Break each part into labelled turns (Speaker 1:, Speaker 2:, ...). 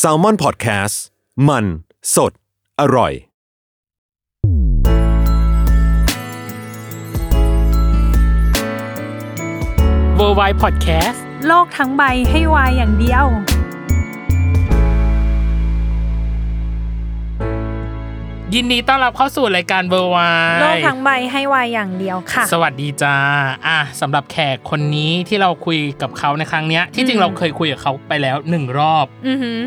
Speaker 1: s a l ม o n PODCAST มันสดอร่อย
Speaker 2: w o r l d w i d e Podcast
Speaker 3: โลกทั้งใบให้วายอย่างเดียว
Speaker 2: ยินดีต้อนรับเข้าสู่รายการ w o r l d w i
Speaker 3: โลก
Speaker 2: d
Speaker 3: ทั้งใบให้วายอย่างเดียวค่ะ
Speaker 2: สวัสดีจ้าอ่ะสำหรับแขกคนนี้ที่เราคุยกับเขาในครั้งเนี้ย ที่จริง
Speaker 3: อืม
Speaker 2: เราเคยคุยกับเขาไปแล้วหนึ่งรอบ
Speaker 3: อือหือ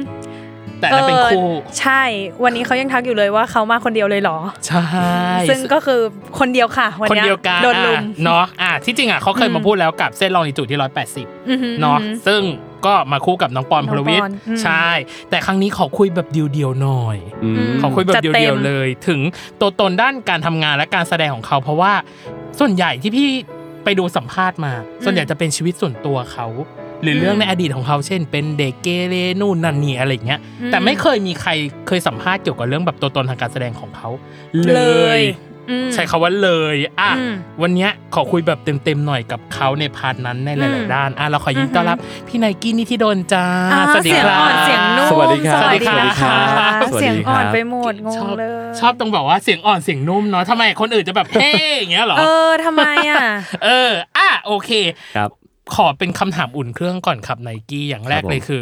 Speaker 2: แต่นั่นเป็นคู่
Speaker 3: ออใช่ วันนี้เขายังทักอยู่เลยว่าเขามาคนเดียวเลยเหรอ
Speaker 2: ใช่
Speaker 3: ซึ่งก็คือคนเดียวค่ะ วัน
Speaker 2: คน
Speaker 3: นี้
Speaker 2: เดียวกัน
Speaker 3: โดนลุม
Speaker 2: อ่ะเนาะอ่ะที่จริงอ่ะเขาเคย
Speaker 3: อืม
Speaker 2: มาพูดแล้วกับเส้นลองนิจูดที่ 180
Speaker 3: อื้อหือ
Speaker 2: เนาะซึ่งก็มาคู่กับน้องปอนพลวิท
Speaker 3: น้อง
Speaker 2: ย์
Speaker 3: ปอนอืม
Speaker 2: ใช่ แต่ครั้งนี้ขอคุยแบบเดียวๆหน่อย
Speaker 1: อืม
Speaker 3: ม
Speaker 2: ขอคุยแบบ
Speaker 3: จัด
Speaker 2: เดี
Speaker 3: เต็
Speaker 2: ยว
Speaker 3: ม
Speaker 2: ๆเลยถึงตัวตนด้านการทำงานและการแสดงของเขาเพราะว่าส่วนใหญ่ที่พี่ไปดูสัมภาษณ์มา ส่วนใหญ่จะเป็นชีวิตส่วนตัวเขา หรือเรื่องในอดีตของเขาเช่น เป็นเด็กเกเรนู่นนั่นนี่อะไรอย่างเงี้ย
Speaker 3: อื
Speaker 2: แต่ไม่เคยมีใครเคยสัมภาษณ์เกี่ยวกับเรื่องแบบตัวตนทางการแสดงของเขา เล
Speaker 3: เลย ยอืม
Speaker 2: ใช้คาว่าเลยอ่ะ
Speaker 3: อืม
Speaker 2: วันเนี้ยขอคุยแบบเต็มๆหน่อยกับเขาในพาร์ทนั้นในห
Speaker 3: อื
Speaker 2: ลาย
Speaker 3: ม
Speaker 2: ๆด้านอ่ะเราขอยิน
Speaker 3: อือฮึ
Speaker 2: ต้อนรับพี่ไนกี้นี่ที่โดนจ้า
Speaker 3: อ่า
Speaker 2: สวัสดี
Speaker 3: เสียง
Speaker 2: ครับ
Speaker 3: อ่อนเสียงนุ่ม
Speaker 1: สวัสดีครับ
Speaker 3: สวัสดี
Speaker 2: สวัสดีครั
Speaker 3: ค่ะ
Speaker 2: บ
Speaker 1: สวัสดีครับ
Speaker 3: เสียงอ่อนไปหมดง
Speaker 2: ช
Speaker 3: ง
Speaker 2: อบ
Speaker 3: เลย
Speaker 2: ชอบตรงแบบว่าเสียงอ่อนเสียงนุ่มเนาะทำไมคนอื่นจะแบบเฮ้ อย่างเงี้ยเหรอ
Speaker 3: เออทำไมอ่ะ
Speaker 2: เอออ่ะโอเค
Speaker 1: ครับ
Speaker 2: ขอเป็นคำถามอุ่นเครื่องก่อนครับไนกี้อย่างแรก
Speaker 1: ครับผม
Speaker 2: เลยคือ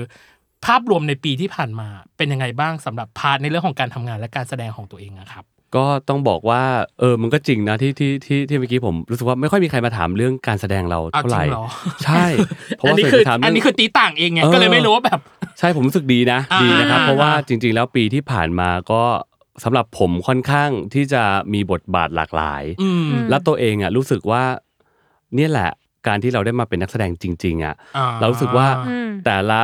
Speaker 2: ภาพรวมในปีที่ผ่านมาเป็นยังไงบ้างสำหรับพาร์ทในเรื่องของการทำงานและการแสดงของตัวเองอะครับ
Speaker 4: ก็ต้องบอกว่าเออมันก็จริงนะที่ที่ที่ที่เมื่อกี้ผมรู้สึกว่าไม่ค่อยมีใครมาถามเรื่องการแสดงเรา
Speaker 2: เอา
Speaker 4: เท่าไห
Speaker 2: จ
Speaker 4: ร่
Speaker 2: ริงเหรอ
Speaker 4: ใช่ เพราะ
Speaker 2: อัน
Speaker 4: ว่า
Speaker 2: นี้
Speaker 4: เค
Speaker 2: คื
Speaker 4: ย
Speaker 2: อ
Speaker 4: ไปถาม
Speaker 2: อันนี้
Speaker 4: เรื่ง
Speaker 2: คือตีต่างเองไง
Speaker 4: เออ
Speaker 2: ก็เลยไม่รู้ว่าแบบ
Speaker 4: ใช่ผมรู้สึกดีนะ
Speaker 2: อ่า
Speaker 4: ดีนะครับ
Speaker 2: อ่า
Speaker 4: เพราะว่าจริง ๆ แล้วปีที่ผ่านมาก็สำหรับผมค่อนข้างที่จะมีบทบาทหลากหลาย
Speaker 2: อืม
Speaker 4: และตัวเองอ่ะรู้สึกว่าเนี่ยแหละการที่เราได้มาเป็นนักแสดงจริง ๆอ่ะ
Speaker 2: อ่
Speaker 4: เรารู้สึกว่า
Speaker 3: อืม
Speaker 4: แต่ละ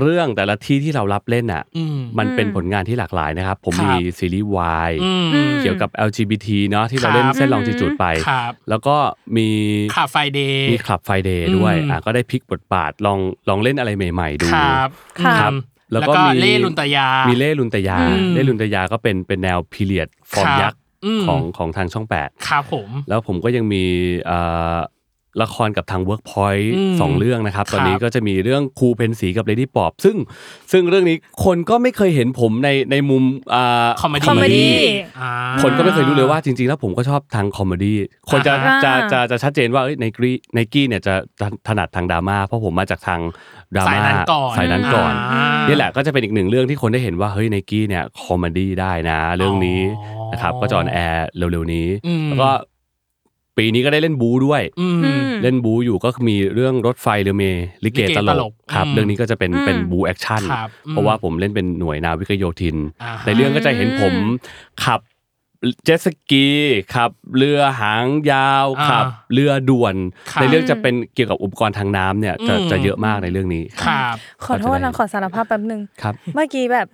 Speaker 4: เรื่องแต่ละที่ที่เรารับเล่นอ่ะ
Speaker 2: อืม
Speaker 4: มันเป็น
Speaker 3: อืม
Speaker 4: ผลงานที่หลากหลายนะครับ ผม
Speaker 2: ครับ
Speaker 4: มีซีรีส์วาย
Speaker 2: อืม
Speaker 4: เกี่ยวกับ LGBT เนาะที่
Speaker 2: ครั
Speaker 4: เรา
Speaker 2: บ
Speaker 4: เล่นเส้นลองจิจูดไป
Speaker 2: ครับ
Speaker 4: แล้วก็มี
Speaker 2: ขาไฟเดย์
Speaker 4: มีคลับไฟเดย์ด้วย
Speaker 2: อืม
Speaker 4: อ่ะก็ได้พลิกบทบาทลองลองเล่นอะไรใหม่ ๆ ดู
Speaker 2: ครับ
Speaker 3: ครับ
Speaker 2: อืม
Speaker 4: แล้วก็มี
Speaker 2: เล่ลุนตยา
Speaker 4: มีเล่ลุนตยา
Speaker 2: อืม
Speaker 4: เล่ลุนตยาก็เป็นเป็นแนวพีเรียดฟอร์มยักษ์
Speaker 2: ม
Speaker 4: ของของทางช่อง
Speaker 2: ครับผม
Speaker 4: 8 แล้วผมก็ยังมีเอ่อละครกับทาง Workpoint
Speaker 2: อืม
Speaker 4: สองเรื่องนะครับ
Speaker 2: ครับ
Speaker 4: ตอนนี้ก็จะมีเรื่องครูเพนสีกับเลดี้ปอบ ซึ่งซึ่งเรื่องนี้คนก็ไม่เคยเห็นผมในในมุมอ่า
Speaker 2: คอมเมดี้
Speaker 3: comedy
Speaker 2: อ่า
Speaker 4: คนก็ไม่เคยรู้เลยว่าจริงๆ แล้วผมก็ชอบทางคอมเมดี้คนจะ
Speaker 3: อ่า
Speaker 4: จะจะจะชัดเจนว่าไนกี้ไนกี้เนี่ยจะจะถนัดทางดราม่าเพราะผมมาจากทางดรา
Speaker 2: สาย
Speaker 4: ม่า
Speaker 2: นั้นก่อน
Speaker 4: สายนั้นก่อน
Speaker 2: อ่า
Speaker 4: นี่แหละก็จะเป็นอีกหนึ่งเรื่องที่คนได้เห็นว่าเฮ้ยไนกี้เนี่ยคอมเมดี้ได้นะ เรื่องนี้
Speaker 2: อ๋อ
Speaker 4: นะครับก็จออนแอร์เร็วๆนี้
Speaker 2: อืม
Speaker 4: แล้วก็ปีนี้ก็ได้เล่นบูด้วย
Speaker 2: อืม
Speaker 3: อืม
Speaker 4: เล่นบูอยู่ก็มีเรื่องรถไฟเรือเมลิเก
Speaker 2: ลิเก
Speaker 4: ต
Speaker 2: ต
Speaker 4: ล
Speaker 2: ลก
Speaker 4: กครับ
Speaker 2: อืม
Speaker 4: เรื่องนี้ก็จะเป็น
Speaker 3: อืม
Speaker 4: เป็นบูแอคชั่น
Speaker 2: ครับอืม
Speaker 4: เพราะว่าผมเล่นเป็นหน่วยนาวิกโยธิน
Speaker 2: อ่าฮะ
Speaker 4: ในเรื่องก็จะเห็นผมขับเจ็ตสกีขับเรือหางยาว
Speaker 2: อ่า
Speaker 4: ขับเรือด่วน
Speaker 2: ครับ
Speaker 4: ในเรื่องจะเป็นเกี่ยวกับอุปกรณ์ทางน้ำเนี่ยจะ
Speaker 2: อืม
Speaker 4: จะเยอะมากในเรื่องนี้
Speaker 2: ครับ
Speaker 3: ขอโทษนะขอสารภาพแป๊บหนึ่ง
Speaker 4: ครับ
Speaker 3: เมื่อกี้แบบ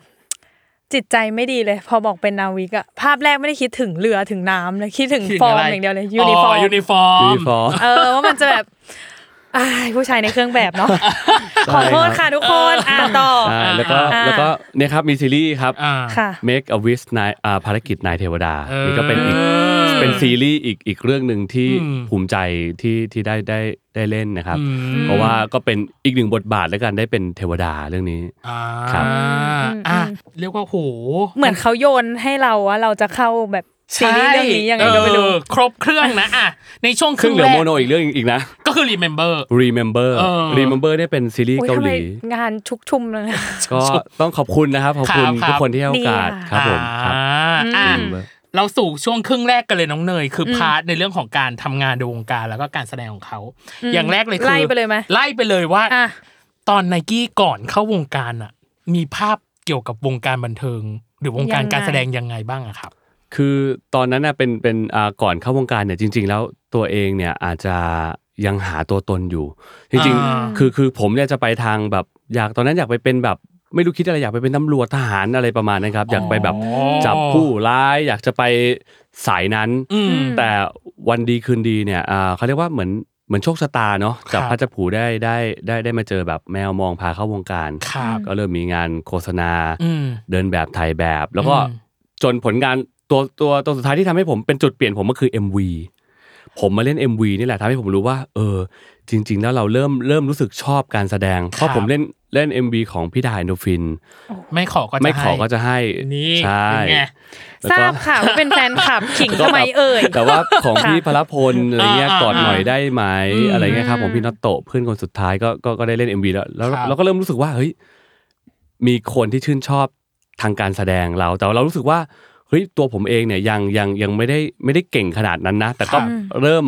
Speaker 3: จิตใจไม่ดีเลย พอบอกเป็นนาวิกอะภาพแรกไม่ได้คิดถึงเรือถึงน้ำเลยคิดถึงฟอร์มอย่างเดียวเลยยูนิฟอร์ม
Speaker 2: ยูนิฟอร์
Speaker 4: ยู
Speaker 2: ม
Speaker 4: นิฟอร์ม
Speaker 3: เออว่ามันจะแบบอ้ายผู้ชายในเครื่องแบบเนาะขอโทษค่ะทุกคนอ่าต่อ
Speaker 4: อ่าแล้วก็
Speaker 3: อ่า
Speaker 4: แล้วก็เนี่ยครับมีซีรีส์ครับ
Speaker 3: ค่ะ
Speaker 4: Make a Wish นายอ่าภารกิจนายเทวดา
Speaker 2: เออ
Speaker 4: นี่ก็เป็นอีก
Speaker 3: อืม
Speaker 4: เป็นซีรีส์อีกอีกเรื่องหนึ่งที่
Speaker 2: อืม
Speaker 4: ภูมิใจที่ที่ได้ได้ได้เล่นนะครับ
Speaker 2: อืม
Speaker 4: เพราะว่าก็เป็นอีกหนึ่งบทบาทแล้วกันได้เป็นเทวดาเรื่องนี้
Speaker 2: อ่า
Speaker 4: ครับ
Speaker 2: อ่ะเรียกว่าโห
Speaker 3: เหมือนเขาโยนให้เราว่าเราจะเข้าแบบซีรีส์เรื่องนี้ยังไงก็ไม่รู้
Speaker 2: เออครบเครื่องนะอ่ะในช่วงค
Speaker 4: ซึ่
Speaker 2: รึ่
Speaker 4: ง
Speaker 2: ง
Speaker 4: เหลื
Speaker 2: แร
Speaker 4: อก โมโนอีกเรื่องอีกนะ
Speaker 2: ก็คือ remember
Speaker 4: Remember
Speaker 2: เออ
Speaker 4: Remember ได้เป็นซีรีส์
Speaker 3: อุ๊ย
Speaker 4: เกา
Speaker 3: ทำ
Speaker 4: ห
Speaker 3: ไม
Speaker 4: ลี
Speaker 3: งานชุกชุมเลย
Speaker 4: ก็ต้องขอบคุณนะครับขอบคุณ
Speaker 2: ครับ
Speaker 4: ทุกคนที่ให้โอกาส
Speaker 3: ดี
Speaker 4: ครับผมค
Speaker 2: อ่า
Speaker 4: รับ
Speaker 2: อ่ะ
Speaker 4: Remember
Speaker 2: เราสู่ช่วงครึ่งแรกกันเลยน้องเนย คืออ
Speaker 3: ม
Speaker 2: พาร์ทในเรื่องของการทำงานในวงการแล้วก็การแสดงของเขา
Speaker 3: อืม
Speaker 2: อย่างแรกเลยคือ
Speaker 3: ไล่ไปเลยไหม
Speaker 2: ไล่ไปเลยว่า
Speaker 3: อ่ะ
Speaker 2: ตอนไนกี้ก่อนเข้าวงการอ่ะ มีภาพเกี่ยวกับวงการบันเทิง หรือวงการ
Speaker 3: ยังไง
Speaker 2: การแสดงยังไงบ้างอะครับ
Speaker 4: คือตอนนั้นน่ะเป็นเป็นอ่าก่อนเข้าวงการเนี่ยจริง ๆ แล้วตัวเองเนี่ยอาจจะยังหาตัวตนอยู่ จริง
Speaker 2: อ่า
Speaker 4: ๆ คือคือผมเนี่ยจะไปทางแบบอยากตอนนั้นอยากไปเป็นแบบไม่รู้คิดอะไรอยากไปเป็นตำรวจทหารอะไรประมาณนั้นครับอยากไปแบบ
Speaker 2: อ๋อ
Speaker 4: จับผู้ร้ายอยากจะไปสายนั้น
Speaker 2: อืม
Speaker 3: ม
Speaker 4: แต่วันดีคืนดีเนี่ยอ่าเขาเรียกว่าเหมือนเหมือนโชคชะตาเนาะ
Speaker 2: ครั
Speaker 4: จั
Speaker 2: บ
Speaker 4: บพระจับผลูได้ได้ได้ได้มาเจอแบบแมวมองพาเข้าวงการ
Speaker 2: ครับ
Speaker 4: ก็เริ่มมีงานโฆษณา
Speaker 2: อืม
Speaker 4: เดินแบบถ่ายแบบ แล้วก็
Speaker 2: อืม
Speaker 4: จนผลงานตัวตัวตัวสุดท้ายที่ทำให้ผมเป็นจุดเปลี่ยนผมก็คือ MV ผมมาเล่น MV นี่แหละทำให้ผมรู้ว่า เออ จริง ๆ แล้วเราเริ่มเริ่มรู้สึกชอบการแสดงเพราะผมเล่น เล่น MV ของพี่ดายโนฟิน
Speaker 2: ไม่ขอก็จะ
Speaker 4: ไม่ขอ
Speaker 2: ให้
Speaker 4: ก็จะให้
Speaker 2: นี่
Speaker 4: ใช่
Speaker 2: เป็นไง
Speaker 4: แล้
Speaker 3: ท
Speaker 4: วก็
Speaker 3: ราบค่ะว่าเป็นแฟนคลับ ขิง
Speaker 4: ก็
Speaker 3: ทำไมเอ่ย
Speaker 4: แต่ว่าของพี่
Speaker 3: ค่ะ
Speaker 4: พลพลอะไรเงี้ย
Speaker 2: อ่าก
Speaker 4: อดหน่อย
Speaker 2: อ่า
Speaker 4: ได้ไหม
Speaker 2: อืม
Speaker 4: อะไรเงี้ยครับผมพี่นัตโตะเพื่อนคนสุดท้ายก็ก็ก็ได้เล่น MV แล้วแล้ว
Speaker 2: ครับ
Speaker 4: เราก็เริ่มรู้สึกว่าเฮ้ยมีคนที่ชื่นชอบทางการแสดงเรา แต่ว่าเรารู้สึกว่าเฮ้ยตัวผมเองเนี่ยยังยังยังไม่ได้ไม่ได้เก่งขนาดนั้นนะ แต่ก็
Speaker 3: ครับ
Speaker 4: เริ่ม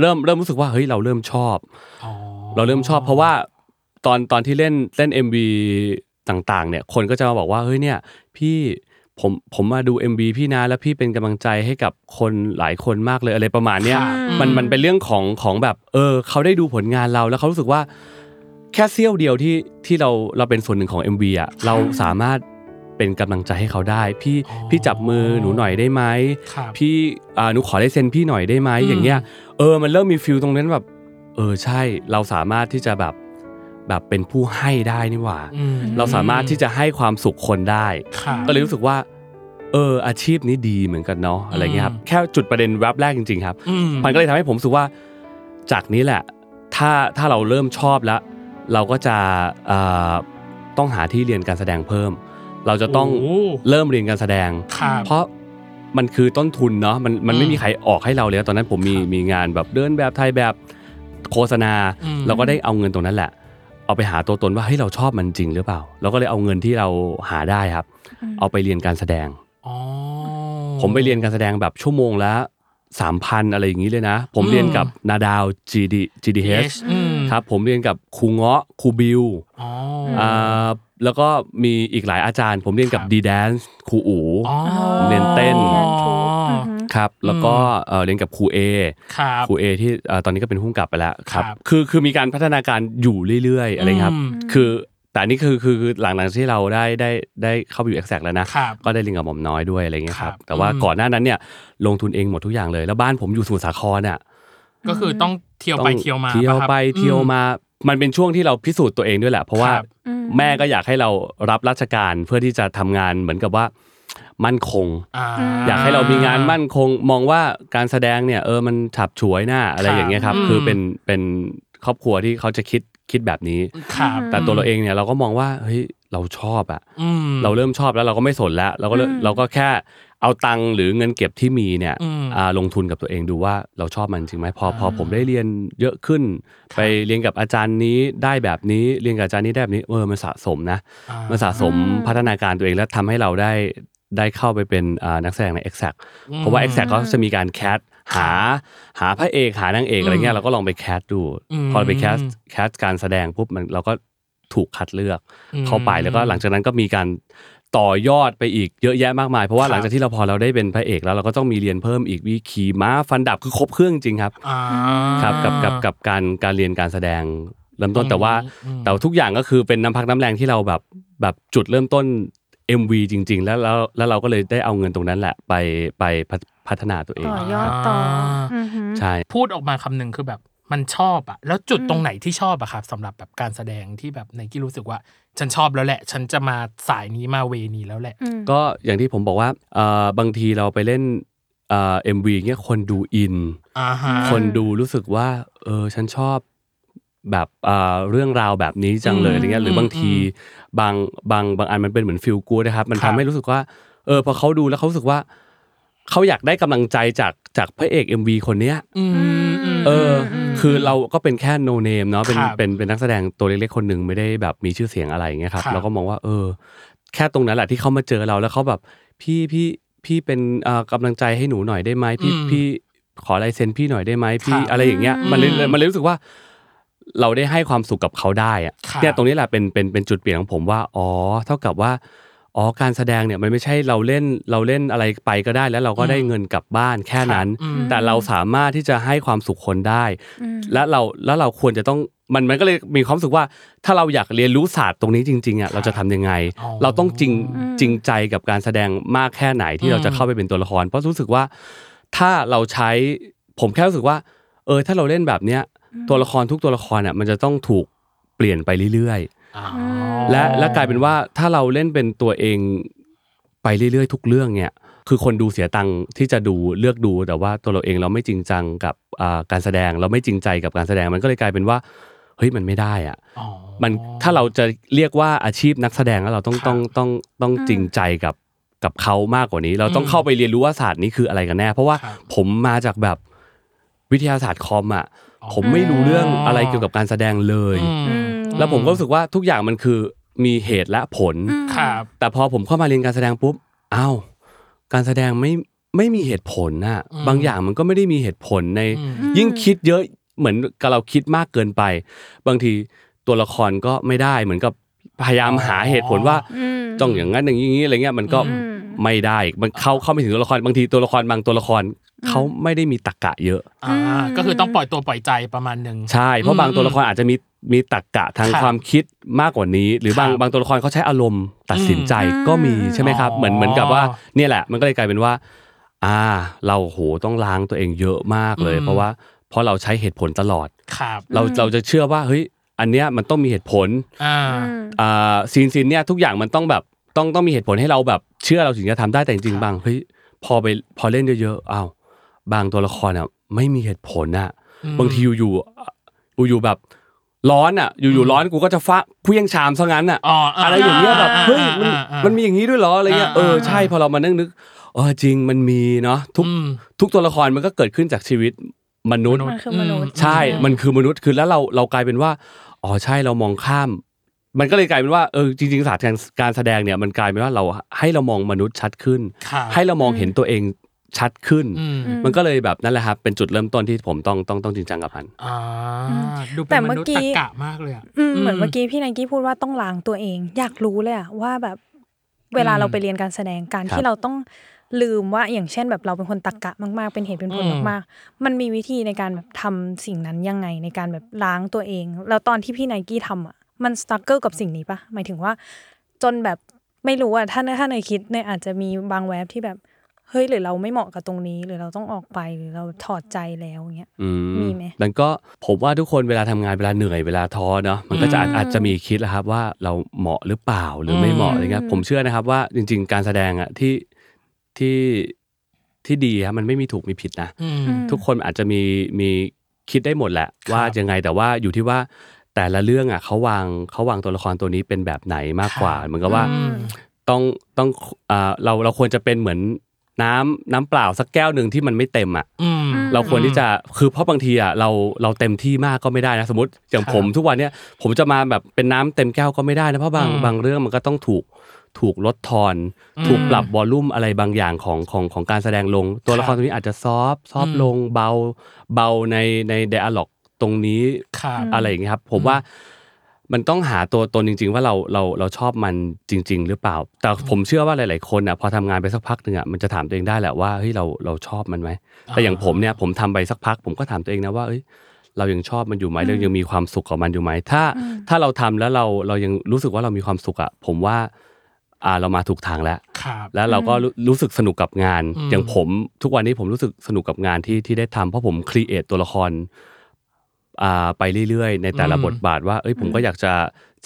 Speaker 4: เริ่มเริ่มรู้สึกว่าเฮ้ยเราเริ่มชอบ
Speaker 2: อ๋อ
Speaker 4: เราเริ่มชอบเพราะว่าตอนตอนที่เล่นเล่น MV ต่างๆ เนี่ย คนก็จะมาบอกว่าเฮ้ยเนี่ย พี่ผมผมมาดู MV พี่นะแล้วพี่เป็นกำลังใจให้กับคนหลายคนมากเลยอะไรประมาณเนี้ย
Speaker 2: ค่ะ
Speaker 4: มัน
Speaker 2: อืม
Speaker 4: มันเป็นเรื่องของของแบบ เออ เขาได้ดูผลงานเราแล้วเขารู้สึกว่า แค่เสี้ยวเดียวที่ที่เราเราเป็นส่วนหนึ่งของ MV อ่ะเราสามารถเป็นกำลังใจให้เขาได้ พี่พี่จับมือหนูหน่อยได้ไหม
Speaker 2: ครับ
Speaker 4: พี่อ่าหนูขอลายเซ็นพี่หน่อยได้ไหม
Speaker 2: อืม
Speaker 4: อย่างเงี้ยเออมันเริ่มมีฟิลตรงนั้นแบบ เออใช่ เราสามารถที่จะแบบแบบเป็นผู้ให้ได้นี่หว่า
Speaker 2: อืม
Speaker 4: เราสามารถที่จะให้ความสุขคนได้
Speaker 2: ครับ
Speaker 4: ก็เลยรู้สึกว่า เออ อาชีพนี้ดีเหมือนกันเนาะอะไรเงี้ยครับ
Speaker 2: อืม
Speaker 4: แค่จุดประเด็นแวบแรกจริงๆครับ
Speaker 2: อืม
Speaker 4: มันก็เลยทำให้ผมรู้สึกว่า จากนี้แหละ ถ้าถ้าเราเริ่มชอบแล้ว เราก็จะเอ่อต้องหาที่เรียนการแสดงเพิ่ม เราจะต้อง
Speaker 2: โอ้
Speaker 4: เริ่มเรียนการแสดง
Speaker 2: ครับ
Speaker 4: เพราะมันคือต้นทุนเนาะมันมันไม่
Speaker 2: อืม
Speaker 4: มีใครออกให้เราเลยนะตอนนั้นผมมีมีงานแบบเดินแบบไทยแบบโฆษณา
Speaker 2: อืม
Speaker 4: เราก็ได้เอาเงินตรงนั้นแหละ เอาไปหาตัวตนว่าเฮ้ยเราชอบมันจริงหรือเปล่า เราก็เลยเอาเงินที่เราหาได้ครับ
Speaker 3: อืม
Speaker 4: เอาไปเรียนการแสดง
Speaker 2: อ๋อ
Speaker 4: ผมไปเรียนการแสดงแบบชั่วโมงละสามพันอะไรอย่างนี้เลยนะ ผม
Speaker 2: อืม
Speaker 4: เรียนกับนาดาว GD GDH
Speaker 2: อืม
Speaker 4: ครับผมเรียนกับครูเงาะครูบิว
Speaker 2: อ๋อ
Speaker 3: ม
Speaker 4: อ่าแล้วก็มีอีกหลายอาจารย์ ผมเรียนกับ
Speaker 2: ครับ
Speaker 4: D Dance ครูอู
Speaker 2: อ๋อ
Speaker 4: เรียนเต้น
Speaker 2: อ๋อ
Speaker 4: ครับแล้วก็เอ่อเรียนกับครูเอ
Speaker 2: ครับ
Speaker 4: ครูเอที่เอ่อตอนนี้ก็เป็นหุ้นกลับไปแล้วครับ
Speaker 2: ครับ
Speaker 4: คือคือมีการพัฒนาการอยู่เรื่อยๆอะไรครับ
Speaker 2: อืม
Speaker 4: คือแต่อันนี่คือคือคือหลังหลังที่เราได้ได้ได้เข้าไปอยู่ Exact แล้วนะ
Speaker 2: ครับ
Speaker 4: ก็ได้เรียนกับหม่อมน้อยด้วยอะไรเงี้ยครั
Speaker 2: ค
Speaker 4: บ
Speaker 2: รับ
Speaker 4: แต่ว่าก่อนหน้านั้นเนี่ยลงทุนเองหมดทุกอย่างเลย แล้วบ้านผมอยู่สมุทรสาครน่ะ
Speaker 2: ก็คือต้องเที่ยว
Speaker 4: ต้อง
Speaker 2: ไปเที่ยวมา
Speaker 4: เที่ยว
Speaker 2: ปะครับ
Speaker 4: ไปเที่ยว
Speaker 2: อื
Speaker 4: มา มันเป็นช่วงที่เราพิสูจน์ตัวเองด้วยแหละ เพราะว่า
Speaker 2: ครับ
Speaker 3: อืม
Speaker 4: แม่ก็อยากให้เรารับราชการเพื่อที่จะทำงานเหมือนกับว่ามั่นคง
Speaker 2: อ่า
Speaker 4: อยากให้เรามีงานมั่นคงมองว่าการแสดงเนี่ยเออมันฉับฉวยหน้าอะไร
Speaker 2: ครับ
Speaker 4: อย่างเงี้ยครับ
Speaker 2: อืม
Speaker 4: คือเป็นเป็นครอบครัวที่เขาจะคิดคิดแบบนี้
Speaker 2: ครับ
Speaker 4: แต่ตัวเราเองเนี่ยเราก็มองว่าเฮ้ยเราชอบอะ
Speaker 2: อืม
Speaker 4: เราเริ่มชอบแล้วเราก็ไม่สนแล้วเราก็เลย
Speaker 3: อืม
Speaker 4: เราก็แค่เอาตังค์หรือเงินเก็บที่มีเนี่ย
Speaker 2: อืม
Speaker 4: อ่าลงทุนกับตัวเองดูว่าเราชอบมันจริงไหมพอพอ
Speaker 2: อ่า
Speaker 4: ผมได้เรียนเยอะขึ้น ไปเรียนกับอาจารย์นี้ได้แบบนี้เรียนกับอาจารย์นี้ได้แบบนี้เออมันสะสมนะ
Speaker 2: า
Speaker 4: มันสะสมพัฒนาการตัวเองและทำให้เราได้ได้เข้าไปเป็นอ่านักแสดงใน Exact
Speaker 2: อืม
Speaker 4: เพราะว่า Exact เขาจะมีการแคสหาหาพระเอกหานางเอกอะไรเงี้
Speaker 2: อื
Speaker 4: ย
Speaker 2: ม
Speaker 4: เราก็ลองไปแคสดู
Speaker 2: อืม
Speaker 4: พอเราไปแคสแคสการแสดงปุ๊บมันเราก็ถูกคัดเลือก
Speaker 2: อืม
Speaker 4: เข้าไปแล้วก็หลังจากนั้นก็มีการต่อยอดไปอีกเยอะแยะมากมาย เพราะว่า
Speaker 2: ครับ
Speaker 4: หลังจากที่เราพอเราได้เป็นพระเอกแล้วเราก็ต้องมีเรียนเพิ่มอีกวิขี่ม้าฟันดาบคือครบเครื่องจริงครับ
Speaker 2: อ่า
Speaker 4: ครับกับกับกับการการเรียนการแสดงเริ่มต้น
Speaker 2: อืม
Speaker 4: แต่ว่า
Speaker 2: อืม
Speaker 4: แต่ทุกอย่างก็คือเป็นน้ำพักน้ำแรงที่เราแบบแบบจุดเริ่มต้น MV จริง ๆ แล้วแล้วแล้วเราก็เลยได้เอาเงินตรงนั้นแหละไปไปพัฒพัฒนาตัวเอง
Speaker 3: ต่อยอดต่ออา อือหือ
Speaker 4: ใช่
Speaker 2: พูดออกมาคำหนึงคือแบบมันชอบอะแล้วจุดตรงไหนที่ชอบอะครับสำหรับแบบการแสดงที่แบบในกี้รู้สึกว่า ฉันชอบแล้วแหละ ฉันจะมาสายนี้มาเวนี้แล้วแหละ
Speaker 3: อืม
Speaker 4: ก็อย่างที่ผมบอกว่าเอ่อบางทีเราไปเล่นเอ่อ MV เงี้ยคนดูอิน
Speaker 2: อ่าฮะ
Speaker 4: คนดูรู้สึกว่าเออฉันชอบแบบเอ่อเรื่องราวแบบนี้จังเลย
Speaker 3: อืม
Speaker 4: อะไรเงี้ยหรืออ
Speaker 2: ม
Speaker 4: บางทีบางบางบางอันมันเป็นเหมือนฟิลกูนะครับ มัน
Speaker 2: ครับ
Speaker 4: ทำให้รู้สึกว่าเออพอเขาดูแล้วเขารู้สึกว่าเขาอยากได้กำลังใจจากจากพระเอก MV คนเนี้ย เออ
Speaker 3: ม
Speaker 4: คือเราก็เป็นแค่โนเนมเนาะเป็น
Speaker 2: ครับ
Speaker 4: เป็นเป็นนักแสดงตัวเล็กๆคนหนึ่งไม่ได้แบบมีชื่อเสียงอะไรอย่างเงี้ยครับ
Speaker 2: ครับ
Speaker 4: เราก็มองว่าเออ แค่ตรงนั้นแหละที่เขามาเจอเราแล้วเขาแบบพี่พี่พี่เป็นเอ่อกำลังใจให้หนูหน่อยได้ไหมพี่
Speaker 2: อืม
Speaker 4: พี่ขอลายเซ็นพี่หน่อยได้ไหมพี่
Speaker 2: ครับ
Speaker 4: อะไรอย่างเงี้ยมันเลยมันเลยรู้สึกว่า เราได้ให้ความสุขกับเขาได้อะ
Speaker 2: ครับ
Speaker 4: เนี่ยตรงนี้แหละเป็นเป็นเป็นจุดเปลี่ยนของผมว่าอ๋อเท่ากับว่าอ๋อการแสดงเนี่ยมันไม่ใช่เราเล่นเราเล่นอะไรไปก็ได้ แล้วเราก็ได้เงินกลับบ้านแค่นั้น
Speaker 2: อืม
Speaker 4: แต่เราสามารถที่จะให้ความสุขคนได้
Speaker 3: อืม
Speaker 4: และเราแล้วเราควรจะต้องมันมันก็เลยมีความรู้สึกว่า ถ้าเราอยากเรียนรู้ศาสตร์ตรงนี้จริงๆอ่ะเราจะทำยังไง
Speaker 2: อ๋อ
Speaker 4: เราต้องจริง
Speaker 3: อืม
Speaker 4: จริงใจกับการแสดงมากแค่ไหนที่เราจะเข้าไปเป็นตัวละคร เพราะรู้สึกว่าถ้าเราใช้ผมแค่รู้สึกว่า เออถ้าเราเล่นแบบเนี้ยตัวละครทุกตัวละครอ่ะมันจะต้องถูกเปลี่ยนไปเรื่อย
Speaker 2: อ๋อ
Speaker 4: ๆ และและกลายเป็นว่าถ้าเราเล่นเป็นตัวเองไปเรื่อยๆ ทุกเรื่องเนี่ยคือคนดูเสียตังค์ที่จะดูเลือกดูแต่ว่าตัวเราเองเราไม่จริงจังกับอ่าการแสดงเราไม่จริงใจกับการแสดงมันก็เลยกลายเป็นว่า เฮ้ยมันไม่ได้อ่ะ
Speaker 2: อ๋อ
Speaker 4: มันถ้าเราจะเรียกว่าอาชีพนักแสดงแล้วเราต้อง
Speaker 2: ค่ะ
Speaker 4: ต้องต้องต้อง
Speaker 3: อืม
Speaker 4: จริงใจกับกับเขามากกว่านี้ เราต้อง
Speaker 2: อืม
Speaker 4: เข้าไปเรียนรู้ว่าศาสตร์นี้คืออะไรกันแน่ เพราะว่า
Speaker 2: ครับ
Speaker 4: ผมมาจากแบบวิทยาศาสตร์คอมอ่ะ
Speaker 2: อ๋อ
Speaker 4: ผมไม่รู้เรื่องอะไรเกี่ยวกับการแสดงเลย
Speaker 2: อืม
Speaker 3: อืม
Speaker 4: แล้วผมก็รู้สึกว่าทุกอย่างมันคือมีเหตุและผล
Speaker 3: อืม
Speaker 2: ครับ
Speaker 4: แต่พอผมเข้ามาเรียนการแสดงปุ๊บอ้าวการแสดงไม่ไม่มีเหตุผลน่ะบางอย่างมันก็ไม่ได้มีเหตุผลใน
Speaker 2: อืม
Speaker 4: ยิ่งคิดเยอะเหมือนกับเราคิดมากเกินไป บางทีตัวละครก็ไม่ได้เหมือนกับพยายามหาเหตุผลว่า
Speaker 3: อืม
Speaker 4: ต้องอย่างนั้นอย่างนี้อะไรเงี้ยมันก็
Speaker 2: อืม
Speaker 4: ไม่ได้มันเข้าเข้าไม่ถึงตัวละครบางทีตัวละครบางตัวละครเขาไม่ได้มีตรรกะเยอะ
Speaker 2: อ่าก็คือต้องปล่อยตัวปล่อยใจประมาณหนึ่ง
Speaker 4: ใช่เพราะบางตัวละครอาจจะมีมีตรรกะทาง
Speaker 2: ครับ
Speaker 4: ความคิดมากกว่านี้ หรือบาง
Speaker 2: ครับ
Speaker 4: บางตัวละครเขาใช้อารมณ์ตัดสินใจ
Speaker 3: อืม
Speaker 4: ก็มีใช่ไหมครับ
Speaker 2: อ๋อ
Speaker 4: เหมือนเหมือนกับว่าเนี่ยแหละ มันก็เลยกลายเป็นว่า อ่า เราโหต้องล้างตัวเองเยอะมากเลย
Speaker 2: อืม
Speaker 4: เพราะว่าเพราะเราใช้เหตุผลตลอด
Speaker 2: ครับ
Speaker 4: เรา
Speaker 3: อืม
Speaker 4: เราจะเชื่อว่าเฮ้ยอันเนี้ยมันต้องมีเหตุผล
Speaker 2: อ่า
Speaker 3: อืม
Speaker 4: อ่าซีนซีนเนี้ยทุกอย่างมันต้องแบบต้องต้องมีเหตุผลให้เราแบบเชื่อเราถึงจะทำได้แต่จริ
Speaker 2: ค
Speaker 4: ง
Speaker 2: รับ
Speaker 4: ๆบางเฮ้ยพอไปพอเล่นเยอะๆอ้าวบางตัวละครอ่ะไม่มีเหตุผลอ่ะ
Speaker 2: อืม
Speaker 4: บางทีอยู่ๆอยู่ๆแบบ ร้อนอ่ะ อยู่ๆร้อนกูก็จะฟะเพี้ยงชามซะงั้นอ่ะ
Speaker 2: อ๋ออะ
Speaker 4: อะไรอย่างเงี้ยแบบเฮ้ยมันมันมีอย่างนี้ด้วยเหรออะไรเงี้ยเออ
Speaker 2: อ่า
Speaker 4: ใช่พอเรามานั่งนึกเออจริงมันมีเนาะทุก
Speaker 2: อืม
Speaker 4: ทุกตัวละครมันก็เกิดขึ้นจากชีวิตมนุษย์
Speaker 3: มันคือมนุษย์
Speaker 4: ใช่
Speaker 2: อืม
Speaker 4: มันคือมนุษย์ คือแล้วเราเรากลายเป็นว่า อ๋อ ใช่ เรามองข้าม มันก็เลยกลายเป็นว่า เออ จริงๆศาสตร์การการแสดงเนี่ย มันกลายเป็นว่าเราให้เรามองมนุษย์ชัดขึ้น
Speaker 2: ครับ
Speaker 4: ให้เรามองเห็นตัวเองชัดขึ้น
Speaker 2: อืม
Speaker 4: มันก็เลยแบบนั่นแหละครับ เป็นจุดเริ่มต้นที่ผมต้องต้องต้องจริงจังกับมัน
Speaker 2: อ่า
Speaker 3: อืม
Speaker 2: ดูเป็
Speaker 3: แต่
Speaker 2: นม
Speaker 3: เมื่อ
Speaker 2: นุษย์
Speaker 3: กี้
Speaker 2: ตรรกะมากเลยอ่ะ
Speaker 3: อืมเหมือนเมื่อกี้พี่ไนกี้พูดว่าต้องล้างตัวเอง อยากรู้เลยอะว่าแบบเวลาเราไปเรียนการแสดงการ
Speaker 4: ครั
Speaker 3: ที่
Speaker 4: บ
Speaker 3: เราต้องลืมว่าอย่างเช่นแบบเราเป็นคนตรรกะมาก ๆ เป็นเหตุเป็นผล
Speaker 2: อืม
Speaker 3: มากๆ มันมีวิธีในการแบบทำสิ่งนั้นยังไงในการแบบล้างตัวเอง แล้วตอนที่พี่ไนกี้ทำอะมันสตรัคเกิลกับสิ่งนี้ปะหมายถึงว่า จนแบบไม่รู้อะถ้าถ้าในคิดในยอาจจะมีบางแวบที่แบบเฮ้ยหรือเราไม่เหมาะกับตรงนี้ หรือเราต้องออกไปหรือเราแบบถอดใจแล้วเงี้ย
Speaker 4: อื
Speaker 3: มีไหม
Speaker 4: มันก็ผมว่าทุกคนเวลาทำงานเวลาเหนื่อยเวลาท้อเนาะมันก็จะอาจ
Speaker 3: อืม
Speaker 4: อาจจะมีคิดแหละครับว่าเราเหมาะหรือเปล่าหรือไม่เหมาะอะไรเงี้ยผมเชื่อนะครับว่าจริง ๆ การแสดงอะที่ที่ที่ดีครับมันไม่มีถูกมีผิดนะ
Speaker 2: อืม
Speaker 4: ทุกคนอาจจะมีมีคิดได้หมดแหละ ว่ายังไงแต่ว่าอยู่ที่ว่าแต่ละเรื่องอ่ะเขาวางเขาวางตัวละครตัวนี้เป็นแบบไหนมากกว่า
Speaker 2: ครับ
Speaker 4: เหมือนกับว่า
Speaker 2: อืม
Speaker 4: ต้องต้องอ่าเราเราควรจะเป็นเหมือนน้ำน้ำเปล่าสักแก้วหนึ่งที่มันไม่เต็มอ่ะ
Speaker 2: อืม
Speaker 4: เราควรที่จะคือเพราะบางทีอ่ะเราเราเต็มที่มากก็ไม่ได้นะสมมติอย่าง
Speaker 2: ครับ
Speaker 4: ผมทุกวันเนี้ยผมจะมาแบบเป็นน้ำเต็มแก้วก็ไม่ได้นะเพราะบาง
Speaker 2: อืม
Speaker 4: บางเรื่องมันก็ต้องถูกถูกลดทอน
Speaker 2: อืม
Speaker 4: ถูกปรับวอลลุ่มอะไรบางอย่างของของของการแสดงลง ตัวละค
Speaker 2: ครั
Speaker 4: ร
Speaker 2: บ
Speaker 4: ตรงนี้อาจจะซอฟซอฟ
Speaker 2: อืม
Speaker 4: ลงเบาเบาในในเดอะล็อกตรงนี้
Speaker 2: ครับ
Speaker 4: อะไรอย่างเงี้ยครับผมว่ามันต้องหาตัวตนจริง ๆ ว่าเราเราเราชอบมันจริง ๆ หรือเปล่า แต่ผมเชื่อว่าหลาย ๆคนอ่ะพอทำงานไปสักพักหนึ่งอ่ะมันจะถามตัวเองได้แหละว่าเฮ้ยเราเราชอบมันไหม แต่อย่างผมเนี่ยผมทำไปสักพัก ผมก็ถามตัวเองนะว่าเอ้ยเรายังชอบมันอยู่ไหมเรายังมีความสุขกับมันอยู่ไหมถ้า ถ้าเราทำแล้วเราเรายังรู้สึกว่าเรามีความสุขอะผมว่าอ่าเรามาถูกทางแล้ว
Speaker 2: ครับ
Speaker 4: แล้วเราก็รู้รู้สึกสนุกกับงาน
Speaker 2: อืม
Speaker 4: อย่างผมทุกวันนี้ผมรู้สึกสนุกกับงานที่ที่ได้ทำเพราะผมครีเอทตัวละครอ่าไปเรื่อยๆ ในแต่ละบทบาทว่าเอ้ยผมก็อยากจะ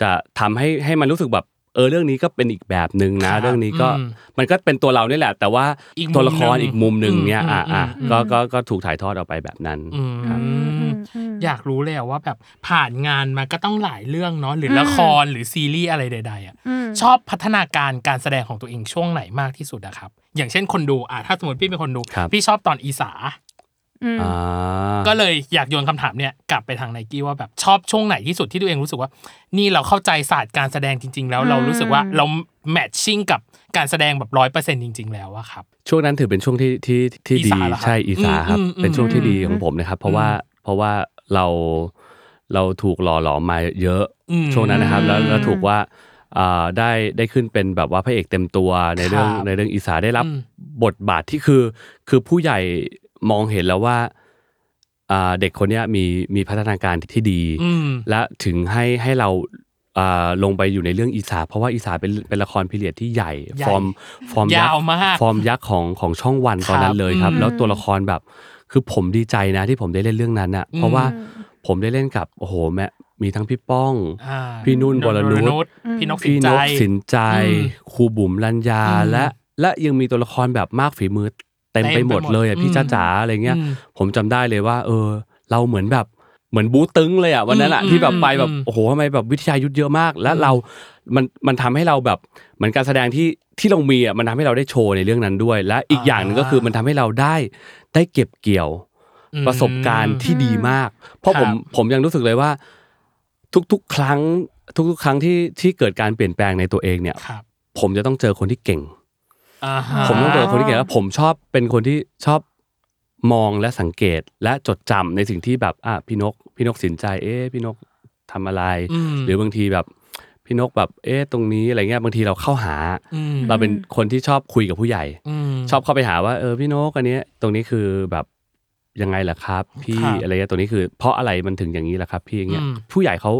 Speaker 4: จะทำให้ให้มันรู้สึกแบบเออเรื่องนี้ก็เป็นอีกแบบหนึ่งนะ
Speaker 2: ครับ
Speaker 4: เรื่องนี้ก็
Speaker 2: อืม
Speaker 4: มันก็เป็นตัวเราเนี่ยแหละ แต่ว่า
Speaker 2: อีกมุม
Speaker 4: ตัวละคร
Speaker 2: หนึ่ง
Speaker 4: อีกมุมหนึ่งเนี่ย
Speaker 2: อืม
Speaker 4: อ่าอ่า
Speaker 2: อืม
Speaker 4: ก็ก็ก็ถูกถ่ายทอดออกไปแบบนั้น
Speaker 2: อืม
Speaker 4: ครับ
Speaker 3: อืม
Speaker 2: อยากรู้เลยอะว่าแบบผ่านงานมาก็ต้องหลายเรื่องเนาะหรืออ
Speaker 3: ม
Speaker 2: ละครหรือซีรีส์อะไรใด ๆอ่ะ
Speaker 3: อืม
Speaker 2: ชอบพัฒนาการการแสดงของตัวเองช่วงไหนมากที่สุดอะครับ อย่างเช่นคนดูอ่ะถ้าสมมติพี่เป็นคนดู
Speaker 4: ครับ
Speaker 2: พี่ชอบตอนอีสา
Speaker 3: อืม
Speaker 4: อ่า
Speaker 2: ก็เลยอยากโยนคำถามเนี่ยกลับไปทางไนกี้ว่าแบบชอบช่วงไหนที่สุดที่ตัวเองรู้สึกว่า นี่เราเข้าใจศาสตร์การแสดงจริง ๆ แล้วเรารู้สึกว่าเราแมทชิ่งกับการแสดงแบบร้อยเปอร์เซ็นต์จริง ๆ แล้วอะครับ
Speaker 4: ช่วงนั้นถือเป็นช่วงที่ที่ที่
Speaker 2: อี
Speaker 4: ดี
Speaker 2: สาเหรอครับ
Speaker 4: ใช่อีสาครับ
Speaker 2: อืมอืมอืม
Speaker 4: เป็นช่วงที่ดีของผมนะครับ เพราะว่าเพราะว่าเราเราถูกหล่อหลอมมาเยอะ
Speaker 2: อืม
Speaker 4: ช่วงนั้นนะครับ แล้วแล้วถูกว่าอ่าได้ได้ขึ้นเป็นแบบว่าพระเอกเต็มตัวในเรื่อง
Speaker 2: ครับ
Speaker 4: ในเรื่องอีสาได้รับ
Speaker 2: อืม
Speaker 4: บทบาทที่คือ คือผู้ใหญ่มองเห็นแล้วว่าอ่าเด็กคนเนี้ยมีมีพัฒนาการที่ดี
Speaker 2: อืม
Speaker 4: และถึงให้ให้เราอ่าลงไปอยู่ในเรื่องอีสาเพราะว่าอีสาเป็นเป็นละครพิเรียดที่ใหญ่
Speaker 2: ใหญ่
Speaker 4: ฟอร์มฟอร์มยัก
Speaker 2: ยาว
Speaker 4: ษ์
Speaker 2: มาก
Speaker 4: ฟอร์มยักษ์ของของช่องวันตอนนั้
Speaker 2: ครั
Speaker 4: น
Speaker 2: บ
Speaker 4: เลยครับ
Speaker 2: อืม
Speaker 4: แล้วตัวละครแบบ คือผมดีใจนะที่ผมได้เล่นเรื่องนั้นอ่ะเพราะว่า
Speaker 3: อืม
Speaker 4: ผมได้เล่นกับโอ้โหแม่มีทั้งพี่ป้อง
Speaker 2: อ่า
Speaker 4: พี่นุ่นวรนุช
Speaker 2: ชพี่นกสิน
Speaker 4: พี่
Speaker 2: ใจ
Speaker 4: นกสินใจ
Speaker 2: อืม
Speaker 4: ครูบุ๋มรัญญา
Speaker 2: อืม
Speaker 4: และ และยังมีตัวละครแบบมากฝีมือเต็ม
Speaker 2: เต็ม
Speaker 4: ไปหมด
Speaker 2: ไปหมด
Speaker 4: เลยอ่ะพี่
Speaker 2: อืม
Speaker 4: จ้าจ๋าอะไรเงี้ย
Speaker 2: อืม
Speaker 4: ผมจำได้เลยว่า เออ เราเหมือนแบบ เหมือนบูตึ้งเลยอ่ะวันนั้นอ่ะ
Speaker 2: อืม
Speaker 4: ที่แบบไปแบบ
Speaker 2: อืม
Speaker 4: โอ้โหทำไมแบบวิทยายุทธเยอะมาก และเรา มันมันทำให้เราแบบเหมือนการแสดงที่ที่เรามีอ่ะมันทำให้เราได้โชว์ในเรื่องนั้นด้วย และอีกอย่างหนึ่งก็คือมันทำให้เราได้ได้เก็บเกี่ยว
Speaker 2: อืม
Speaker 4: ประสบการณ์ที่ดีมาก เพราะ
Speaker 2: ค
Speaker 4: ผ
Speaker 2: รับ
Speaker 4: มผมยังรู้สึกเลยว่า ทุกๆ ครั้ง ทุกๆ ครั้งที่ที่เกิดการเปลี่ยนแปลงในตัวเองเนี่ย
Speaker 2: ครับ
Speaker 4: ผมจะต้องเจอคนที่เก่ง
Speaker 2: อ่าฮะ
Speaker 4: ผมต้องเจอคนที่เก่งแล้วผมชอบเป็นคนที่ชอบมองและสังเกตและจดจำในสิ่งที่แบบอ่ะพี่นก พี่นกสินใจ เอ๊ะพี่นกทำอะไร
Speaker 2: อืม
Speaker 4: หรือบางทีแบบ พี่นกแบบเอ๊ะตรงนี้อะไรเงี้ยบางทีเราเข้าหา
Speaker 2: อืม
Speaker 4: เราเป็นคนที่ชอบคุยกับผู้ใหญ่
Speaker 2: อืม
Speaker 4: ชอบเข้าไปหาว่าเออพี่นกอันเนี้ยตรงนี้คือแบบยังไงล่ะครับ พี่
Speaker 2: ครับ
Speaker 4: อะไรเงี้ยตรงนี้คือ เพราะอะไรมันถึงอย่างนี้ล่ะครับ พี่อย่างเงี้ย
Speaker 2: อืม
Speaker 4: ผู้ใหญ่เขา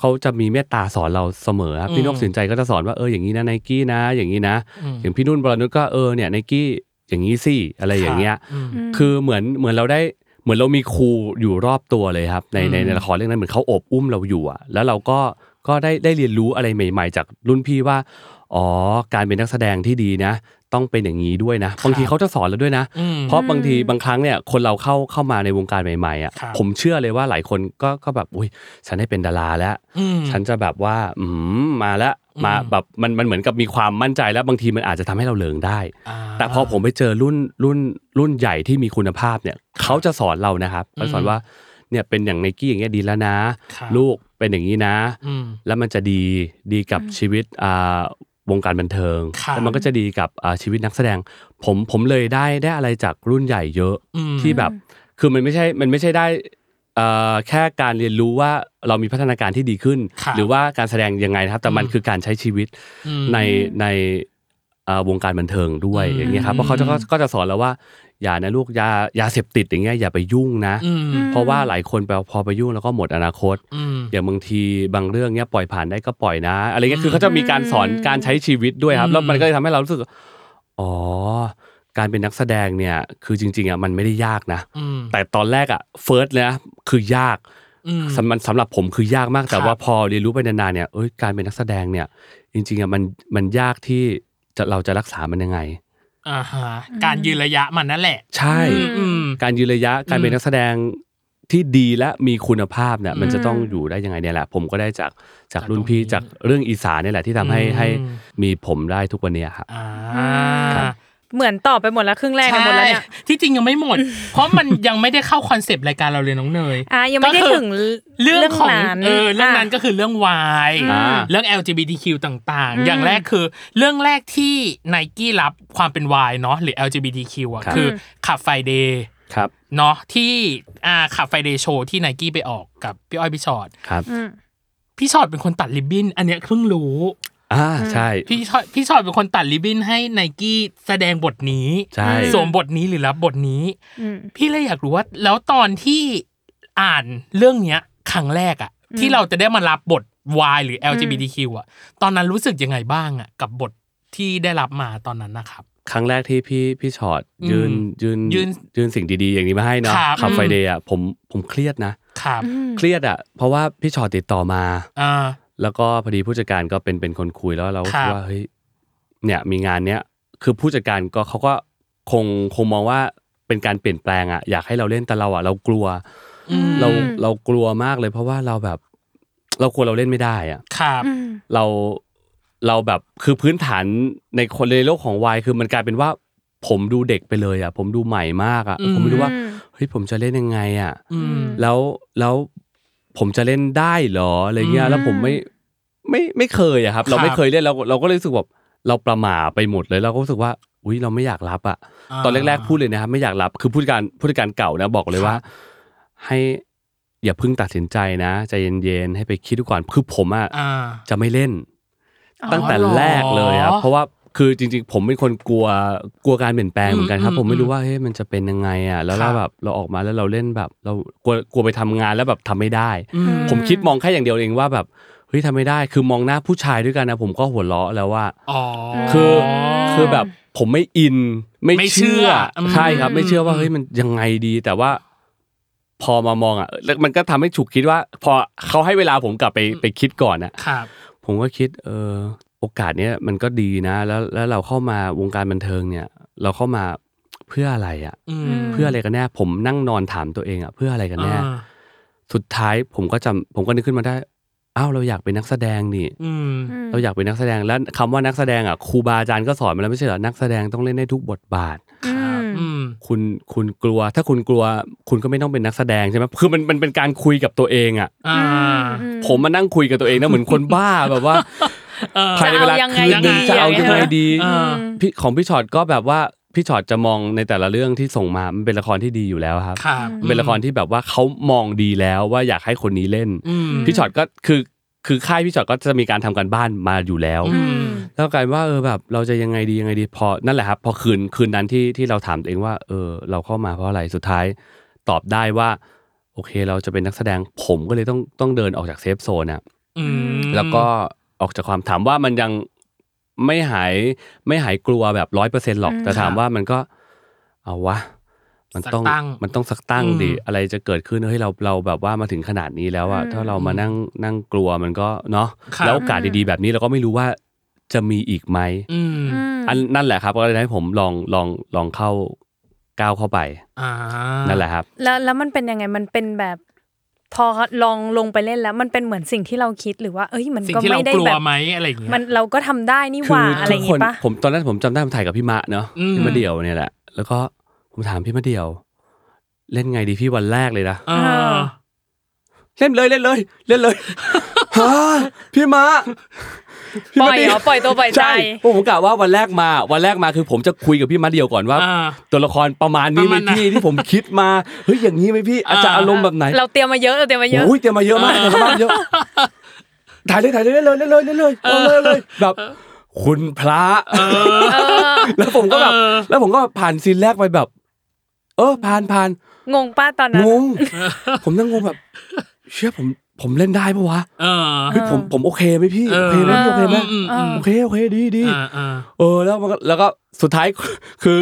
Speaker 4: เขาจะมีเมตตาสอนเราเสมอครับ
Speaker 2: อืม
Speaker 4: พี่นกสินใจก็จะสอนว่าเอออย่างนี้นะไนกี้นะ อย่างนี้นะ
Speaker 2: อืม
Speaker 4: อย่างพี่นุ่นบรนุชก็เออเนี่ยไนกี้อย่างนี้สิอะไรอย่างเงี้ย
Speaker 2: อืม
Speaker 4: คือเหมือนเหมือนเราได้เหมือนเรามีครูอยู่รอบตัวเลยครับ ใน
Speaker 2: อืม
Speaker 4: ในในละครเรื่องนั้นเหมือนเขาโอบอุ้มเราอยู่อะแล้วเราก็ก็ได้ได้เรียนรู้อะไรใหม่ ๆ จากรุ่นพี่ว่าอ๋อการเป็นนักแสดงที่ดีนะ ต้องเป็นอย่างนี้ด้วยนะบางทีเขาจะสอนเราด้วยนะ
Speaker 2: อืม
Speaker 4: เพราะบางทีบางครั้งเนี่ยคนเราเข้าเข้ามาในวงการใหม่ๆอ่ะ
Speaker 2: ครับ
Speaker 4: ผมเชื่อเลยว่าหลายคนก็ก็แบบอุ้ยฉันได้เป็นดาราแล้ว
Speaker 2: อืม
Speaker 4: ฉันจะแบบว่าอืมมาแล้วมา
Speaker 2: อืม
Speaker 4: แบบมันมันเหมือนกับมีความมั่นใจแล้วบางทีมันอาจจะทำให้เราเหลิงได้
Speaker 2: อ่า
Speaker 4: แต่พอผมไปเจอรุ่นรุ่นรุ่นใหญ่ที่มีคุณภาพเนี่ยเขาจะสอนเรานะครับเขาสอนว่าเนี่ยเป็นอย่างไนกี้อย่างเงี้ยดีแล้วนะ
Speaker 2: ครับ
Speaker 4: ลูกเป็นอย่างนี้นะ
Speaker 2: อืม
Speaker 4: แล้วมันจะดีดีกับชีวิตอ่าวงการบันเทิง
Speaker 2: ครับ
Speaker 4: แล้วมันก็จะดีกับอ่าชีวิตนักแสดง ผมผมเลยได้ได้อะไรจากรุ่นใหญ่เยอะ
Speaker 2: อืม
Speaker 4: ที่แบบคือมันไม่ใช่ มันไม่ใช่ได้เอ่อแค่การเรียนรู้ว่าเรามีพัฒนาการที่ดีขึ้น
Speaker 2: ครับ
Speaker 4: หรือว่าการแสดงยังไงนะครับ แต่มัน
Speaker 2: อืม
Speaker 4: คือการใช้ชีวิต
Speaker 2: อืม
Speaker 4: ในในเอ่อวงการบันเทิงด้วย
Speaker 2: อืม
Speaker 4: อย่างเงี้ยครับเพราะเขาจะก็ก็จะสอนเราว่า อย่านะลูกยายาเสพติดอย่างเงี้ยอย่าไปยุ่งนะ
Speaker 2: อืม
Speaker 4: เพราะว่าหลายคนไปพอไปยุ่งแล้วก็หมดอนาคต
Speaker 2: อืม
Speaker 4: อย่างบางทีบางเรื่องเนี้ยปล่อยผ่านได้ก็ปล่อยนะ อะไรเงี้ยคือเขาจะมีการสอนการใช้ชีวิตด้วยครับ แล้วมันก็เลยทำให้เรารู้สึกว่าอ๋อ การเป็นนักแสดงเนี่ยคือจริงๆอ่ะมันไม่ได้ยากนะ
Speaker 2: อืม
Speaker 4: แต่ตอนแรกอ่ะเฟิร์สเลยนะคือยาก
Speaker 2: อืม
Speaker 4: สำหรับสำหรับผมคือยากมากแต่
Speaker 2: ครับ
Speaker 4: ว่าพอเรียนรู้ไปนานๆเนี่ยเอ้ยการเป็นนักแสดงเนี่ย จริงๆอ่ะมันมันยากที่จะเราจะรักษามันยังไง
Speaker 2: อ่าฮะการยืนระยะมันนั่นแหละ
Speaker 4: ใช่
Speaker 2: อืม
Speaker 4: การยืนระยะการเป็นนักแสดงที่ดีและมีคุณภาพเนี่ยมันจะต้อง
Speaker 3: อืม
Speaker 4: อยู่ได้ยังไงเนี่ยแหละ ผมก็ได้จากจากรุ่น
Speaker 2: จากตรงนี้
Speaker 4: พี่จากเรื่องอีสานเนี่ยแหละที่ทำให้
Speaker 2: อืม
Speaker 4: ให้มีผมได้ทุกวันเนี้ยครับ
Speaker 2: อ่า
Speaker 3: เหมือนตอบไปหมดแล้วครึ่งแรกอะหมดแล้วเนี่ย
Speaker 2: ใช่ที่จริงยังไม่ห มด เพราะมันยังไม่ได้เข้าคอนเซปต์รายการเราเลยน้องเนย
Speaker 3: อ่ะยังไม่ได้
Speaker 2: ก็คือ
Speaker 3: ถึง
Speaker 2: เรื่องของ
Speaker 3: เรื่องนั้น
Speaker 2: เออเรื่องนั้น
Speaker 3: อ่ะ
Speaker 2: ก็คือเรื่องวาย
Speaker 3: อืม
Speaker 2: เรื่อง LGBTQ ต่าง
Speaker 3: อื
Speaker 2: ๆ
Speaker 3: ม
Speaker 2: อย่างแรกคือ เรื่องแรกที่ไนกี้รับความเป็นวายเนาะหรือ LGBTQ อ่ะคือขับไฟเดย์
Speaker 4: ครับ
Speaker 2: เนาะที่อ่าขับไฟเดย์โชว์ที่ไนกี้ไปออกกับพี่อ้อยพี่ชอด
Speaker 4: ครับ
Speaker 3: อืม
Speaker 2: พี่ชอดเป็นคนตัดริบบิ้น อันเนี้ยเพิ่งรู้
Speaker 4: อ่าใช่
Speaker 2: พี่ชอดพี่ชอดเป็นคนตัดริบบิ้นให้ไนกี้แสดงบทนี้
Speaker 4: ใช่
Speaker 2: สวมบทนี้หรือรับบทนี้
Speaker 3: อืม
Speaker 2: พี่เลยอยากรู้ว่าแล้วตอนที่อ่านเรื่องเนี้ยครั้งแรกอะ
Speaker 3: อืม
Speaker 2: ที่เราจะได้มารับบท Y หรือ LGBTQ อะตอนนั้นรู้สึกยังไงบ้างอะกับบทที่ได้รับมาตอนนั้นนะครับ
Speaker 4: ครั้งแรกที่พี่พี่ชอต
Speaker 2: อืม
Speaker 4: ยืนยืน
Speaker 2: ยืน
Speaker 4: ยืนสิ่งดีๆ อย่างนี้มาให้เนาะ
Speaker 2: ครับ
Speaker 4: ขับ
Speaker 2: อืม
Speaker 4: ไฟเดย์อ่ะผมผมเครียดนะ
Speaker 2: ครับ
Speaker 4: เครียดอ่ะเพราะว่าพี่ชอตติดต่อมา
Speaker 2: อ่า
Speaker 4: แล้วก็พอดีผู้จัดการก็เป็นเป็นคนคุยแล้วเราก็
Speaker 2: ครั
Speaker 4: คิ
Speaker 2: บ
Speaker 4: ดว่าเฮ้ยเนี่ยมีงานเนี้ยคือผู้จัดการก็เขาก็คงคงมองว่าเป็นการเปลี่ยนแปลงอ่ะอยากให้เราเล่นแต่เราอ่ะเรากลัว
Speaker 2: อืม
Speaker 4: เราเรากลัวมากเลย เพราะว่าเราแบบ เรากลัวเราเล่นไม่ได้อ่ะ
Speaker 2: ครับ
Speaker 4: เราเราแบบคือพื้นฐานในคนในโลกของวายคือมันกลายเป็นว่า ผมดูเด็กไปเลยอ่ะ ผมดูใหม่มากอ่ะ
Speaker 2: อืม
Speaker 4: ผมไม่รู้ว่าเฮ้ยผมจะเล่นยังไงอ่ะ
Speaker 2: อืม
Speaker 4: แล้วแล้วผมจะเล่นได้เหรออะไรเงี้
Speaker 2: อืม
Speaker 4: ยแล้วผมไม่ไม่ไม่เคยอะครับ เรา
Speaker 2: ครับ
Speaker 4: ไม่เคยเล่นเราเราก็เลยรู้สึกแบบเราประหม่าไปหมดเลยเราก็รู้สึกว่า อุ้ยเราไม่อยากรับอะ
Speaker 2: า
Speaker 4: ตอนแรกๆพูดเลยนะครับ ไม่อยากรับคือผู้จัดการผู้จัดการเก่านะบอกเลย
Speaker 2: ครับ
Speaker 4: ว่า ให้อย่าเพิ่งตัดสินใจนะใจเย็นๆให้ไปคิดดูก่อนคือผมอะ
Speaker 2: อ่า
Speaker 4: จะไม่เล่น
Speaker 3: อ๋อ
Speaker 4: ตั้งแต่แรกเลยครับ
Speaker 2: เหรอ
Speaker 4: เพราะว่าคือจริง ๆ ผมเป็นคนกลัวกลัวการเปลี่ยนแปลง
Speaker 2: อืม
Speaker 4: เหมือนกันครับ
Speaker 2: อืม
Speaker 4: ผมไม่รู้ว่าเฮ้ยมันจะเป็นยังไงอ่ะแล้ว
Speaker 2: ค
Speaker 4: เรา
Speaker 2: รับ
Speaker 4: แบบเราออกมาแล้วเราเล่นแบบ เรากลัวกลัวไปทำงานแล้วแบบทำไม่ได้
Speaker 2: อืม
Speaker 4: ผมคิดมองแค่อย่างเดียวเองว่าแบบเฮ้ยทำไม่ได้คือมองหน้าผู้ชายด้วยกันนะผมก็หัวเราะแล้วว่า
Speaker 2: อ๋อ
Speaker 4: คือคือแบบผมไม่อินไม่
Speaker 2: ไม่เชื่
Speaker 4: เชื่
Speaker 2: อ
Speaker 4: อ
Speaker 2: อืม
Speaker 4: ใช่ครับ ไม่เชื่อว่า
Speaker 2: อืม
Speaker 4: เฮ้ยมันยังไงดี แต่ว่าพอมามองอ่ะแล้วมันก็ทำให้ฉุกคิดว่า พอเขาให้เวลาผมกลับไปไปคิดก่อนอ่ะ
Speaker 2: ครับ
Speaker 4: ผมก็คิดเออโอกาสเนี้ยมันก็ดีนะ แล้วแล้วเราเข้ามาวงการบันเทิงเนี่ย เราเข้ามาเพื่ออะไรอะ่ะ
Speaker 2: อืม
Speaker 3: ม
Speaker 4: เพื่ออะไรกันแน่ผมนั่งนอนถามตัวเองอะ่ะเพื่ออะไรกันแน่
Speaker 2: อ่า
Speaker 4: สุดท้ายผมก็จำผมก็นึกขึ้นมาได้อ้าวเราอยากเป็นนักแสดงนี่
Speaker 2: อืม
Speaker 4: เราอยากเป็นนักแสดงแล้วคำว่านักแสดงอ่ะครูบาอาจารย์ก็สอนมาแล้วไม่ใช่เหรอนักแสดงต้องเล่นได้ทุกบทบาท
Speaker 3: อืม
Speaker 2: อืม
Speaker 4: คุณคุณกลัว ถ้าคุณกลัว คุณก็ไม่ต้องเป็นนักแสดงใช่ไหมคือมันมันเป็นการคุยกับตัวเองอ่ะ
Speaker 2: อ่า
Speaker 3: อืม
Speaker 4: ผมมานั่งคุยกับตัวเองนะเหมือนคนบ้า แบบว่า
Speaker 2: เออ
Speaker 4: ภายในเวลา
Speaker 3: จะเอายังไง
Speaker 4: คืนนึง
Speaker 3: ดี
Speaker 4: จะเอายังไง
Speaker 3: อะไรเงี้ย
Speaker 4: ดี
Speaker 2: เออ
Speaker 4: พี่ของพี่ช็อตก็แบบว่าพี่ช็อตจะมองในแต่ละเรื่องที่ส่งมามันเป็นละครที่ดีอยู่แล้วครับ
Speaker 2: ครับ
Speaker 4: มันเป็นละครที่แบบว่าเขามองดีแล้วว่าอยากให้คนนี้เล่น
Speaker 2: อืม
Speaker 4: พี่ช็อตก็คือคือค่ายพี่ช็อตก็จะมีการทำการบ้านมาอยู่แล้ว
Speaker 2: อื
Speaker 3: อืม
Speaker 4: แล้วกลายเป็นว่าเออแบบเราจะยังไงดียังไงดีพอนั่นแหละครับ พอคืนคืนนั้นที่ที่เราถามตัวเองว่า เออ เราเข้ามาเพราะอะไรสุดท้าย ตอบได้ว่า โอเค เราจะเป็นนักแสดงผมก็เลยต้องต้องเดินออกจากเซฟโซนอ่ะ
Speaker 2: อืม
Speaker 4: แล้วก็ออกจากความถามว่ามันยังไม่หายไม่หายกลัวแบบร้อยเปอร์เซ็นหรอก
Speaker 3: อืม
Speaker 4: แต่ถามว่ามันก็เอาวะ มันต้อง
Speaker 2: สักตั้ง
Speaker 4: มันต้องสักตั้งดิ
Speaker 2: อืม
Speaker 4: อะไรจะเกิดขึ้นเฮ้ยเราเราแบบว่ามาถึงขนาดนี้แล้วอะถ้าเรามานั่งนั่งกลัวมันก็เนาะ
Speaker 2: ครับ
Speaker 4: แล้วโอกาสดีๆแบบนี้เราก็ไม่รู้ว่าจะมีอีกไหม
Speaker 2: อืม
Speaker 3: ม
Speaker 4: อันนั่นแหละครับก็เลยให้ผมลองลองลองเข้าก้าวเข้าไป
Speaker 2: อ่านั่
Speaker 4: นั่นแหละครับ
Speaker 3: แล้วแล้วมันเป็นยังไงมันเป็นแบบพอลองลงไปเล่นแล้ว มันเป็นเหมือนสิ่งที่เราคิดหรือว่า เอ้ยมัน
Speaker 2: สิ่ง
Speaker 3: ก็
Speaker 2: ที่เรา
Speaker 3: ไม่ได้
Speaker 2: กลัว
Speaker 3: แบบ
Speaker 2: ไหมอะไรอย่างเงี้ย
Speaker 3: มันเราก็ทำได้นี่ห
Speaker 4: คื
Speaker 3: ว่า
Speaker 4: อ
Speaker 3: อะไรอ
Speaker 4: ทุก
Speaker 3: ย่าง
Speaker 4: ค
Speaker 3: งี้
Speaker 4: น
Speaker 3: ปะ
Speaker 4: ผมตอนนั้นผมจำได้ผมถ่ายกับพี่มะเนาะ
Speaker 2: อืม
Speaker 4: พี่มะเดี่ยวเนี่ยแหละ แล้วก็ผมถามพี่มะเดี่ยว เล่นไงดีพี่วันแรกเลยนะ
Speaker 2: เออ
Speaker 4: เล่นเลยเล่นเลย เล่นเลยฮะพี่มะพี่มะดี่ว
Speaker 3: ปล่อยเหรอปล่อยตัวปล่อยใจ
Speaker 4: ใช่ผมกะว่าวันแรกมาวันแรกมาคือ ผมจะคุยกับพี่มะเดี่ยวก่อนว่า
Speaker 2: อ่า
Speaker 4: ตัวละครประมาณนี้ไหม
Speaker 2: ประมาณไหน
Speaker 4: พี่ที่ผมคิดมาเฮ้ยอย่างนี้ไหมพี่อาจจะ
Speaker 2: อ่า
Speaker 4: อารมณ์แบบไหน
Speaker 3: เราเตรียมมาเยอะเราเตรียมมาเยอะ
Speaker 4: โอ้ยเตรียมมาเยอะมากเตรียมมาเยอะถ่ายเลยถ่ายเลยเล่นเลยเล่นเลยเล่นเลยเอาเลยเอาเลยแบบคุณพระแล้วผมก็แบบ
Speaker 2: เออ
Speaker 4: แล้วผมก็ผ่านซีนแรกไปแบบ เออผ่านผ่าน
Speaker 3: งงป้าตอนนั้
Speaker 4: ง
Speaker 3: น
Speaker 4: งผมนั่งงงแบบ เชื่อผมผมเล่นได้ปะวะ
Speaker 2: เออ
Speaker 4: เฮ้ยผมผมโอเคไหมพี่
Speaker 2: เออ
Speaker 4: โอเคไหมพี่โอเคไหม
Speaker 2: อืมอืม
Speaker 4: โอเคโอเคดีดี
Speaker 2: อ่าอ่า
Speaker 4: เออแล้วมันก็แล้วก็สุดท้าย คือ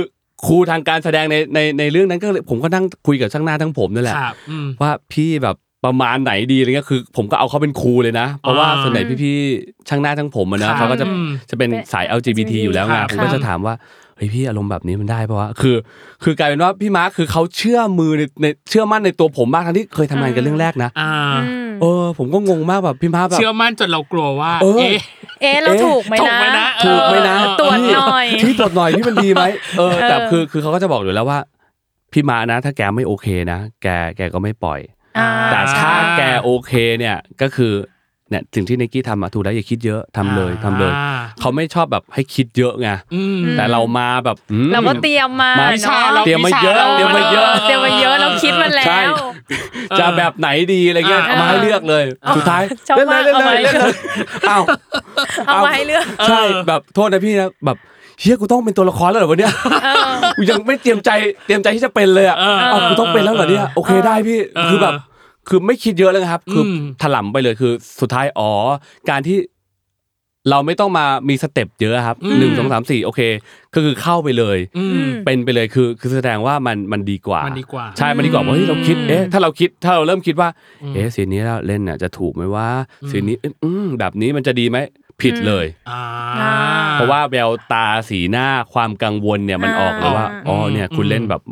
Speaker 4: ครูทางการแสดงในในในเรื่องนั้นก็เลยผมก็นั่งคุยกับช่างหน้าทั้งผมนั่นแหละ
Speaker 2: ครับอืม
Speaker 4: ว่าพี่แบบประมาณไหนดีอะไรเงี้ยคือ ผมก็เอาเขาเป็นครูเลยนะ เพราะว่า
Speaker 2: อ่า
Speaker 4: ส่วนใหญ่พี่ๆช่างหน้าช่างผมอะ
Speaker 2: ครั
Speaker 4: นะ
Speaker 2: บ
Speaker 4: เขาก็จะ
Speaker 2: อืม
Speaker 4: จะเป็นสาย LGBT อยู่แล้วไง
Speaker 2: ครับ
Speaker 4: ผมก็จะถามว่าเฮ้ยพี่อารมณ์แบบนี้มันได้ปะวะคือ คือกลายเป็นว่าพี่มาร์คคือเขาเชื่อมือในในเชื่อมั่นในตัวผมมากทั้งที่เคยทำงานกันเรื่องแรกนะ
Speaker 2: ่า
Speaker 4: เออ ผมก็งงมากแบบพี่มาร์คแบบ
Speaker 2: เชื่อมั่นจนเรากลัวว่า
Speaker 4: เออ
Speaker 2: เอ๊ะ
Speaker 3: เอ๊ะเรา
Speaker 4: เอ๊ะ
Speaker 3: ถูกไหม
Speaker 2: ถูกไหมนะ
Speaker 3: นะ
Speaker 2: เออ
Speaker 4: ถูกไหมนะ
Speaker 3: เออตรวจหน่อย
Speaker 4: พี่ตรวจหน่อยพี่มันดีไหมเออแต่
Speaker 3: เออ
Speaker 4: คือคือเขาก็จะบอกอยู่แล้วว่า พี่มานะ ถ้าแกไม่โอเคนะแกแกก็ไม่ปล่อย
Speaker 3: อ่า
Speaker 4: แต่
Speaker 2: อ่า
Speaker 4: ถ้าแกโอเคเนี่ยก็คือเนี่ยถึงที่ไนกี้ทำอะถูกแล้วอย่าคิดเยอะทำเลยทำเลย
Speaker 2: อ่า
Speaker 4: เขาไม่ชอบแบบให้คิดเยอะไง
Speaker 2: อืม
Speaker 3: ม
Speaker 4: แต่เรามาแบบอืม
Speaker 3: เราก็เตรียมมา
Speaker 4: มา
Speaker 3: เนาะ
Speaker 4: เตรียมมาเยอะเตรียมมาเยอะ
Speaker 3: เตรียมมาเยอะเราคิดมาแล้
Speaker 4: ใช่
Speaker 3: ว
Speaker 4: จะแบบไหนดีอะไรเงี้ย
Speaker 2: อ่า
Speaker 4: เอามาให้เลือกเลย สุดท้าย
Speaker 3: ชอบ
Speaker 4: เล่นเล
Speaker 3: มายก
Speaker 4: เล่นเลย
Speaker 3: เอามาให้เลือ
Speaker 4: เล่นเล
Speaker 3: ย ก
Speaker 4: อ้าว
Speaker 3: เอามาให้เลือก
Speaker 4: ใช่แบบโทษนะพี่นะแบบเฮียกูต้องเป็นตัวละครแล้วเหรอวะเนี่ย
Speaker 3: เออ
Speaker 4: กูยังไม่เตรียมใจเตรียมใจที่จะเป็นเลยอ่ะ
Speaker 2: เออ
Speaker 4: เอากูต้องเป็นแล้วเหรอเนี่ยโอเคได้พี่
Speaker 2: เออ
Speaker 4: คือแบบ คือไม่คิดเยอะเลยนะครับ คืออ
Speaker 2: ม
Speaker 4: ถล่มไปเลยคือสุดท้ายอ๋อ การที่เราไม่ต้องมามีสเต็ปเยอะครับหนึ่งสองสามสี่โอเค ก็คือเข้าไปเลย
Speaker 2: อืม
Speaker 4: เป็นไปเลยคือคือแสดงว่ามันมันดีกว่าม
Speaker 2: นดีกว่า
Speaker 4: ใช่มันดีกว่าเพราะเฮ้ยเราคิดเอ๊ะถ้าเราคิดถ้าเราเริ่มคิดว่า
Speaker 2: อืม
Speaker 4: เอ๊ะสีนนี้เราเล่นน่ะจะถูกไหมว่าสีนนี้เอ๊ะอืมแบบนี้มันจะดีไหมผิดเลย
Speaker 2: อ่า
Speaker 4: เพราะว่าแววตาสีหน้าความกังวลเนี่ยมันออกเลยว่า
Speaker 2: อ่า
Speaker 4: อ๋อเนี่ยคุณเล่นแบบ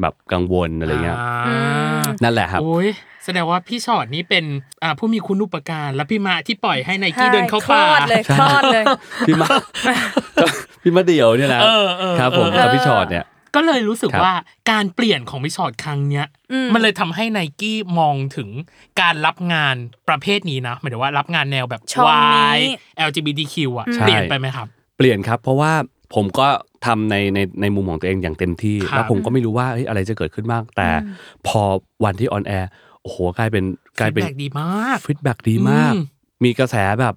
Speaker 4: แบบกังวลอะไรเงี้ย
Speaker 2: อ่า
Speaker 4: นั่นแหละครับ
Speaker 2: โอ้ยแสดงว่าพี่ชอดนี่เป็นอ่าผู้มีคุณอุปการและพี่มาที่ปล่อยให้ไนกี้เดินเข้าป่า
Speaker 3: คลอดเลยคลอดเลย
Speaker 4: พี่มา พี่มาเดี่ยวเนี่ยนะ
Speaker 2: เออเออ
Speaker 4: ครับผมกับพี่ชอตเนี่ย
Speaker 2: ก็เลยรู้สึก
Speaker 4: ครับ
Speaker 2: ว่าการเปลี่ยนของพี่ชอดครั้งเนี้ย มันเลยทำให้ไนกี้มองถึงการรับงานประเภทนี้นะหมายถึงว่ารับงานแนวแบบ
Speaker 3: ช่องนี้
Speaker 2: Y LGBTQ อ่ะเปลี่ยนไปไหมครับ
Speaker 4: เปลี่ยนครับ เพราะว่าผมก็ทำในในในมุมของตัวเองอย่างเต็มที่
Speaker 2: ครับ
Speaker 4: แล้วผมก็ไม่รู้ว่าเฮ้ยอะไรจะเกิดขึ้นบ้างแต่ พอวันที่ออนแอร์โอ้โหกลายเป็นกลายเป็น
Speaker 2: feedback ดีมาก
Speaker 4: ฟีดแบ็กดีมาก
Speaker 2: อืม
Speaker 4: มีกระแสแบบ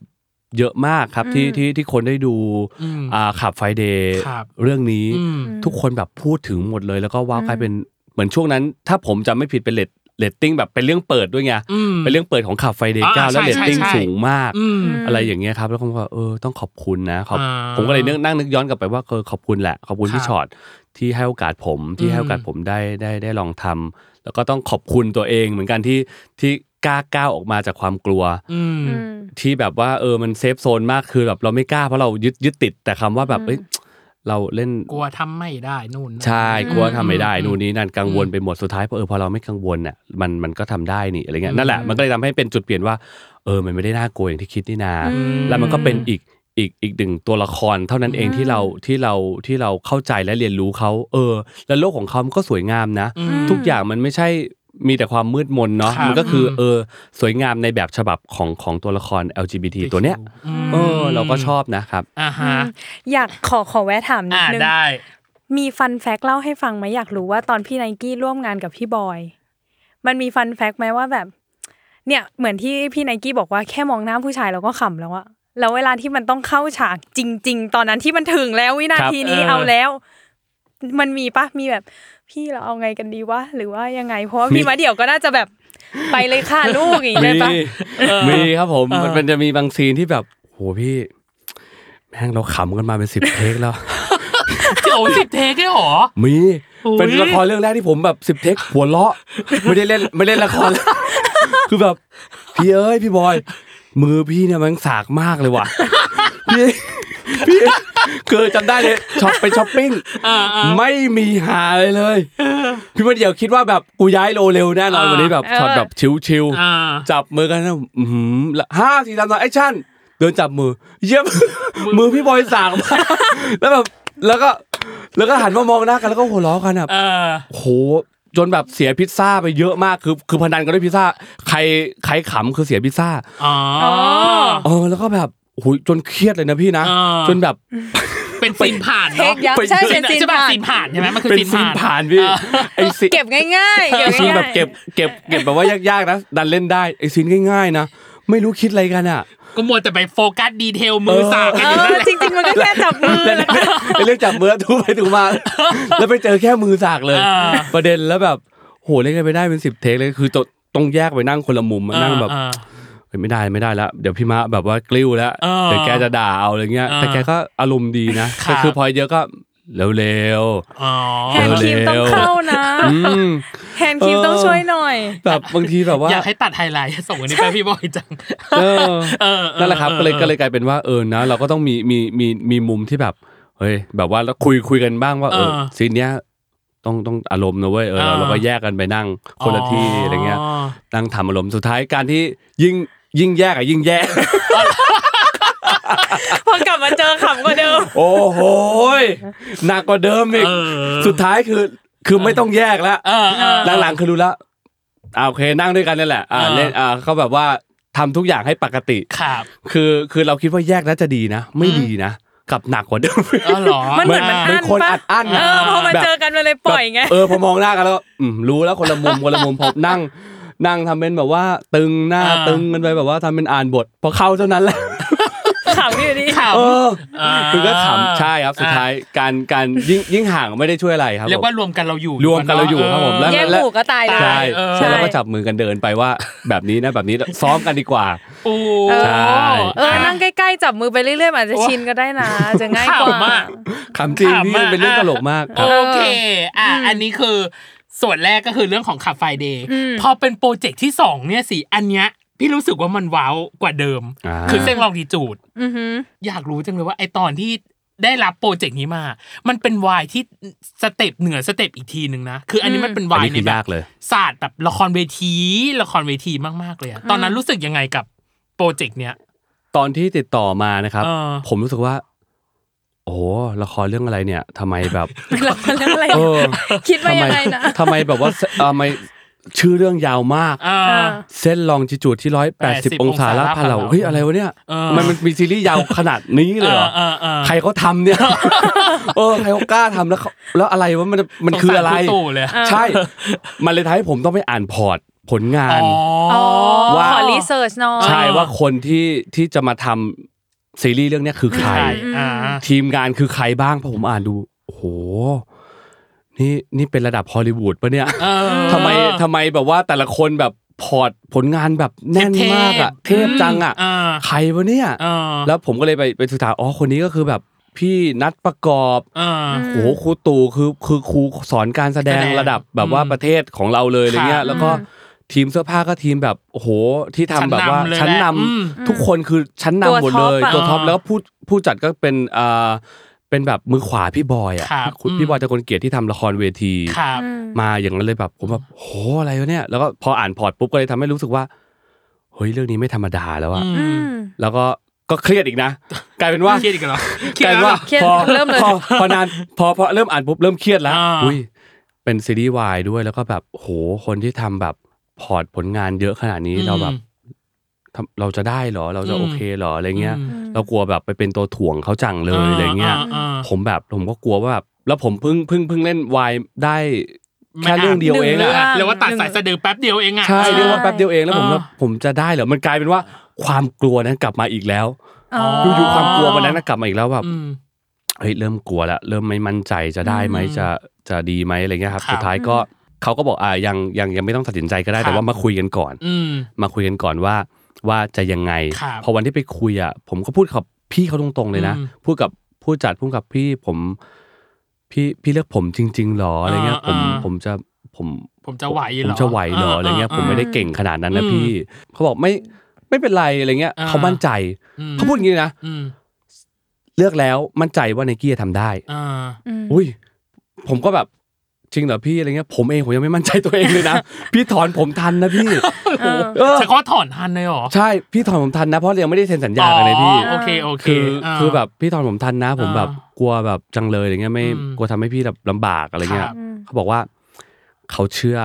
Speaker 4: เยอะมากครับที่ที่ที่คนได้ดู
Speaker 2: อืม
Speaker 4: อ่าขับไฟเดย์
Speaker 2: ครับ
Speaker 4: เรื่องนี้
Speaker 2: อืม
Speaker 4: ทุกคนแบบพูดถึงหมดเลยแล้วก็ว้าวกลายเป็นเหมือนช่วงนั้น ถ้าผมจำไม่ผิดเป็นเลตเลตติ้งแบบเป็นเรื่องเปิดด้วยไง
Speaker 2: อืม
Speaker 4: เป็นเรื่องเปิดของขับไฟเดย์
Speaker 2: อ่า
Speaker 4: เก้าแล้ว
Speaker 2: ใช่
Speaker 4: เลตติ้ง
Speaker 2: ใช่ใช่
Speaker 4: สูงมาก
Speaker 2: อืม
Speaker 4: อะไรอย่างเงี้ยครับแล้วผมก็เออต้องขอบคุณนะขอบ
Speaker 2: อ่า
Speaker 4: ผมก็เลยนึกนั่งนึกย้อนกลับไปว่าเออขอบคุณแหละ ขอบคุณ
Speaker 2: ครับ
Speaker 4: พี่ช็อตที่ให้โอกาสผมที่
Speaker 2: อืม
Speaker 4: ให้โอกาสผมได้ได้ได้ลองทำแล้วก็ต้องขอบคุณตัวเองเหมือนกันที่ที่กล้าก้าวออกมาจากความกลัว
Speaker 2: อืม
Speaker 3: อืม
Speaker 4: ที่แบบว่าเออมันเซฟโซนมากคือแบบเราไม่กล้าเพราะเรายึดยึดติดแต่คำว่าแบบเอ้ย เราเล่น
Speaker 2: กลัวทำไม่ได้นู่นนั่น
Speaker 4: ใช่
Speaker 3: อืม
Speaker 4: กลัวทำไม่ได้
Speaker 2: อืม
Speaker 4: นู่นนี่นั่นกังวล
Speaker 2: อืม
Speaker 4: ไปหมดสุดท้ายพอเออพอเราไม่กังวลน่ะมันมันก็ทำได้นี่อะไรเงี้
Speaker 2: อื
Speaker 4: ย
Speaker 2: ม
Speaker 4: นั่นแหละมันก็เลยทำให้เป็นจุดเปลี่ยนว่าเออมันไม่ได้น่ากลัวอย่างที่คิดนี่นา
Speaker 3: อืม
Speaker 4: แล้วมันก็เป็นอีกอีกอีกหนึ่งตัวละครเท่านั้นเอง
Speaker 3: อืม
Speaker 4: ที่เราที่เราที่เราเข้าใจและเรียนรู้เขาเออ แล้วโลกของเขามันก็สวยงามนะ
Speaker 2: อืม
Speaker 4: ทุกอย่างมันไม่ใช่มีแต่ความมืดมนเนาะ
Speaker 2: ครับ
Speaker 4: มันก็คืออเออสวยงามในแบบฉบับของของตัวละคร LGBT ตัวเนี้ย
Speaker 2: ม
Speaker 4: เออเราก็ชอบนะครับ
Speaker 2: อ่าฮะ
Speaker 3: อืมอยากขอขอแวะถามนิ
Speaker 2: อ่า
Speaker 3: ดนึง
Speaker 2: ได้
Speaker 3: มีฟันแฟกเล่าให้ฟังไหมอยากรู้ว่าตอนพี่ไนกี้ร่วมงานกับพี่บอย มันมีฟันแฟกไหมว่าแบบ เนี่ยเหมือนที่พี่ไนกี้บอกว่าแค่มองหน้าผู้ชายเราก็ขำแล้วอะแล้วเวลาที่มันต้องเข้าฉากจริง ๆ ตอนนั้นที่มันถึงแล้ววินาทีนี้
Speaker 2: ครับเออ
Speaker 3: เอาแล้ว มันมีปะมีแบบ พี่เราเอาไงกันดีวะหรือว่ายังไง เพราะว่าพี่
Speaker 4: มี
Speaker 3: มาเดี่ยวก็น่าจะแบบไปเลยค่ะลูกอย่าง
Speaker 4: มี
Speaker 3: นี้ได้ปะ
Speaker 4: มีครับผม
Speaker 2: เออ
Speaker 4: มันมันจะมีบางซีนที่แบบโหพี่แม่งเราขำกันมาเป็นสิบ เทคแล้ว
Speaker 2: โอ้สิบเทคได้หรอ
Speaker 4: มี
Speaker 2: อุ๊ย
Speaker 4: เป็นละครเรื่องแรกที่ผมแบบสิบเทคหัวเราะไม่ได้เล่นไม่เล่นละคร คือแบบพี่เอ้ยพี่บอย มือพี่เนี่ยมันสากมากเลยว่ะ พี่พี่คือจำได้เลยช็อปไปช้อปปิ้งไม่มีหาเลยเลยพี่มาเดี๋ยวคิดว่าแบบกูย้ายโลเร็วแน่นอนวันนี้แบบ
Speaker 3: เออ
Speaker 4: ช็อตแบบชิวๆ
Speaker 2: อ่า
Speaker 4: จับมือกันนะอื้อหือแล้วห้าสี่สามสองแอคชั่น เดินจับมือ เยี่ยม มือพี่บอยสางมากแล้วแบบ แล้วก็ แล้วก็หันมามองหน้ากันแล้วก็หัวเราะกันอ่ะ
Speaker 2: เออ
Speaker 4: โห จนแบบเสียพิซซ่าไปเยอะมาก คือ คือพนันกันด้วยพิซซ่า ใคร ใครขำคือเสียพิซซ่า
Speaker 2: อ๋อ
Speaker 4: เออ แล้วก็แบบโอ้ยจนเครียดเลยนะพี่นะ
Speaker 2: อ่า
Speaker 4: จนแบบ
Speaker 2: เป็นซีนผ่าน
Speaker 3: เท
Speaker 2: เนาะ
Speaker 3: คยับใช่เป็นซีน
Speaker 2: ใช่ป่ะ
Speaker 3: ผ่าน
Speaker 2: ซีนผ่านใช่ไหมมันคือ
Speaker 4: เป็น
Speaker 2: ซีน
Speaker 4: ซีน
Speaker 2: ผ่าน
Speaker 4: ผ่านพี่ ไอซีน
Speaker 3: เก็บง่ายๆเก็บ
Speaker 4: ไอซีน
Speaker 3: ง่ายๆ
Speaker 4: แบบเก็บเก็บเก็บแบบว่ายากๆนะ ดันเล่นได้ ไอซีนง่ายๆนะ ไม่รู้คิดอะไรกันอ่ะ
Speaker 2: ก็มัวแต่ไปโฟกัสดีเทลมือสากกัน
Speaker 3: เอ
Speaker 2: อยู่นั่นแห
Speaker 3: อ
Speaker 2: ละ
Speaker 3: จริงๆ มันก็แค่จับมือแล้วก็
Speaker 4: ไอ้เรื่องจับมือถูไปถูมา แล้วไปเจอแค่มือสากเลย
Speaker 2: เออ
Speaker 4: ประเด็นแล้วแบบโหเล่นกันไปได้เป็นสิบเทคเลยคือตต้องแยกไปนั่งคนละมุมอะนั่งแบบเฮ้ยไม่ได้ไม่ได้แล้วเดี๋ยวพี่มะแบบว่ากลิ้วแล้ว
Speaker 2: เออ
Speaker 4: เดี๋ยวแกจะด่าเอาอะไรเงี้ย
Speaker 2: เออ
Speaker 4: แต่แกก็อารมณ์ดีนะครับ แต่คือพอเยอะก็เร็ว
Speaker 2: อ๋อ
Speaker 3: แฮนด์ครีมต้องเข้านะ
Speaker 4: ๆอืม
Speaker 3: แฮนด์ครีมต้องช่วยหน่อย
Speaker 4: แบบบางทีแบบว่า
Speaker 2: อยากให้ตัดไฮไลท์ส่งอันนี้ไปพี่บอยจัง
Speaker 4: เออ
Speaker 2: เออออ
Speaker 4: นั่นแหละครับ
Speaker 2: ออ
Speaker 4: ก็เลยก็เลยกลายเป็นว่าเออนะ เราก็ต้องมีมีมีมีมุมที่แบบเฮ้ยแบบว่าแล้วคุยคุยกันบ้างว่าเออ
Speaker 2: เออ
Speaker 4: ซีนเนี้ยต้องต้องอารมณ์นะเว้ยเออ
Speaker 2: เออ
Speaker 4: เราก็แยกกันไปนั่งคนละที่อะไรเงี้ย
Speaker 2: อ
Speaker 4: นั่งทำอารมณ์สุดท้ายการที่ยิ่งยิ่งแยกอะยิ่งแย ก
Speaker 3: พอกลับมาเจอขำกว่าเดิม
Speaker 4: โอ้โหยหนักกว่าเดิมอีก
Speaker 2: เออ
Speaker 4: สุดท้ายคือคือไม่ต้องแยกแล้ว
Speaker 2: เออเออ
Speaker 4: หลังๆคือรู้แล้วอ่าโอเคนั่งด้วยกันนี่แหละอ่า
Speaker 2: เออ
Speaker 4: เล่นอ่าเขาแบบว่าทำทุกอย่างให้ปกติ
Speaker 2: ครับ
Speaker 4: คือคือเราคิดว่าแยกแล้วจะดีนะ ไม่ดีนะกลับหนักกว่าเดิม
Speaker 2: เออเหรอ
Speaker 3: มันเหมือนมัน
Speaker 4: เหมื
Speaker 3: อั้
Speaker 4: อน
Speaker 3: น
Speaker 4: คน
Speaker 3: ปะ
Speaker 4: อัดอั้นอะ
Speaker 3: เออพอมา
Speaker 4: แบบ
Speaker 3: เจอกันมันเลยปล่อยไง
Speaker 4: แบบเออพอมองหน้ากันแล้วก็อืมรู้แล้วคนละมุมคนละมุมพอนั่ง นั่งทำเป็นแบบว่า ตึงหน้า
Speaker 2: อ่า
Speaker 4: ตึงกันไปแบบว่าทำเป็นอ่านบทพอเข้าเท่านั้นแหละ
Speaker 3: ขำอยู่ดี
Speaker 2: ขำ
Speaker 4: เออ
Speaker 2: อ่า
Speaker 4: คือก็ขำใช่ครับ สุดท้ายการการยิ่งยิ่งห่างไม่ได้ช่วยอะไรครับ
Speaker 2: เรียก
Speaker 4: ผ
Speaker 2: ว่าม รวมกันเราอยู่
Speaker 4: รวมกันเราอยู่ครับผมแล้ว
Speaker 3: แย่งหมูก็ตายเลย
Speaker 4: ใช่
Speaker 2: เออ
Speaker 4: ใช่แล้วก็
Speaker 3: ใช่
Speaker 4: จับมือกันเดินไปว่า แบบนี้นะแบบนี้นะซ้อมกันดีกว่า
Speaker 2: โอ้
Speaker 4: ใช่
Speaker 3: เออ นั่งใกล้ๆ จับมือไปเรื่อยๆมันอาจจะชินก็ได้นะ จะง่ายก
Speaker 2: ขำ
Speaker 3: ว่า
Speaker 2: อะ
Speaker 4: ขำจริง
Speaker 2: ขำ
Speaker 4: นี่
Speaker 2: อะ
Speaker 4: มันเป็นเรื่องตลกมากค
Speaker 2: โอ
Speaker 4: รับ
Speaker 2: เค อ่ะ อันนี้คือส่วนแรกก็คือเรื่องของขับไฟเดย์
Speaker 3: อืม
Speaker 2: พอเป็นโปรเจกต์ที่สองเนี่ยสิ อันเนี้ยพี่รู้สึกว่ามันว้าวกว่าเดิม
Speaker 4: อ่า
Speaker 2: คือเส้นลองดีจูด
Speaker 3: อือหือ
Speaker 2: อยากรู้จังเลยว่าไอตอนที่ได้รับโปรเจกต์นี้มา มันเป็นวายที่สเต็ปเหนือสเต็ปอีกทีหนึ่งนะ คืออันนี้
Speaker 3: อืม
Speaker 2: มันเป็น
Speaker 4: อัน
Speaker 2: วาย
Speaker 4: นี้
Speaker 2: ใน
Speaker 4: คือ
Speaker 2: แบ
Speaker 4: ยา
Speaker 2: บ
Speaker 4: กเลย
Speaker 2: ศาสตร์แบบละครเวที ละครเวทีมากๆเลยอะตอนนั้นรู้สึกยังไงกับโปรเจกต์เนี้ย
Speaker 4: ตอนที่ติดต่อมานะครับ
Speaker 2: เออ
Speaker 4: ผมรู้สึกว่า โอ้โหละครเรื่องอะไรเนี่ยทำไมแบบ
Speaker 3: เราคนเรื่องอะไร
Speaker 4: เออ
Speaker 3: คิดว่า
Speaker 4: ทำไม
Speaker 3: ยังไงนะ
Speaker 4: ทำไมแบบว่าเอ่อทำไมชื่อเรื่องยาวมาก
Speaker 2: อ่า
Speaker 3: อ่า
Speaker 4: เส้นลองจิจูดที่ร้อยแปดสิบ
Speaker 2: 180
Speaker 4: องศาลาดพร้าวเฮ้ยอะไรวะเนี่ย
Speaker 2: เออ
Speaker 4: ทำไมันมันมีซีรีส์ยาวขนาดนี้เลยเหรอ
Speaker 2: เออเออ
Speaker 4: ใครเขาทำเนี่ย เออใครเขากล้าทำแล้วเขาแล้วอะไรวะมันมันคืออะไร
Speaker 2: สงสาผู้ตู่เลย
Speaker 4: ใช่ มันเลยทำให้ผมต้องไปอ่านพอร์ตผลงาน
Speaker 2: อ๋อ
Speaker 3: อ๋อ
Speaker 4: ว่า
Speaker 3: ขอรีเสิร์ชหน่อย
Speaker 4: ใช่ว่าคนที่ที่จะมาทำซีรีส์เรื่องเนี้ยคือใคร
Speaker 2: ใช่อ่า
Speaker 4: ทีมงานคือใครบ้างพอผมอ่านดูโอ้โหนี่นี่เป็นระดับฮอลลีวูดปะ เนี่ย
Speaker 2: เออ
Speaker 4: ทำไมทำไมแบบว่าแต่ละคนแบบพอร์ตผลงานแบบแน่นมากอะ
Speaker 2: เท
Speaker 4: เท
Speaker 2: พๆ
Speaker 4: พจังอะ
Speaker 2: อ่า
Speaker 4: ใครวะเนี่ย
Speaker 2: เออ
Speaker 4: แล้วผมก็เลยไปไปศึกษาอ๋อคนนี้ก็คือแบบพี่นัดประกอบ
Speaker 2: เออ
Speaker 4: โอ้โหครูตู่คือคือครูสอนการแสดง
Speaker 2: แสดง
Speaker 4: ระดับแบบว่า
Speaker 2: อืม
Speaker 4: ประเทศของเราเลยอะไรเงี้
Speaker 2: ครั
Speaker 4: ย
Speaker 2: บ
Speaker 4: แล้วก็ทีมเสื้อผ้าก็ทีมแบบโอ้โหที่ทำ
Speaker 2: ชั้นนำ
Speaker 4: แบบว่า
Speaker 2: เลย
Speaker 4: ชั้น
Speaker 2: แห
Speaker 4: นำ
Speaker 2: ละอืม
Speaker 4: ทุกคนคือชั้นนำหมดเลย
Speaker 3: ตัวท็อปอะ
Speaker 4: ตัวท็อปแล้วผู้ผู้จัดก็เป็นอ่า เป็นแบบมือขวาพี่บอยอ่ะ
Speaker 2: ครับ
Speaker 4: คุณ
Speaker 2: อืม
Speaker 4: พี่บอยจะคนเกียรติที่ทำละครเวที
Speaker 2: ครับ
Speaker 3: อืม
Speaker 4: มาอย่างนั้นเลยแบบผมแบบโหอะไรวะเนี่ย แล้วก็พออ่านพอร์ตปุ๊บก็เลยทำให้รู้สึกว่าเฮ้ยเรื่องนี้ไม่ธรรมดาแล้วอะ
Speaker 2: อื
Speaker 3: อื
Speaker 2: ม
Speaker 3: ม
Speaker 4: แล้วก็ก็เครียดอีกนะ กลายเป็นว่า
Speaker 2: เครียดอีกแล้วเหรอ
Speaker 4: กลายเป็นว่า
Speaker 3: เครียด
Speaker 4: พอ
Speaker 3: เริ่มเลย
Speaker 4: พอพอนานพอพอเริ่มอ่านปุ๊บเริ่มเครียดแล้ว
Speaker 2: อ่า
Speaker 4: อุ้ยเป็นซีรีส์วายด้วยแล้วก็แบบโหคนที่ทำแบบพอร์ตผลงานเยอะขนาดนี้เราแบบทำเราจะได้เหรอเราจะโอเคเหรออะไรเงี้ย
Speaker 2: อืม
Speaker 4: เรากลัวแบบไปเป็นตัวถ่วงเขาจังเลยอะไรเงี้ย
Speaker 2: อ่าๆๆ
Speaker 4: ผมแบบผมก็กลัวว่าแบบแล้วผมเพิ่งเพิ่งเพิ่งเล่นวายได้ แค่เรื่องเดียวเอง
Speaker 2: หนึ่
Speaker 4: อะ
Speaker 2: รื่หรือว่าตัดสายสะดือแป๊บเดียวเองอะ
Speaker 4: ใช่เรียกว่าแป๊บเดียวเองแล้วผม
Speaker 2: อ่า
Speaker 4: แบบผมจะได้เหรอมันกลายเป็นว่าความกลัวนั้นกลับมาอีกแล้ว
Speaker 3: อ๋อ
Speaker 2: ดู
Speaker 4: อยู่ๆความกลัววันนั้นนะกลับมาอีกแล้วแบบ
Speaker 2: อืม
Speaker 4: เฮ้ยเริ่มกลัวแล้วเริ่มไม่มั่นใจจะได้ไหม
Speaker 2: อืม
Speaker 4: จะจะดีไหมอะไรเงี้ยครับ
Speaker 2: ครับ
Speaker 4: สุดท้ายก็เขาก็บอกอ่ายังยังยังไม่ต้องตัดสินใจก็ได้
Speaker 2: ครับ
Speaker 4: แต่ว่ามาคุยกันก่อน
Speaker 2: อืม
Speaker 4: มาคุยกันก่อนว่าว่าจะยังไง
Speaker 2: ครับ
Speaker 4: พอวันที่ไปคุยอ่ะผมก็พูดกับพี่เขาตรงๆเลยนะ
Speaker 2: อืม
Speaker 4: พูดกับผู้จัดพูดกับพี่ผมพี่พี่เลือกผมจริงๆหรออะไรเงี้ยผม
Speaker 2: อ่าอ่า
Speaker 4: ผมจะผม
Speaker 2: ผมจะไหวเหรอ
Speaker 4: ผมจะไหวเหรออะไรเงี้ย
Speaker 2: าๆๆ
Speaker 4: ผมไม่ได้เก่งขนาดนั้นนะ
Speaker 2: อืม
Speaker 4: พี่เขาบอกไม่ไม่เป็นไรอะไรเงี้ย
Speaker 2: อ่า
Speaker 4: เขามั่นใจ
Speaker 2: อืม
Speaker 4: เขาพูดอย่างนี้นะ
Speaker 2: อืม
Speaker 4: เลือกแล้วมั่นใจว่าไนกี้จะทำได้
Speaker 2: อ่า
Speaker 3: ม
Speaker 4: อุ้ยผมก็แบบจริงเหรอพี่อะไรเงี้ยผมเองผมยังไม่มั่นใจตัวเองเลยนะ พี่ถอนผมทันนะ พี่
Speaker 2: โอ้โห
Speaker 4: เออ
Speaker 2: ใช้คำว่าถอนทันเลยเหรอ
Speaker 4: ใช่ พี่ถอนผมทันนะเพราะยังไม่ได้เซ็นสัญญาอะไรพี่
Speaker 2: อ๋อโอเคโอเค
Speaker 4: คือ
Speaker 2: อ่า
Speaker 4: คือแบบพี่ถอนผมทันนะ ผมแบบ
Speaker 2: อ่าก
Speaker 4: กลัวแบบจังเลยอะไรเงี้ยไม่
Speaker 2: อืม
Speaker 4: กลัวทำให้พี่แบบลำบากอะไรเงี้
Speaker 2: ค
Speaker 4: ย
Speaker 2: รับ
Speaker 4: เขาบอกว่า เขาเชื่อ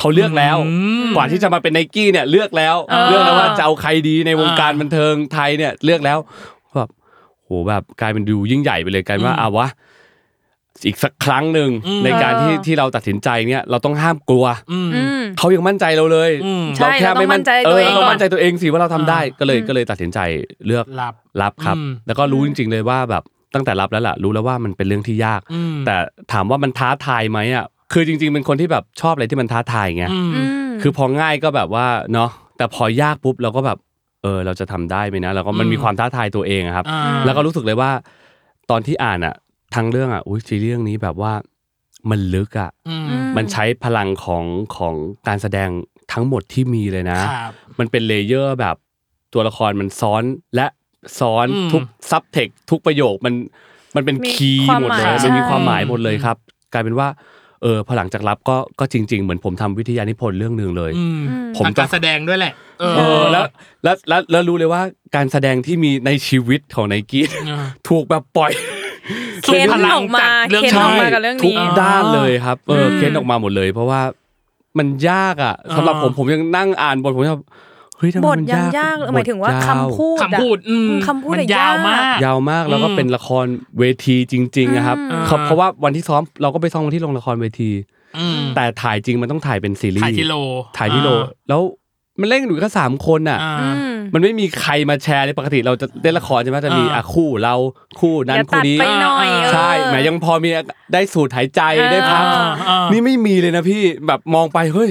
Speaker 4: เขาเลือกแล้ว
Speaker 2: อืม
Speaker 4: กว่าที่จะมาเป็นไนกี้เนี่ยเลือกแล้ว
Speaker 2: เออ
Speaker 4: เลือกแล้วว่าจะเอาใครดีในวงการ
Speaker 2: อ่า
Speaker 4: บันเทิงไทยเนี่ย เลือกแล้วแบบโหแบบกลายเป็นดูยิ่งใหญ่ไปเลยกลายเป็นว่า
Speaker 2: อืม
Speaker 4: อาวะอีกสักครั้งหนึ่ง
Speaker 2: อืม
Speaker 4: ในการที่
Speaker 3: เออ
Speaker 4: ที่เราตัดสินใจเนี่ยเราต้องห้ามกลัว
Speaker 2: อืม
Speaker 3: อืม
Speaker 4: เขายังมั่นใจเราเลย
Speaker 2: อืม
Speaker 3: ใช่เราต้องมั่นใจ
Speaker 4: เอ
Speaker 3: ตัว
Speaker 4: อ
Speaker 3: เอง
Speaker 4: เราต้อง
Speaker 3: ก่อน
Speaker 4: มั่นใจตัวเองสิว่าเราทำได้ก็เลย
Speaker 3: อืม
Speaker 4: ก็เลยตัดสินใจเลือก
Speaker 2: รับ
Speaker 4: รับครับ
Speaker 2: อืม
Speaker 4: แล้วก็รู้จริง ๆ เลยว่าแบบตั้งแต่รับแล้วล่ะ รู้แล้วว่ามันเป็นเรื่องที่ยาก
Speaker 2: อืม
Speaker 4: แต่ถามว่ามันท้าทายไหมอ่ะคือจริง ๆ เป็นคนที่แบบชอบอะไรที่มันท้าทายไง
Speaker 2: อืม
Speaker 3: อืม
Speaker 4: คือพอง่ายก็แบบว่าเนาะแต่พอยากปุ๊บเราก็แบบเออเราจะทำได้ไหมนะแล้วก็มัน
Speaker 2: อืม
Speaker 4: มีความท้าทายตัวเองอะครับ
Speaker 2: อ่า
Speaker 4: แล้วก็รู้สึกเลยว่า ตอนที่อ่านอะทั้งเรื่องอะอุ้ยซีรีส์เรื่องนี้แบบว่ามันลึกอะ
Speaker 2: อืม
Speaker 3: ม
Speaker 4: มันใช้พลังของของการแสดงทั้งหมดที่มีเลยนะ
Speaker 2: ครับ
Speaker 4: มันเป็นเลเยอร์แบบตัวละครมันซ้อนและซ้อน
Speaker 2: อืม
Speaker 4: ทุกซับเทคทุกประโยคมันมันเป็น
Speaker 3: มี
Speaker 4: คีย์
Speaker 3: ความ
Speaker 4: หมดเล
Speaker 3: หมาย ย
Speaker 4: มันมี
Speaker 3: ใช่
Speaker 4: ความหมายหมดเลย
Speaker 2: อืม
Speaker 4: ครับ กลายเป็นว่าเออพอหลังจากรับก็ก็จริง ๆ เหมือนผมทำวิทยานิพนธ์เรื่องหนึ่งเลย
Speaker 2: อืม
Speaker 3: อืม
Speaker 4: ผม
Speaker 2: ทาง
Speaker 4: จะ
Speaker 2: การแสดงด้วยแหละ เอ
Speaker 4: เออ
Speaker 2: อ
Speaker 4: แล้วแล้วแล้วแล้วรู้เลยว่าการแสดงที่มีในชีวิตของไนกี้
Speaker 2: เออ
Speaker 4: ถูกแบบป ล่อย
Speaker 2: สุด
Speaker 3: เค้น
Speaker 2: พลัง
Speaker 3: ออกมา
Speaker 2: จากเรื่อง
Speaker 3: เค้นออกมา
Speaker 2: ใช่
Speaker 3: กับเรื่อง
Speaker 4: ทุ
Speaker 3: นี้
Speaker 4: กด้านเลยครับเอออ
Speaker 3: ม
Speaker 4: เค้นออกมาหมดเลย เพราะว่ามันยากอ่ะสำหรับผมผมยังนั่งอ่านบทผมแบบเฮ้ยทำไม
Speaker 3: บท
Speaker 4: มัน
Speaker 3: ยัง
Speaker 4: ยาก
Speaker 3: ยากหมายถึงว่า
Speaker 4: บท
Speaker 3: คำพูดอะ
Speaker 2: คำพูดอืม
Speaker 3: คำพูด
Speaker 2: มั
Speaker 3: อะ
Speaker 2: นยาวมาก
Speaker 4: ยาวมากแล้วก็เป็นละครเวทีจริงๆนะครับ
Speaker 2: อืม
Speaker 4: เขาเพราะว่าวันที่ซ้อมเราก็ไปซ้อมวันที่โรงละครเวที
Speaker 2: อืม
Speaker 4: แต่ถ่ายจริงมันต้องถ่ายเป็นซีรีส์
Speaker 2: ถ่ายที่โล
Speaker 4: ถ่ายที่โลแล้วมันเล่นกันอยู่แค่สามคนอ่ะ
Speaker 2: อ่า
Speaker 3: อืม
Speaker 4: มันไม่มีใครมาแชร์เลยปกติเราจะเล่นละครใช่ไหมจะมี
Speaker 2: อ่า
Speaker 4: อ่ะคู่เราคู่นั้น
Speaker 3: อย่า
Speaker 4: คู่
Speaker 3: ตัด
Speaker 4: นี้
Speaker 3: ไปหน่อย
Speaker 2: เ
Speaker 4: ใช่
Speaker 3: เออ
Speaker 4: แหมยังพอมีได้สูดหายใจ
Speaker 3: เออ
Speaker 4: ได้พัก
Speaker 2: อ่าอ่า
Speaker 4: นี่ไม่มีเลยนะพี่แบบมองไปเฮ้ย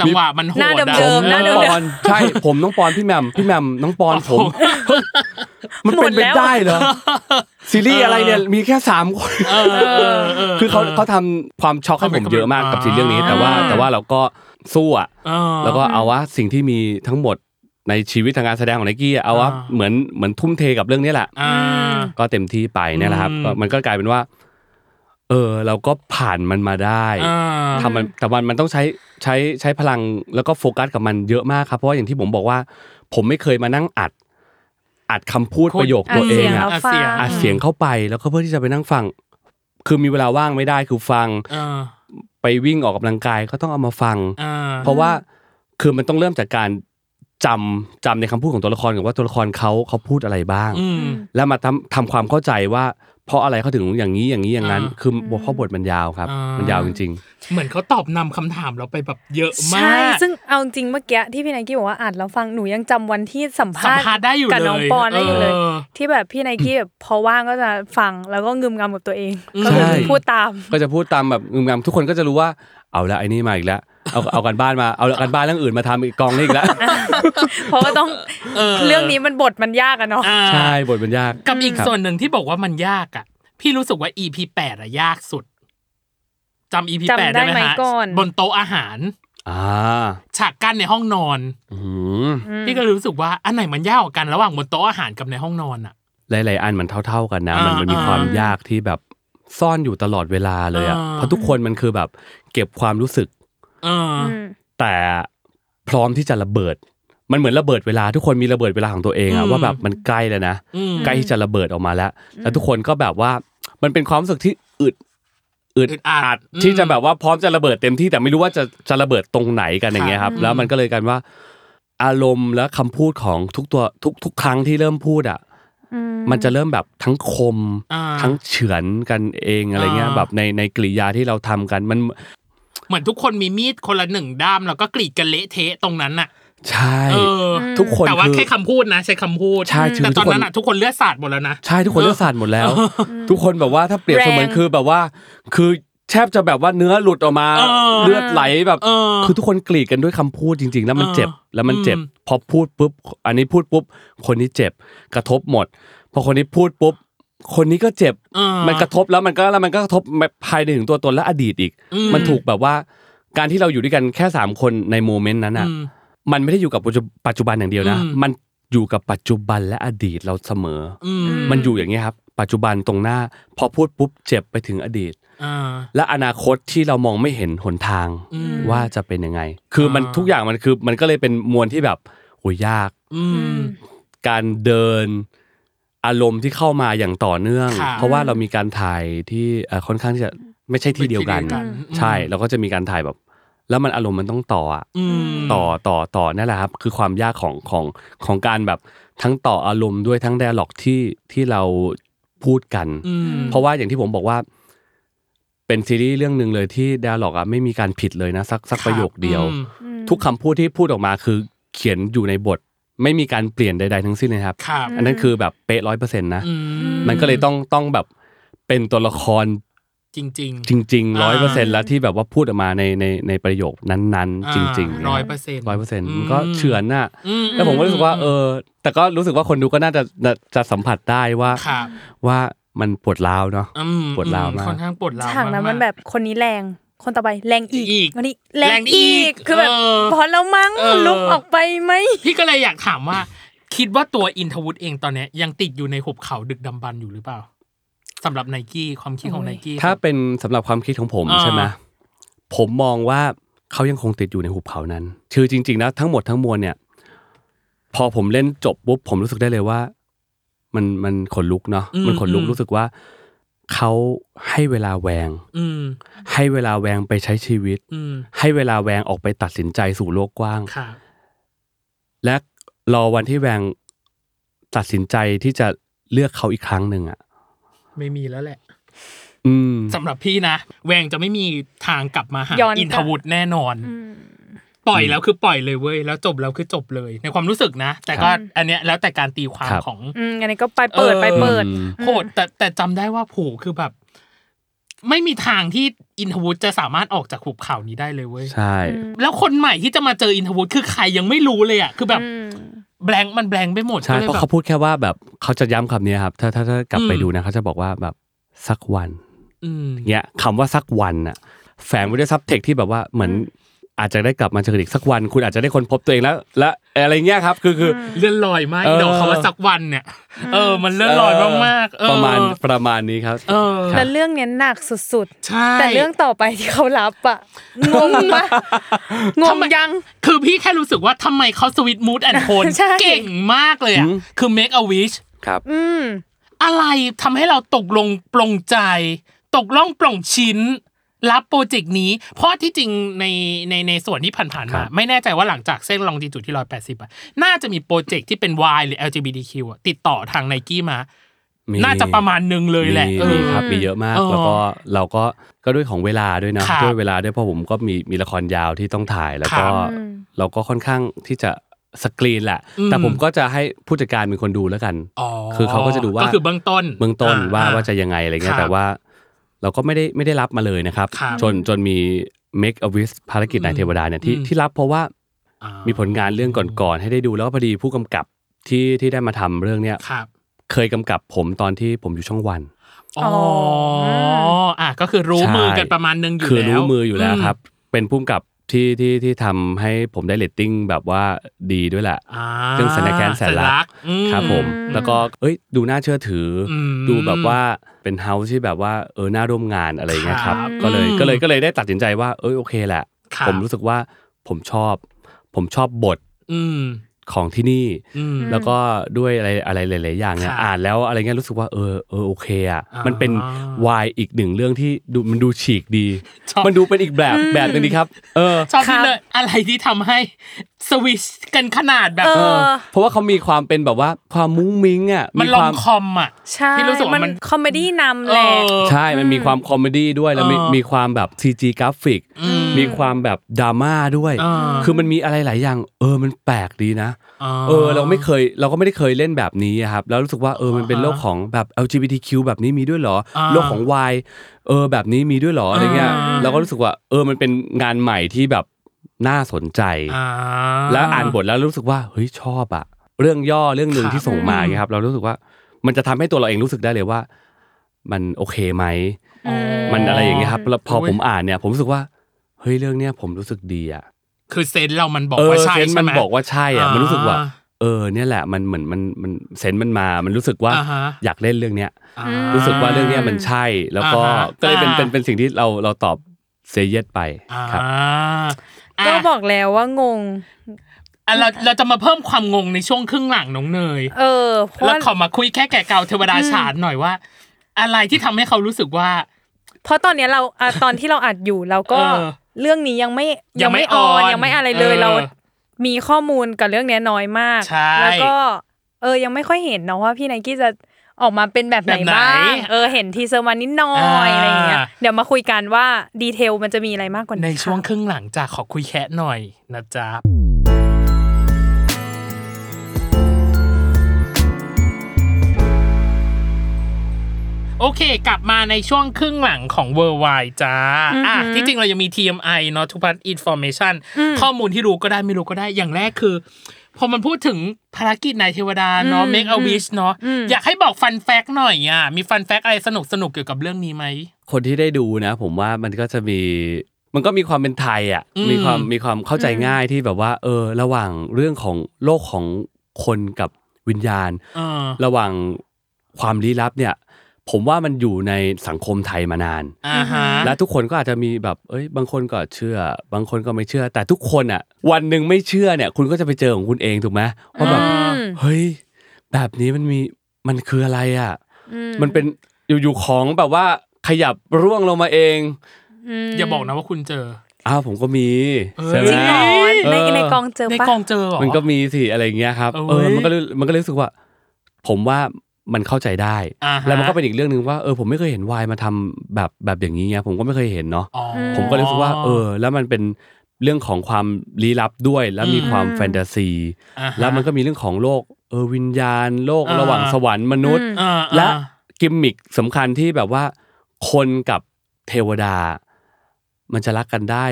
Speaker 2: จังหวะมันโหด
Speaker 3: หน้าเดิม
Speaker 2: อะ
Speaker 3: เดิมหน้าเดิม
Speaker 4: ป
Speaker 3: เดิม
Speaker 4: อนใช่ผมน้องปอนพี่แหมมพี่แหมมน้องปอนผมเฮ้ยมันเป็น
Speaker 3: หมดแล้ว
Speaker 4: ไปได้เหรอซีรีส์อะไรเนี่ยมีแค่สามคน
Speaker 2: เออเออเออ
Speaker 4: คือเขาเขาทำความช็อกให้ผมเยอะมากกับซีรีส์เรื่องนี้ แต่ว่า
Speaker 2: อ่า
Speaker 4: แต่ว่าเราก็สู้อะ
Speaker 2: เออ
Speaker 4: แล้วก็เอาว่าสิ่งที่มีทั้งหมดในชีวิตทางการแสดงของไนกี้อะเอาว่า
Speaker 2: อ่า
Speaker 4: เหมือนเหมือนทุ่มเทกับเรื่องนี้แหละ
Speaker 2: อ่า
Speaker 4: ก็เต็มที่ไปเนี่ยแหละครับ
Speaker 2: อืม
Speaker 4: ก็มันก็กลายเป็นว่า เออ เราก็ผ่านมันมาได้
Speaker 2: อ่า
Speaker 4: ทำมันแต่วันมันต้องใช้ใช้ใช้พลังแล้วก็โฟกัสกับมันเยอะมากครับ เพราะว่าอย่างที่ผมบอกว่า ผมไม่เคยมานั่งอัด อัดคำพูด
Speaker 2: พูด
Speaker 4: ประโยค
Speaker 3: อั
Speaker 4: ตั
Speaker 3: ด
Speaker 4: วเอ
Speaker 3: เสีย
Speaker 4: ง
Speaker 3: ง
Speaker 4: อะ
Speaker 3: แล้ว
Speaker 2: อ่ะ
Speaker 3: ฟั
Speaker 2: เสี
Speaker 3: ง
Speaker 2: ยง
Speaker 4: อัดเสียงเข้าไปแล้วก็เพื่อที่จะไปนั่งฟัง คือมีเวลาว่างไม่ได้คือฟัง
Speaker 2: เออ
Speaker 4: ไปวิ่งออกกำลังกายก็ต้องเอามาฟัง
Speaker 2: อ่า
Speaker 4: เพราะว่าคือมันต้องเริ่มจากการจำจำในคำพูดของตัวละครก่อนว่าตัวละครเขาเขาพูดอะไรบ้าง
Speaker 2: อืม
Speaker 4: แล้วมาทำทำความเข้าใจว่า เพราะอะไรเขาถึงอย่างนี้อย่างนี้อย่างนั้น
Speaker 2: อ่า
Speaker 4: คือเพราะบทมันยาวครับ
Speaker 2: อ่ามั
Speaker 4: มันยาวจริง
Speaker 2: เหมือนเขาตอบนำคำถามเราไปแบบเยอะมาก
Speaker 3: ใช่ซึ่งเอาจริงเมื่อกี้ที่พี่ไนกี้บอกว่าอ่านแล้วฟังหนูยังจำวันที่สัมภ
Speaker 2: สัมา
Speaker 3: ษณ์
Speaker 2: ภาษณ์ได้อยู่
Speaker 3: กับน้อง
Speaker 2: เลย
Speaker 3: ปอนได้อยู่เลย
Speaker 2: เออ
Speaker 3: ที่แบบพี่ไนกี้แบบพอว่างก็จะฟังแล้วก็งึมงำกับตัวเอง
Speaker 2: อืม
Speaker 3: ก็คือ
Speaker 4: ใช่
Speaker 3: พูดตาม
Speaker 4: ๆ ก็จะพูดตามแบบงึมงำทุกคนก็จะรู้ว่าเอาละไอ้นี่มาอีกแล้วเอาเอากันบ้านมาเอากันบ้านเรื่องอื่นมาทำอีกกองนี้อีกแล้ว
Speaker 3: เพราะว่าต้อง
Speaker 2: เออ
Speaker 3: เรื่องนี้มันบทมันยากอะเนาะ
Speaker 2: อ่า
Speaker 4: ใช่บทมันยาก
Speaker 2: กับอีก
Speaker 4: ครับ
Speaker 2: ส่วนหนึ่งที่บอกว่ามันยากอ่ะ พี่รู้สึกว่า EP แปดอะยากสุดจำ EP แปด
Speaker 3: จำได้
Speaker 2: ได้ไหม
Speaker 3: ไหม
Speaker 2: ฮะ
Speaker 3: ก่อน
Speaker 2: บนโต๊ะอาหาร
Speaker 4: อ่า
Speaker 2: ฉากกั้นในห้องนอน
Speaker 4: อืม
Speaker 2: พี่ก็รู้สึกว่าอันไหนมันยากกว่ากันระหว่างบนโต๊ะอาหารกับในห้องนอนอ่ะ
Speaker 4: หลาย ๆ อันมันเท่า ๆ กันนะ
Speaker 2: อ่ามั
Speaker 4: มันมันมี
Speaker 2: อ่า
Speaker 4: ความยากที่แบบซ่อนอยู่ตลอดเวลาเลยอ่ะ
Speaker 2: อ่า
Speaker 4: เพราะทุกคนมันคือแบบเก็บความรู้สึก
Speaker 2: เออ
Speaker 3: อืม
Speaker 4: แต่พร้อมที่จะระเบิด มันเหมือนระเบิดเวลาทุกคนมีระเบิดเวลาของตัวเอง
Speaker 2: อื
Speaker 4: อะ
Speaker 2: ม
Speaker 4: ว่าแบบมันใกล้แล้วนะ
Speaker 2: อืม
Speaker 4: ใกล้ที่จะระเบิดออกมาแล้ว แล้วทุกคนก็แบบว่ามันเป็นความรู้สึกที่อึดอึด
Speaker 2: อึดอัด
Speaker 4: อัด
Speaker 2: อืม
Speaker 4: ที่จะแบบว่าพร้อมจะระเบิดเต็มที่แต่ไม่รู้ว่าจะจะระเบิดตรงไหนกันอย่างเงี้ยครับ
Speaker 2: ครับ
Speaker 4: แล้วมันก็เลยกันว่า อารมณ์และคำพูดของทุกตัวทุกทุกครั้งที่เริ่มพูดอ่ะ
Speaker 3: อืม
Speaker 4: มันจะเริ่มแบบทั้งคม
Speaker 2: อ่า
Speaker 4: ทั้งเฉือนกันเองอะไรเงี้ย
Speaker 2: อ่า
Speaker 4: แบบในในกริยาที่เราทำกันมัน
Speaker 2: เหมือนทุกคนมีมีดคนละหนึ่งด้ามแล้วก็กรีดกันเละเทะตรงนั้นน่ะ
Speaker 4: ใช่
Speaker 2: เออ
Speaker 4: ทุกคน
Speaker 2: แต่ว่า
Speaker 4: คือ
Speaker 2: แค่คำพูดนะ ใช้คำพูด
Speaker 4: ใช่คือ
Speaker 2: แต่ตอน
Speaker 4: ทุกคน
Speaker 2: นั้นอ่ะทุกคนเลือดสาดหมดแล้วนะ
Speaker 4: ใช่ทุกคนเลือดสาดหมดแล้ว ทุกคนแบบว่าถ้าเปรียบเสมือน
Speaker 3: แรง
Speaker 4: คือแบบว่า คือแทบจะแบบว่าเนื้อหลุดออกมา
Speaker 2: เออ
Speaker 4: เลือดไหลแบบ
Speaker 2: เออ
Speaker 4: คือทุกคนกรีดกันด้วยคำพูดจริง ๆ แล้วมันเจ็บ
Speaker 2: เออ
Speaker 4: แล้วมันเจ็บ
Speaker 2: อืม
Speaker 4: พอพูดปุ๊บ อันนี้พูดปุ๊บ คนนี้เจ็บ กระทบหมด พอคนนี้พูดปุ๊บ คนนี้ก็เจ็บ
Speaker 2: เออ
Speaker 4: มันกระทบแล้วมันก็แล้วมันก็กระทบภายในถึงตัวตนและอดีตอีก
Speaker 2: อืม
Speaker 4: มันถูกแบบว่า การที่เราอยู่ด้วยกันแค่สามคนในโมเมนต์นั้นอ่ะ
Speaker 2: อืม
Speaker 4: มันไม่ได้อยู่กับปัจจุปัจจุบันอย่างเดียวนะ
Speaker 2: อืม
Speaker 4: มันอยู่กับปัจจุบันและอดีตเราเสมออ
Speaker 2: อืม
Speaker 3: ม
Speaker 4: มันอยู่อย่างนี้ยครับ ปัจจุบันตรงหน้า พอพูดปุ๊บเจ็บไปถึงอดีต
Speaker 2: อ่า
Speaker 4: และอนาคตที่เรามองไม่เห็นหนทาง
Speaker 2: อืม
Speaker 4: ว่าจะเป็นยังไง คือมัน
Speaker 2: อ่า
Speaker 4: ทุกอย่างมันคือมันก็เลยเป็นมวลที่แบบโหยาก
Speaker 2: อื
Speaker 3: อื
Speaker 2: ม
Speaker 3: ม
Speaker 4: การเดิน อารมณ์ที่เข้ามาอย่างต่อเนื่อง
Speaker 2: ค่ะ
Speaker 4: เพราะว่าเรามีการถ่ายที่เอ่อค่อนข้างที่จะไม่ใช่ที่เดียวกัน
Speaker 2: ไม่ใช่ที่เดียวกันอืม
Speaker 4: ใช่เราก็จะมีการถ่ายแบบ แล้วมันอารมณ์มันต้องต่ออะ
Speaker 2: อืม
Speaker 4: ต่อต่อต่อนั่นแหละครับ คือความยากของของของการแบบทั้งต่ออารมณ์ด้วยทั้ง d ด a l ล็อกที่ที่เราพูดกัน
Speaker 2: อืม
Speaker 4: เพราะว่าอย่างที่ผมบอกว่า เป็นซีรีส์เรื่องหนึ่งเลยที่ d ด a l ล็อกอะไม่มีการผิดเลยนะสักสักประโยคเดียว
Speaker 2: อืม
Speaker 4: ทุกคำพูดที่พูดออกมาคือเขียนอยู่ในบท ไม่มีการเปลี่ยนใด ๆ ทั้งสิ้นเลยครับ
Speaker 2: ครับ
Speaker 4: อันนั้นคือแบบเป๊ะร้อยเปอร์เซ็นต์นะ
Speaker 2: อืม
Speaker 4: มันก็เลยต้องต้องแบบเป็นตัวละคร
Speaker 2: จริง ๆ
Speaker 4: จริงๆร้อย
Speaker 2: อ่า
Speaker 4: เปอร์เซ็นต์แล้วที่แบบว่าพูดออกมาในในในประโยคนั้น ๆ จริงๆนะค
Speaker 2: ร้
Speaker 4: รั
Speaker 2: อบ ยเปอร์เซ็นต์
Speaker 4: ร้อยเปอร์เซ็นต์
Speaker 2: ม
Speaker 4: ก็เฉือนน่ะ
Speaker 2: อื
Speaker 4: แล้วผมก็รู้สึกว่าเออ แต่ก็รู้สึกว่าคนดูก็น่าจะน่าจะสัมผัสได้ว่า
Speaker 2: ครับ
Speaker 4: ว่ามันปวดร้าวเนาะ
Speaker 2: อืม
Speaker 4: ปวดร้าวมาก
Speaker 2: ค่อนข้างปวดร้าว
Speaker 3: ฉากนั้น
Speaker 2: กๆ
Speaker 3: มันแบบคนนี้แรงคนต่อไปแรงอีก
Speaker 2: อีก
Speaker 3: วันนี้แร
Speaker 2: แรง งอี
Speaker 3: อี
Speaker 2: ก
Speaker 3: กคือแบบ
Speaker 2: เออ
Speaker 3: พอแล้วมั้ง
Speaker 2: เออ
Speaker 3: ลุกออกไปไหม
Speaker 2: พี่ก็เลยอยากถามว่า คิดว่าตัวอินทวุฒิเองตอนเนี้ยยังติดอยู่ในหุบเขาดึกดำบรรพ์อยู่หรือเปล่าสำหรับไนกี้ความคิดของ
Speaker 3: โอ้
Speaker 2: ไน
Speaker 3: ย
Speaker 2: กี้
Speaker 4: ถ้าเป็นสำหรับความคิดของผม
Speaker 2: อ่า
Speaker 4: ใช่ไหมผมมองว่าเขายังคงติดอยู่ในหุบเขานั้นคือจริงๆแล้วทั้งหมดทั้งมวลเนี่ย พอผมเล่นจบปุ๊บผมรู้สึกได้เลยว่า มันมันขนลุกเนาะมันขนลุกรู้สึกว่าเขาให้เวลาแวง
Speaker 2: อืม
Speaker 4: ให้เวลาแวงไปใช้ชีวิต
Speaker 2: อืม
Speaker 4: ให้เวลาแวงออกไปตัดสินใจสู่โลกกว้าง
Speaker 2: ค่ะ
Speaker 4: และรอวันที่แวงตัดสินใจที่จะเลือกเขาอีกครั้งหนึ่งอ่ะ
Speaker 2: ไม่มีแล้วแหละ
Speaker 4: อืม
Speaker 2: สำหรับพี่นะ แวงจะไม่มีทางกลับมาหา
Speaker 3: ย้อนกลับ
Speaker 2: อินทวุฒิแน่นอน ปล่อยแล้วคือปล่อยเลยเว้ยแล้วจบแล้วคือจบเลย ในความรู้สึกนะ แต่ก็อันเนี้ยแล้วแต่การตีความ
Speaker 4: ครับ
Speaker 2: ของ
Speaker 3: อืมอันนี้ก็ไปเปิด
Speaker 2: เออ
Speaker 3: ไปเปิด
Speaker 4: อืม
Speaker 2: โหดแต่แต่จำได้ว่าโหคือแบบ ไม่มีทางที่อินทวุฒิจะสามารถออกจากหุบเขานี้ได้เลยเว้ย
Speaker 4: ใช่
Speaker 2: แล้วคนใหม่ที่จะมาเจออินทวุฒิคือใครยังไม่รู้เลยอ่ะคือแบบ
Speaker 3: อืม
Speaker 2: แบงค์มันแบงค์ไปหมด
Speaker 4: ใช่
Speaker 2: ก็ลยแบบ
Speaker 4: เพราะเขาพูดแค่ว่าแบบเขาจะย้ำคำนี้ครับ ถ้าถ้าถ้ากลับไป
Speaker 2: อืม
Speaker 4: ดูนะเขาจะบอกว่าแบบสักวัน
Speaker 2: อืม
Speaker 4: เนี่ยคำว่าสักวันน่ะ แฝงไว้ด้วยซับเทคที่แบบว่าเหมือน อาจจะได้กลับมาเจอกันอีกสักวัน คุณอาจจะได้คนพบตัวเองแล้ว และอะไรเงี้ยครับ คือคืออ
Speaker 2: เลื่อนลอยมาก
Speaker 4: เออ
Speaker 2: เดี๋ยวคำว่าสักวันเนี่ย เออ มันเลื่อนลอยมากๆเออ
Speaker 4: ประมาณประมาณนี้ครับ
Speaker 2: เออ
Speaker 3: แล้วเรื่องเนี้ยหนักสุด
Speaker 2: ใช่
Speaker 3: ๆ แต่เรื่องต่อไปที่เขารับ อะงงปะงงยัง
Speaker 2: คือพี่แค่รู้สึกว่าทำไมเขาสวิตมูดแอนโทน
Speaker 3: ใช่
Speaker 2: เก่งมากเลยอ่ะ คือ make a wish
Speaker 4: ครับ
Speaker 3: อืม
Speaker 2: อะไรทำให้เราตกลงปลงใจ ตกล่องปลงชิ้น รับโปรเจกต์นี้ เพราะที่จริงในในในส่วนที่ผ่านๆ
Speaker 4: ครั
Speaker 2: มา
Speaker 4: บ
Speaker 2: ไม่แน่ใจว่าหลังจากเส้นลองจิจุดที่ 180อะน่าจะมีโปรเจกต์ที่เป็น Y หรือ LGBTQ อะติดต่อทางไนกี้มา
Speaker 4: มี
Speaker 2: น่าจะประมาณหนึงเลยแหละ
Speaker 4: มี
Speaker 2: เออ
Speaker 4: มีครับมีเยอะมาก
Speaker 2: เออ
Speaker 4: แล้วก็เราก็ก็ด้วยของเวลาด้วยนะครับ ด้วยเวลาด้วยเพราะผมก็มีมีละครยาวที่ต้องถ่ายแล้ว
Speaker 2: ค
Speaker 4: ก็
Speaker 2: รับ
Speaker 3: อืม
Speaker 4: เราก็ค่อนข้างที่จะสกรีนแหละ
Speaker 2: อืม
Speaker 4: แต่ผมก็จะให้ผู้จัดการเป็นคนดูแล้วกัน
Speaker 2: อ๋
Speaker 4: คือเขาก็จะดูว่า
Speaker 2: ก็คือเบื้องต้น
Speaker 4: เบื้องต้น
Speaker 2: อ่
Speaker 4: ว่า
Speaker 2: อ่
Speaker 4: ว่าจะยังไงอะไร
Speaker 2: ค
Speaker 4: เงี้ย
Speaker 2: รับ
Speaker 4: แต่ว่า เราก็ไม่ได้ไม่ได้รับมาเลยนะครับ
Speaker 2: ครับ
Speaker 4: จนจนมี Make a Wish ภารกิจนายเทวดาเนี่ยที่
Speaker 2: อืม
Speaker 4: ที่รับเพราะว่า
Speaker 2: อ่า
Speaker 4: มีผลงานเรื่องก่อนๆให้ได้ดูแล้วก็พอดีผู้กำกับที่ที่ได้มาทำเรื่องเนี้ย
Speaker 2: ครับ
Speaker 4: เคยกำกับผมตอนที่ผมอยู่ช่องวัน
Speaker 2: อ๋ออ่ะก็คือรู้มือกันประมาณหนึงอยู่
Speaker 4: คือ
Speaker 2: แล้ว
Speaker 4: รู้มืออยู่แล้วครับ เป็นพุ่มกับ ที่ที่ที่ทำให้ผมได้เลตติ้งแบบว่าดีด้วยแหละ
Speaker 2: อ่า
Speaker 4: เครื่องสัญญาแกนแสนรัก
Speaker 2: อื
Speaker 4: ครับผม
Speaker 3: อืม
Speaker 4: แล้วก็เอ้ยดูน่าเชื่อถืออ
Speaker 2: ม
Speaker 4: ดูแบบว่าเป็นเฮาส์ที่แบบว่าเออน่าร่วมงานอะไรอย่างเงี้ยครับ
Speaker 2: ครับ
Speaker 4: ก็เลย
Speaker 2: อืม
Speaker 4: ก็เลยก็เลยได้ตัดสินใจว่า เอ้ยโอเคแหละ
Speaker 2: ครับ
Speaker 4: ผมรู้สึกว่าผมชอบ ผมชอบบท
Speaker 2: อืม
Speaker 4: ของที่นี่
Speaker 2: อืม
Speaker 4: แล้วก็ด้วยอะไรอะไรหลาย ๆ อย่างเนี่ย
Speaker 2: ค่ะ
Speaker 4: อ่านแล้วอะไรเงี้ยรู้สึกว่าเออเออโอเคอ่ะ
Speaker 2: อ่ามั
Speaker 4: มันเป็นวายอีกหนึ่งเรื่องที่ดูมันดูฉีกดี
Speaker 2: ชอบ
Speaker 4: มันดูเป็นอีกแบบแบบหนึงดีครับ เออ
Speaker 2: ชอบ
Speaker 3: ครั
Speaker 2: ที่
Speaker 3: บ
Speaker 2: เลยอะไรที่ทำให้สวิชกันขนาดแบบ
Speaker 3: เอ
Speaker 4: เอ
Speaker 3: อ
Speaker 4: อ เพราะว่าเขามีความเป็นแบบว่าความมุ้งมิ้งอ่ะ
Speaker 2: มันลอ
Speaker 4: ควาง ม
Speaker 2: คอมอ่ะ
Speaker 3: ใช่
Speaker 2: ที่รู้สึกว่ามัน
Speaker 3: คอมเมดี้นำ
Speaker 2: เอ
Speaker 3: แหละ
Speaker 2: อ
Speaker 4: ใช่ มันมีความคอมเมดี้ด้วย แล้วมี
Speaker 2: เออ
Speaker 4: มีความแบบ CG กราฟิก
Speaker 2: อืม
Speaker 4: มีความแบบดราม่าด้วย
Speaker 2: เออ
Speaker 4: คือมันมีอะไรหลายอย่าง เออ มันแปลกดีนะ เออ เราไม่เคย เราก็ไม่ได้เคยเล่นแบบนี้อะครับ แล้วรู้สึกว่า เออ มันเป็นโลกของแบบ LGBTQ แบบนี้มีด้วยเหรอ
Speaker 2: อ่า
Speaker 4: โลกของ Y เออ แบบนี้มีด้วยเหรอ อะไรเงี้ย
Speaker 2: อ่า
Speaker 4: เราก็รู้สึกว่า เออ มันเป็นงานใหม่ที่แบบน่าสนใจ
Speaker 2: อ่า
Speaker 4: แล้วอ่านบทแล้วรู้สึกว่า เฮ้ย ชอบอะเรื่องย่อเรื่องหนึ่ง
Speaker 2: ครับ
Speaker 4: ที่ส่งมาเนี่ยครับ เรารู้สึกว่า มันจะทำให้ตัวเราเองรู้สึกได้เลยว่า มันโอเคไหม
Speaker 2: อ๋อ
Speaker 4: มันอะไรอย่างเงี้ยครับแล้วพออย ผมอ่านเนี่ย ผมรู้สึกว่าเฮ้ยเรื่องเนี้ยผมรู้สึกดีอ่ะ
Speaker 2: คือเซนส์เรามันบอก
Speaker 4: เออ
Speaker 2: ว่าใช่
Speaker 4: เซนส์
Speaker 2: ใช่
Speaker 4: มัน
Speaker 2: ไหม
Speaker 4: บอกว่าใช่อ่ะ
Speaker 2: อ่ามั
Speaker 4: มันรู้สึกว่า เออเนี่ยแหละมันเหมือนมันมันเซนส์มันมา มันรู้สึกว่า
Speaker 2: อ่าฮะ
Speaker 4: อยากเล่นเรื่องเนี้ย
Speaker 2: อ่า
Speaker 4: รู้สึกว่าเรื่องเนี้ยมันใช่ แล้วก็
Speaker 2: อ่าฮะ
Speaker 4: ก็เลยเป็น
Speaker 2: อ่า
Speaker 4: เป็นเป็นสิ่งที่เราเราตอบเซเยสไป
Speaker 2: อ่า
Speaker 4: ครับ
Speaker 2: อ่ะ
Speaker 3: ก็บอกแล้วว่างง
Speaker 2: อ่ะเราเราจะมาเพิ่มความงงในช่วงครึ่งหลังน้องเนย
Speaker 3: เออเพราะ
Speaker 2: แล้ว
Speaker 3: ว่า
Speaker 2: ขอมาคุยแค่แก่เก่าเทวดาฉานหน่อยว่า อะไรที่ทำให้เขารู้สึกว่า
Speaker 3: เพราะตอนเนี้ยเราอ่ะตอนที่เราอัดอยู่เราก็
Speaker 2: เออ
Speaker 3: เรื่องนี้ยังไม่
Speaker 2: ยังไม่
Speaker 3: ออน
Speaker 2: ออน
Speaker 3: ยังไม่อะไรเลย
Speaker 2: เออ
Speaker 3: เรา มีข้อมูลกับเรื่องเนี้ยน้อยมาก
Speaker 2: ใช่
Speaker 3: แล้วก็ เออยังไม่ค่อยเห็นเนาะว่าพี่ไนกี้จะออกมาเป็นแบบไหน
Speaker 2: แบบไหน
Speaker 3: บ้างเออเห็นทีเซอร์มานิดหน่อย
Speaker 2: อ่า
Speaker 3: อะไรอย่างเงี้ยเดี๋ยวมาคุยกันว่าดีเทลมันจะมีอะไรมากกว่านี้
Speaker 2: ในช่วง
Speaker 3: ค่ะ
Speaker 2: ครึ่งหลังจะขอคุยแค่หน่อยนะจ๊ะ โอเค กลับมาในช่วงครึ่งหลังของ w o r l d w i d e จ้าอ่ะที่จริงเรายังมี TMI เนาะ Two Part Information ข้อมูลที่รู้ก็ได้ไม่รู้ก็ได้อย่างแรกคือ พอมันพูดถึงภารกิจนายเทวดาเนาะ Make a Wish เนาะอยากให้บอกฟันแฟกหน่อยอ่ะมีฟันแฟกอะไรสนุกสนุกๆเกี่ยวกับเรื่องนี้ไหม
Speaker 4: คนที่ได้ดูนะ ผมว่ามันก็จะมีมันก็มีความเป็นไทยอ่ะ
Speaker 2: อืม
Speaker 4: มีความมีความเข้าใจง่ายที่แบบว่า เออ ระหว่างเรื่องของโลกของคนกับวิญญาณ
Speaker 2: เออ
Speaker 4: ระหว่างความลี้ลับเนี่ย ผมว่ามันอยู่ในสังคมไทยมานาน
Speaker 2: อ่าฮะ
Speaker 4: และทุกคนก็อาจจะมีแบบ เอ้ย บางคนก็เชื่อ บางคนก็ไม่เชื่อ แต่ทุกคนอ่ะ วันหนึ่งไม่เชื่อเนี่ย คุณก็จะไปเจอของคุณเองถูกไหมว่าแบบ
Speaker 2: อืม
Speaker 4: เฮ้ย แบบนี้มันมีมันคืออะไรอ่ะ มันเป็นอยู่ๆของแบบว่าขยับร่วงลงมาเอง
Speaker 2: อย่าบอกนะว่าคุณเจอ
Speaker 4: อ้าวผมก็มี
Speaker 2: เอ้ย
Speaker 4: ใช่ไห
Speaker 3: จ
Speaker 4: ม
Speaker 3: ริงเหรอ
Speaker 4: เออ
Speaker 3: ในในกองเจอ
Speaker 2: ใน
Speaker 3: ปะ
Speaker 2: กองเจอเหรอ
Speaker 4: มันก็มีสิอะไรอย่างเงี้ยครับ
Speaker 2: เอ้ย
Speaker 4: เออมันก็เลยมันก็เลยรู้สึกว่า ผมว่ามันเข้าใจได้
Speaker 2: อ่าฮะ
Speaker 4: แล้วมันก็เป็นอีกเรื่องหนึ่งว่าเออผมไม่เคยเห็นวายมาทำแบบแบบอย่างนี้ไงผมก็ไม่เคยเห็นเนาะ
Speaker 2: อ๋อ
Speaker 4: ผมก็เลยรู้สึกว่า เออ แล้วมันเป็นเรื่องของความลี้ลับด้วย แล้วมีความแฟนตาซี
Speaker 2: อ่าฮะ
Speaker 4: แล้วมันก็มีเรื่องของโลกเออวิญญาณ โลก
Speaker 2: อ่า
Speaker 4: ระหว่างสวรรค์มนุษย์
Speaker 2: อ่าๆ
Speaker 4: และกิมมิคสำคัญที่แบบว่า คนกับเทวดา มันจะรักกันได้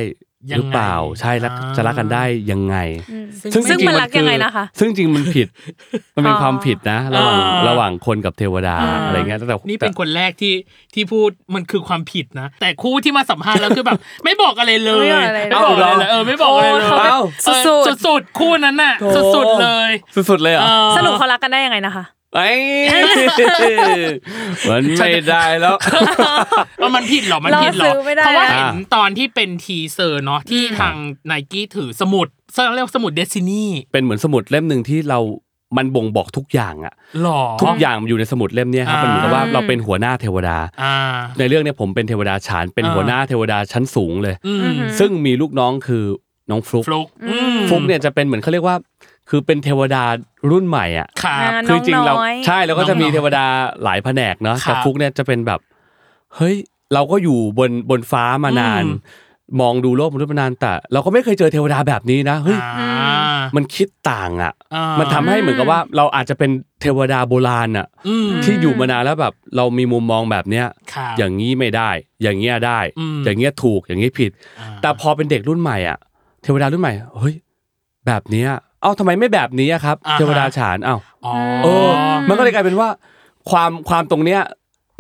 Speaker 4: หรือเปล่า
Speaker 2: ยังไง
Speaker 4: ใช่รัก
Speaker 2: อ่า
Speaker 4: จะรักกันได้ยังไง
Speaker 3: ซึ่ง
Speaker 4: จๆ
Speaker 3: มันรักยังไง
Speaker 4: อ
Speaker 3: นะคะ
Speaker 4: ซึ่งจริงมันผิด มันเป็น
Speaker 3: อ๋อ
Speaker 4: ความผิดนะ ระหว่าง
Speaker 2: อ่า
Speaker 4: ระหว่างคนกับเทวดาอะไรเงี้ยแต่
Speaker 2: นี่เป็นคนแรกที่ที่พูดมันคือความผิดนะ แต่คู่ที่มาสัมภาษณ์แล้วคือแบบ ไม่บอกอะไรเลย
Speaker 3: ไม่บอกอะไรเลย
Speaker 2: ไม่บอกอะไรเลยเออไม่บอกอะไรเลย
Speaker 3: โอ้เขาเป็น
Speaker 2: เอ้า
Speaker 3: สุดๆ
Speaker 2: เออสุดๆคู่นั้นน่ะ สุดๆเลย
Speaker 4: สุดๆเลยเหรอ
Speaker 2: เออ
Speaker 3: สรุปเขารักกันได้ยังไงนะคะ
Speaker 4: ไอ้ มันไม่ได้แล้ว
Speaker 2: ว่ามันผิดเหรอ มันผิดเหร
Speaker 3: เราซื้
Speaker 2: อ
Speaker 3: อไม่ได้
Speaker 2: เพราะว่า
Speaker 3: อ่ะ
Speaker 2: เห็นตอนที่เป็นทีเซอร์เนาะที่ทางไนกี้ถือสมุดเรียกว่าสมุดเดซินี่
Speaker 4: เป็นเหมือนสมุดเล่มหนึ่งที่เรามันบ่งบอกทุกอย่างอะ
Speaker 2: หรอ
Speaker 4: ทุกอย่างอยู่ในสมุดเล่มเนี้ยครับมันเหมือนกับว่า
Speaker 3: อ่า
Speaker 4: เราเป็นหัวหน้าเทวดา
Speaker 2: อ่า
Speaker 4: ในเรื่องเนี้ยผมเป็นเทวดาฉานเป็น
Speaker 2: อ่า
Speaker 4: หัวหน้าเทวดาชั้นสูงเลย
Speaker 2: อืม
Speaker 4: ซึ่งมีลูกน้องคือน้องฟลุ๊ก
Speaker 2: ฟลุกอืม
Speaker 4: ฟลุ๊กเนี่ยจะเป็นเหมือนเขาเรียกว่า คือเป็นเทวดารุ่นใหม่อ่ะ
Speaker 2: ครับ
Speaker 3: อ่า
Speaker 4: คือจริงเรา
Speaker 3: น้อย
Speaker 4: ใช่แล้วก็จะมี
Speaker 2: น้อย
Speaker 4: เทวดาหลายแผนกเนาะ
Speaker 2: ครั
Speaker 4: แต่
Speaker 2: บ
Speaker 4: ฟลุกเนี่ยจะเป็นแบบเฮ้ยเราก็อยู่บนบนฟ้ามานาน
Speaker 2: อืม
Speaker 4: มองดูโลกมนุษย์มานานแต่เราก็ไม่เคยเจอเทวดาแบบนี้นะเฮ้ย
Speaker 2: อ่า
Speaker 4: มันคิดต่างอ่ะ
Speaker 2: อ่ามั
Speaker 4: มันทำให้เหมือนกับว่าเราอาจจะเป็นเทวดาโบราณอ่ะ
Speaker 2: อืม
Speaker 4: ที่อยู่มานานแล้วแบบเรามีมุมมองแบบเนี้ย
Speaker 2: ครับ
Speaker 4: อย่างนี้ไม่ได้ อย่างเงี้ยได้
Speaker 2: อืม
Speaker 4: อย่างเงี้ยถูกอย่างเงี้ยผิด แต่พอเป็นเด็กรุ่นใหม่อ่ะเทวดารุ่นใหม่เฮ้ยแบบเนี้ยเอ้าทำไมไม่แบบนี้อะครับ เทวดาฉานเอ้า
Speaker 2: อ๋อ
Speaker 4: เออมันก็เลยกลายเป็นว่าความความตรงเนี้ย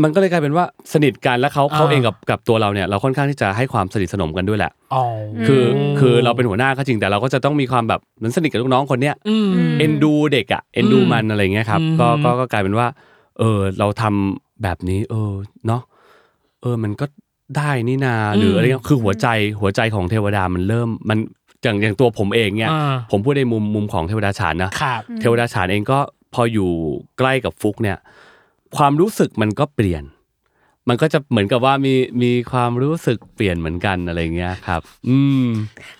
Speaker 4: มันก็เลยกลายเป็นว่าสนิทกันแล้วเขา
Speaker 2: อ่า
Speaker 4: เขาเองกับกับตัวเราเนี่ยเราค่อนข้างที่จะให้ความสนิทสนมกันด้วยแหละ
Speaker 2: อ๋อ
Speaker 4: คือคือเราเป็นหัวหน้าก็จริงแต่เราก็จะต้องมีความแบบเหมือนสนิทกับลูกน้องคนเนี้ย
Speaker 2: อืม
Speaker 4: เอ็นดูเด็กอ่ะเอ็นดูมันอะไรเงี้ยครับ
Speaker 2: อืม
Speaker 4: ก็ก็ก็กลายเป็นว่า เออเราทำแบบนี้ เออเนาะเออมันก็ได้นี่นาหรืออะไรเงี้ยคือหัวใจหัวใจของเทวดามันเริ่มมันอย่างอย่างตัวผมเองเนี่ย
Speaker 2: อ่า
Speaker 4: ผมพูดในมุมมุมของเทวดาฉานนะ
Speaker 2: ครับ
Speaker 4: เทวดาฉานเองก็พออยู่ใกล้กับฟุกเนี่ย ความรู้สึกมันก็เปลี่ยน มันก็จะเหมือนกับว่ามีมีความรู้สึกเปลี่ยนเหมือนกันอะไรเงี้ยครับ อืม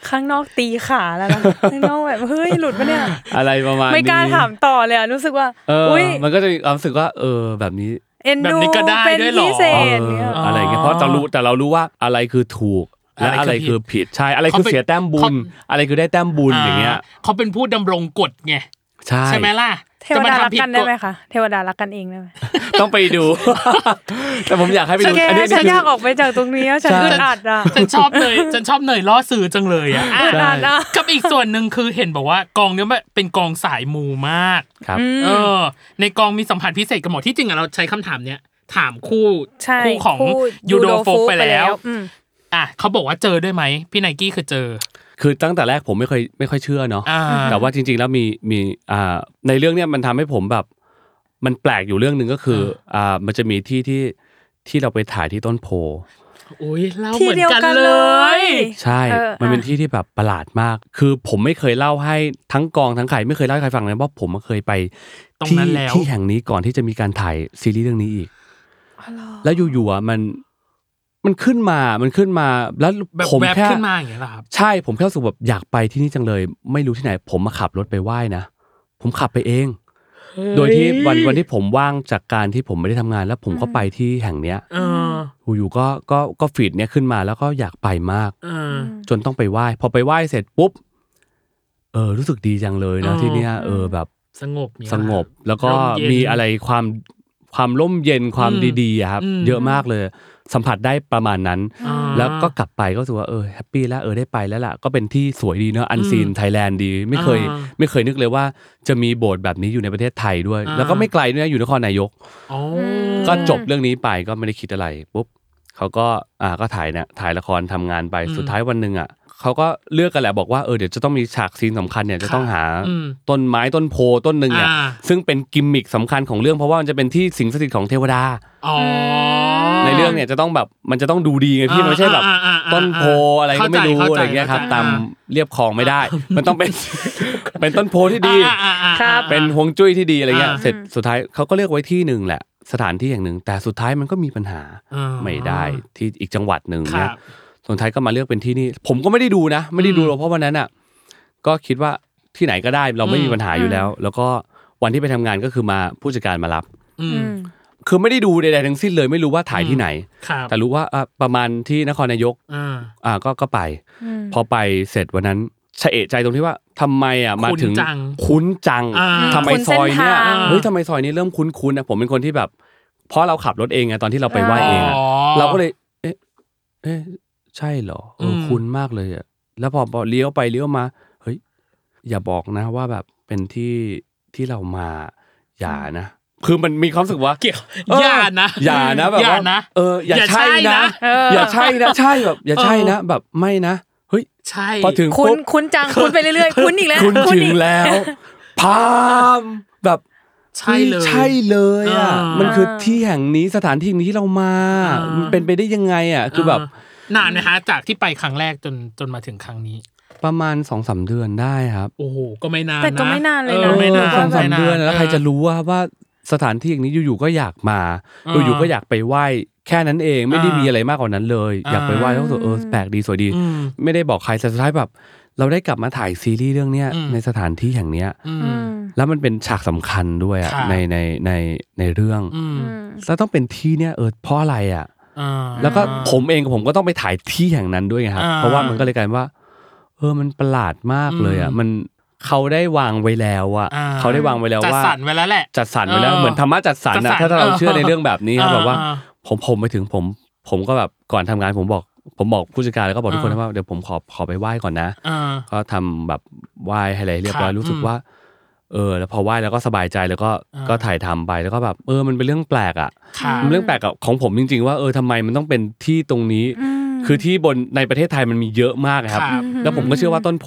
Speaker 3: ข้างนอกตีขาแล้วนะ ข้างนอกแบบเฮ้ยหลุดปะเนี่ย
Speaker 4: อะไรประมาณนี้
Speaker 3: ไม่กล้าถามต่อเลยอะรู้สึกว่า
Speaker 4: เออ
Speaker 3: อุ้ย
Speaker 4: มันก็จะมีความรู้สึกว่า เออ แบบนี้
Speaker 3: เอ็น
Speaker 2: แบบ
Speaker 3: ดู
Speaker 2: นี้ก็ได้
Speaker 3: เป็น
Speaker 2: ด้วยเหรอ
Speaker 3: พิเศ
Speaker 4: เอ
Speaker 3: ษเนี่ย
Speaker 4: ออะไรเงี้ยเพราะเรารู้แต่เรารู้ว่าอะไรคือถูกและ
Speaker 2: อะ
Speaker 4: อะไรไร
Speaker 2: คือ
Speaker 4: คือผิดใช่อะไรคือ
Speaker 2: เขาเป็น
Speaker 4: เสียแต้มบุ
Speaker 2: เขา
Speaker 4: ญ อะไรคือได้แต้มบุญอย่างเงี้ย
Speaker 2: เขาเป็นผู้ดำรงกฎไง
Speaker 4: ใช่
Speaker 2: ใช่ไหมล่ะ
Speaker 3: เทว
Speaker 2: จะมา
Speaker 3: ดา
Speaker 2: ทำ
Speaker 3: รัก
Speaker 2: ผิด
Speaker 3: กันได้
Speaker 2: กฎ
Speaker 3: ไหมคะเทวดารักกันเองได้ไหม
Speaker 4: ต้องไปดู แต่ผมอยากให้ไป
Speaker 3: ฉัน
Speaker 4: ดู
Speaker 3: แค่
Speaker 4: อันนี้อัน
Speaker 3: ฉัน
Speaker 4: นี้
Speaker 3: อยา
Speaker 4: คือ
Speaker 3: กออกไปจากตรงนี้อะฉัน
Speaker 4: ใช่
Speaker 3: อึดอัดอ่ะ
Speaker 2: ฉันชอบเลย ฉันชอบเนยล่อสื่อจังเลยอะอ่ะ
Speaker 3: อึดอัดอ่ะ
Speaker 2: กับอีกส่วนหนึ่งคือเห็นบอกว่ากองเนี้ยมันเป็นกองสายมูมาก
Speaker 4: ครับ
Speaker 2: เออ ในกองมีสัมผัสพิเศษกันหมดที่จริงอะเราใช้คำถามเนี้ยถามคู่
Speaker 3: ใช่
Speaker 2: คู่ของ
Speaker 3: คู่
Speaker 2: ยูโดโฟก
Speaker 3: ก
Speaker 2: ไปแล้ว
Speaker 3: อืม
Speaker 2: อ่ะเขาบอกว่าเจอด้วยไหมพี่ไนกี้คือเจอ
Speaker 4: คือตั้งแต่แรกผมไม่เคยไม่ค่อยเชื่อเนาะ
Speaker 2: อ่า
Speaker 4: แต่ว่าจริงๆ แล้วมีมีอ่าในเรื่องเนี้ยมันทำให้ผมแบบ มันแปลกอยู่เรื่องหนึ่งก็คืออ่ามันจะมีที่ที่ที่เราไปถ่ายที่ต้นโพ
Speaker 2: โอ้ยเล่า
Speaker 3: ที่
Speaker 2: เหมือน
Speaker 3: เดียว
Speaker 2: กัน
Speaker 3: กัน
Speaker 2: เล
Speaker 3: เลย ย
Speaker 4: ใช่
Speaker 3: เออ
Speaker 4: มันเป็น
Speaker 3: อ่ะ
Speaker 4: ที่ที่แบบประหลาดมาก คือผมไม่เคยเล่าให้ทั้งกองทั้งใครไม่เคยเล่าให้ใครฟังเลยว่าผมเคยไป
Speaker 2: ตรง
Speaker 4: ที่
Speaker 2: นั้นแล้ว
Speaker 4: ที่แห่งนี้ก่อนที่จะมีการถ่ายซีรีส์เรื่องนี้อีก แล้วอยู่ๆอ่ะมันมันขึ้นมา มันขึ้นมาแล้ว
Speaker 2: แบบ
Speaker 4: ผม
Speaker 2: แวบ
Speaker 4: แค่
Speaker 2: ขึ้นมาอย่างเงี้ยเหรอครับ
Speaker 4: ใช่ผมแค่รู้สึกแบบอยากไปที่นี่จังเลย ไม่รู้ที่ไหน ผมมาขับรถไปไหว้นะผมขับไปเอง โดยที่วันวันที่ผมว่างจากการที่ผมไม่ได้ทำงาน แล้วผมก็ไปที่แห่งเนี้ย
Speaker 2: เออ
Speaker 4: อยู่ๆก็ก็ก็ฟีดเนี้ยขึ้นมาแล้วก็อยากไปมาก
Speaker 2: เออ
Speaker 4: จนต้องไปไหว้ พอไปไหว้เสร็จปุ๊บเออรู้สึกดีจังเลยนะ
Speaker 2: อ๋อ
Speaker 4: ที่เนี้ยเออแบบ
Speaker 2: สงบเนี่ย
Speaker 4: สงบแล้วก็
Speaker 2: ร่มเย็น
Speaker 4: มีอะไรความความร่มเย็นความ
Speaker 2: อืม
Speaker 4: ดีๆอะครับ
Speaker 2: อืม
Speaker 4: เยอะมากเลย สัมผัสได้ประมาณนั้น
Speaker 2: อ่า
Speaker 4: แล้วก็กลับไปก็รู้สึกว่าเออแฮปปี้แล้วเออได้ไปแล้วล่ะ ก็เป็นที่สวยดีเนอะอันซีนไทยแลนด์ดี ไม่เคย
Speaker 2: อ่า
Speaker 4: ไม่เคยนึกเลยว่าจะมีโบสถ์แบบนี้อยู่ในประเทศไทยด้วย
Speaker 2: อ่า
Speaker 4: แล้วก็ไม่ไกลด้วยนะอยู่นครนายก
Speaker 2: อ๋อ
Speaker 4: ก็จบเรื่องนี้ไปก็ไม่ได้คิดอะไรปุ๊บเขาก็อ่าก็ถ่ายเนี่ยถ่ายละครทำงานไปสุดท้ายวันหนึ่งอ่ะเขาก็เลือกกันแหละบอกว่าเออเดี๋ยวจะต้องมีฉากซีนสำคัญเนี่ยจะต้องหา
Speaker 2: อืม
Speaker 4: ต้นไม้ต้นโพต้นหนึ่งเนี่ย
Speaker 2: อ่า
Speaker 4: ซึ่งเป็นกิมมิคสำคัญของเรื่องเพราะว่ามันจะเป็นที่สิงสถิตของเทวดา
Speaker 2: อ๋อ
Speaker 4: ในเรื่องเนี่ยจะต้องแบบมันจะต้องดูดีไงพี่
Speaker 2: อ่า
Speaker 4: มันไม่ใช่แบบ
Speaker 2: อ่าอ่าอ่า
Speaker 4: ต้นโพอะไรก็ไม่รู้
Speaker 2: เข้าใจ
Speaker 4: อะไรเงี้ยครับ
Speaker 2: เข้าใจ
Speaker 4: ตาม
Speaker 2: อ่
Speaker 4: เรียบคลองไม่ได้ มันต้องเป็น เป็นต้นโพที่ดี
Speaker 2: อ่าอ่าอ่า
Speaker 3: ครับ
Speaker 4: เป็นฮวงจุ้ยที่ดีอะไรเงี้ย
Speaker 2: อ่า
Speaker 4: เสร็จสุดท้ายเขาก็เลือกไว้ที่หนึ่งแหละ สถานที่แห่งหนึ่ง แต่สุดท้ายมันก็มีปัญหา
Speaker 2: อ่า
Speaker 4: ไม่ได้ที่อีกจังหวัดหนึ่ง
Speaker 2: ครั
Speaker 4: เนี่ย
Speaker 2: บ
Speaker 4: สุดท้ายก็มาเลือกเป็นที่นี่ ผมก็ไม่ได้ดูนะ ไม่ได้ดูหรอกเพราะวันนั้นอ่ะก็คิดว่าที่ไหนก็ได้เราไม่
Speaker 2: อืม
Speaker 4: มีปัญหาอยู่แล้ว แล้วก็วันที่ไปทำงานก็คือมาผู้จัดการมารับ
Speaker 2: อื
Speaker 3: อื
Speaker 2: ม
Speaker 3: ม
Speaker 4: คือไม่ได้ดูใดๆทั้งสิ้นเลยไม่รู้ว่าถ่ายที่ไหน
Speaker 2: ครับ
Speaker 4: แต่รู้ว่าอ่ะประมาณที่นครนายก
Speaker 2: อ่า
Speaker 4: อ่ะก็ก็ไป
Speaker 3: อืม
Speaker 4: พอไปเสร็จวันนั้นชะเอะใจตรงที่ว่าทำไมอ่ะมาถึ
Speaker 2: คุ้นจัง
Speaker 4: คุ้นจัง
Speaker 2: อ่า
Speaker 4: ทำไมซอยเนี้ย
Speaker 3: คุ้นเส้นทาง
Speaker 4: เฮ้ยทำไมซอยนี้เริ่มคุ้นๆอ่ะผมเป็นคนที่แบบ เพราะเราขับรถเองไงตอนที่เราไปไหว้เองอ่ะ เราก็เลย เอ๊ะ เอ๊ะ ใช่เหรอ เอออ
Speaker 2: ม
Speaker 4: คุ้นมากเลยอะแล้วพอพอเลี้ยวไปเลี้ยวมา เฮ้ย อย่าบอกนะว่าแบบเป็นที่ที่เรามา อย่านะ คือมันมีความรู้สึกว่า
Speaker 2: เกี่ยว
Speaker 4: เออ
Speaker 2: อย่านะ
Speaker 4: อย่านะแบบ
Speaker 2: อย่า
Speaker 4: ว่า
Speaker 2: นะ
Speaker 4: เออ อย่า
Speaker 2: อย่า
Speaker 4: ใช่
Speaker 2: ใช่
Speaker 4: นะ
Speaker 2: นะ
Speaker 3: เออ
Speaker 4: อย่าใช่นะ ใช่แบบ อย่าใช่นะ แบบไม่นะ เฮ้ย
Speaker 2: ใช่
Speaker 4: พอถึง
Speaker 3: คุ้น
Speaker 4: ปุ๊บ
Speaker 3: คุ้นจังคุ้นไปเรื่อยๆคุ้นอีกแล้ว
Speaker 4: คุณถึ
Speaker 3: อี
Speaker 4: ง
Speaker 3: ก
Speaker 4: แล้วพามแบบ
Speaker 2: ใช่เลย
Speaker 4: ฮ้ใช่เลยอ่ะ
Speaker 2: อ่ามั
Speaker 4: มันคือที่แห่งนี้สถานที่นี้เรามา มันเป็นไปได้ยังไงอ่ะ คือแบบ
Speaker 2: นานนะฮะจากที่ไปครั้งแรกจนจนมาถึงครั้งนี้
Speaker 4: ประมาณสองสามเดือนได้ครับ
Speaker 2: โอ้โหก็ไม่นาน
Speaker 3: แต่ก็ไม่นานเลยนะ
Speaker 2: ออไม่นาน
Speaker 4: สองสาม
Speaker 2: ไน
Speaker 4: เดือนแล้วใครจะรู้ว่าว่าสถานที่อย่างนี้อยู่ๆก็อยากมา
Speaker 2: อ่า
Speaker 4: อยู่ๆก็อยากไปไหว้แค่นั้นเองไม่ได้
Speaker 2: อ่ามี
Speaker 4: มีอะไรมากกว่านั้นเลย
Speaker 2: อ่า
Speaker 4: อยากไปไหว้แล้วก็รู้สึกเออแปลกดีสวยดี
Speaker 2: อืม
Speaker 4: ไม่ได้บอกใครแต่สุดท้ายแบบ เราได้กลับมาถ่ายซีรีส์เรื่องเนี้ย
Speaker 2: อืม
Speaker 4: ในสถานที่แห่งเนี้ย
Speaker 2: อื
Speaker 3: อื
Speaker 2: ม
Speaker 3: ม
Speaker 4: แล้วมันเป็นฉากสำคัญด้วยอะ
Speaker 2: ครับ
Speaker 4: ในในในในเรื่อง
Speaker 2: อืม
Speaker 3: อืม
Speaker 4: แล้วต้องเป็นที่เนี้ยเออเพราะอะไรอ่ะ
Speaker 2: อ่า
Speaker 4: แล้วก็ผมเองผมก็ต้องไปถ่ายที่แห่งนั้นด้วยไงครับ
Speaker 2: อ่า
Speaker 4: เพราะว่ามันก็เลยกลายเป็นว่า เออมันประหลาดมากเลยอ่ะ
Speaker 2: อืม
Speaker 4: มันเขาได้วางไว้แล้วอ่ะ
Speaker 2: อ่า
Speaker 4: เขาได้วางไว้แล้ว
Speaker 2: จัด
Speaker 4: ว่า
Speaker 2: สรรไว้แล้วแหละ
Speaker 4: จัดสรรไว้แล้ว
Speaker 2: เออ
Speaker 4: เหมือนธรรมะจัดสรร
Speaker 2: จัด
Speaker 4: นะ
Speaker 2: สรร
Speaker 4: ถ้าเรา
Speaker 2: เออ
Speaker 4: เชื่อในเรื่องแบบนี้ครับ
Speaker 2: อ่า
Speaker 4: แบบว่า
Speaker 2: อ่า
Speaker 4: ผมผมไปถึงผม ผมก็แบบก่อนทำงานผมบอกผมบอกผู้จัดการแล้วก็บอกทุกคน
Speaker 2: อ่า
Speaker 4: ว่าเดี๋ยวผมขอขอไปไหว้ก่อนนะ
Speaker 2: อ่า
Speaker 4: ก็ทำแบบไหว้ให้อะไรเรียบร้อ
Speaker 2: ค
Speaker 4: ย
Speaker 2: รับ
Speaker 4: รู้สึก
Speaker 2: อืม
Speaker 4: ว่า เ เออ แล้วพอไหว้แล้วก็สบายใจแล้วก็
Speaker 2: อ่า
Speaker 4: ก็ถ่ายทำไปแล้วก็แบบเออมันเป็นเรื่องแปลกอ่ะ
Speaker 2: ค่ะ
Speaker 4: มันเรื่องแปลกกับของผมจริง ๆ ว่าเออทำไมมันต้องเป็นที่ตรงนี้
Speaker 3: ม
Speaker 4: คือที่บนในประเทศไทยมันมีเยอะมากนะครับ
Speaker 2: ครับ
Speaker 4: แล้วผมก็เชื่อว่าต้นโพ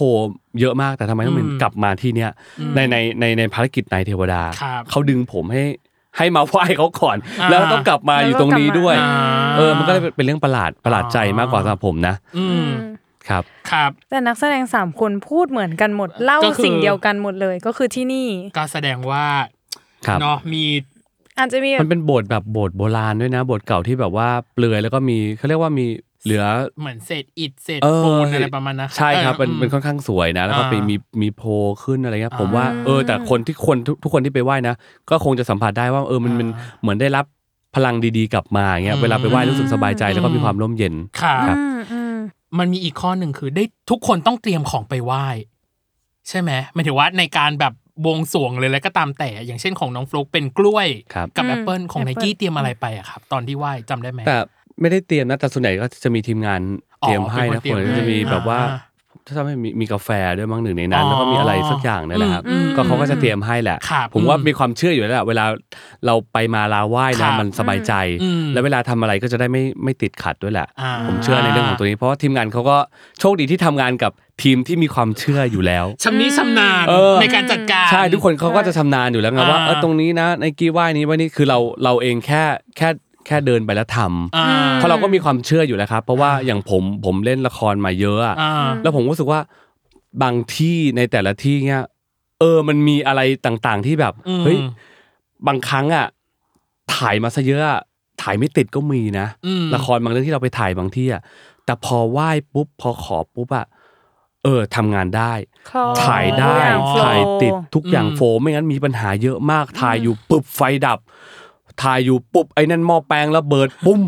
Speaker 4: เยอะมากแต่ทำไมต้องเป็น
Speaker 2: อืม
Speaker 4: กลับมาที่เนี้ยในในในในภารกิจนายเทวดา
Speaker 2: ครับ
Speaker 4: เขาดึงผมให้ให้มาไหว้เขาก่อน
Speaker 2: อ่า
Speaker 4: แล้วต้องกลับมาอยู่ตรงนี้ด้วย
Speaker 3: อ่า
Speaker 4: เออ มันก็เลยเป็นเรื่องประหลาดประหลาดใจมากกว่าสำหรับผมนะ
Speaker 2: อืม
Speaker 4: ครับ
Speaker 2: ครับ
Speaker 3: แต่นักแสดงสามคนพูดเหมือนกันหมด เล่า
Speaker 2: ก็คือ
Speaker 3: สิ่งเดียวกันหมดเลยก็คือที่นี่
Speaker 2: ก็แสดงว่า
Speaker 4: ครับ
Speaker 2: เนาะมี
Speaker 3: อาจจะมีแบ
Speaker 4: มั
Speaker 3: บ
Speaker 4: นเป็นโบสถ์แบบโบสถ์โบราณด้วยนะโบสถ์เก่าที่แบบว่าเปลือยแล้วก็มีเขาเรียกว่ามีเหลือ
Speaker 2: เหมือนเศษอิฐเศษ
Speaker 4: เออ
Speaker 2: ปูนอะไรประมาณนะ
Speaker 4: ใช่ครับ
Speaker 2: เออ
Speaker 4: มัน
Speaker 2: อืม
Speaker 4: มันค่อนข้างสวยนะ แล้วก็
Speaker 2: อ่า
Speaker 4: ไปมีมีโพลขึ้นอะไรเงี้ย
Speaker 2: อ่า
Speaker 4: ผมว่าเออแต่คนที่คนทุกทุกคนที่ไปไหว้นะ ก็คงจะสัมผัสได้ว่าเออมันมัน
Speaker 2: อ่า
Speaker 4: เหมือนได้รับพลังดีๆกลับมาเงี้ย
Speaker 2: อืม
Speaker 4: เวลาไปไหว้รู้สึกสบายใจแล้วก็มีความร่มเย็น
Speaker 2: ครับ
Speaker 3: อืมอืม
Speaker 2: มันมีอีกข้อหนึ่งคือได้ทุกคนต้องเตรียมของไปไหว้ ใช่ไหมหมายถึงว่าในการแบบบวงสรวงเลยแล้วก็ตามแต่อย่างเช่นของน้องฟลุกเป็นกล้วย
Speaker 4: ครับ
Speaker 2: กับ
Speaker 3: อืม
Speaker 2: แอปเปิลของไน
Speaker 3: Apple
Speaker 2: กี้เตรียมอะไรไปอะครับ ตอนที่ไหว้จำได้ไหม
Speaker 4: แต่ไม่ได้เตรียมนะแต่ส่วนใหญ่ก็จะมีทีมงานเตรียมให้นะ
Speaker 2: เป็
Speaker 4: ผ
Speaker 2: นคนเตรียม
Speaker 4: ม
Speaker 2: ให้
Speaker 4: จะมีแบบว่า
Speaker 2: อ่า
Speaker 4: ถ้าจำไม่ผิดมีมีกาแฟด้วยมั้งหนึ่งในนั้น
Speaker 2: อ๋อ
Speaker 4: แล้วก็มีอะไรสักอย่างเนี่ยแหละครับ
Speaker 2: อืม
Speaker 4: ก็เขาก็จะเตรียมให้แหละ
Speaker 2: ครับ
Speaker 4: ผมว่า
Speaker 2: อืม
Speaker 4: มีความเชื่ออยู่แล้วแหละเวลาเราไปมาลาไหว้
Speaker 2: ครั
Speaker 4: นะ
Speaker 2: บ
Speaker 4: มันสบายใจ
Speaker 2: อืม
Speaker 4: แล้วเวลาทำอะไรก็จะได้ไม่ไม่ติดขัดด้วยแหละ
Speaker 2: อ่า
Speaker 4: ผมเชื่อในเรื่องของตัวนี้เพราะว่าทีมงานเขาก็โชคดีที่ทำงานกับทีมที่มีความเชื่ออยู่แล้ว
Speaker 2: ชำนิชำนาญ
Speaker 4: เออ
Speaker 2: ในการจัดการ
Speaker 4: ใช่ทุกคนเขาก็จะชำนาญอยู่แล้วไงว่า
Speaker 2: อ่า
Speaker 4: เออตรงนี้นะในกี้ไหว้นี้ว่านี่คือเราเราเองแค่แค่แค่เดินไปแล้วทำ
Speaker 2: อ่า
Speaker 4: เพราะเราก็มีความเชื่ออยู่แล้วครับ เพราะว่าอย่างผมผมเล่นละครมาเยอะอะ
Speaker 2: อ่า
Speaker 4: แล้วผมรู้สึกว่าบางที่ในแต่ละที่เนี่ยเออมันมีอะไรต่างๆที่แบบ
Speaker 2: อืม
Speaker 4: เฮ้ยบางครั้งอ่ะถ่ายมาซะเยอะอะถ่ายไม่ติดก็มีนะ
Speaker 2: อืม
Speaker 4: ละครบางเรื่องที่เราไปถ่ายบางที่อ่ะแต่พอไหว้ปุ๊บพอขอปุ๊บอ่ะเออทำงานได้ ถ่าย
Speaker 3: ทุ
Speaker 4: ได้
Speaker 3: กอง flow
Speaker 4: ถ่ายติดทุกอย่าง
Speaker 2: อืม
Speaker 4: โฟมไม่งั้นมีปัญหาเยอะมากถ่ายอยู่ปุ๊บไฟดับ ถ่ายอยู่ปุ๊บไอ้นั่นหม้อแปลงระเบิดปุ้ม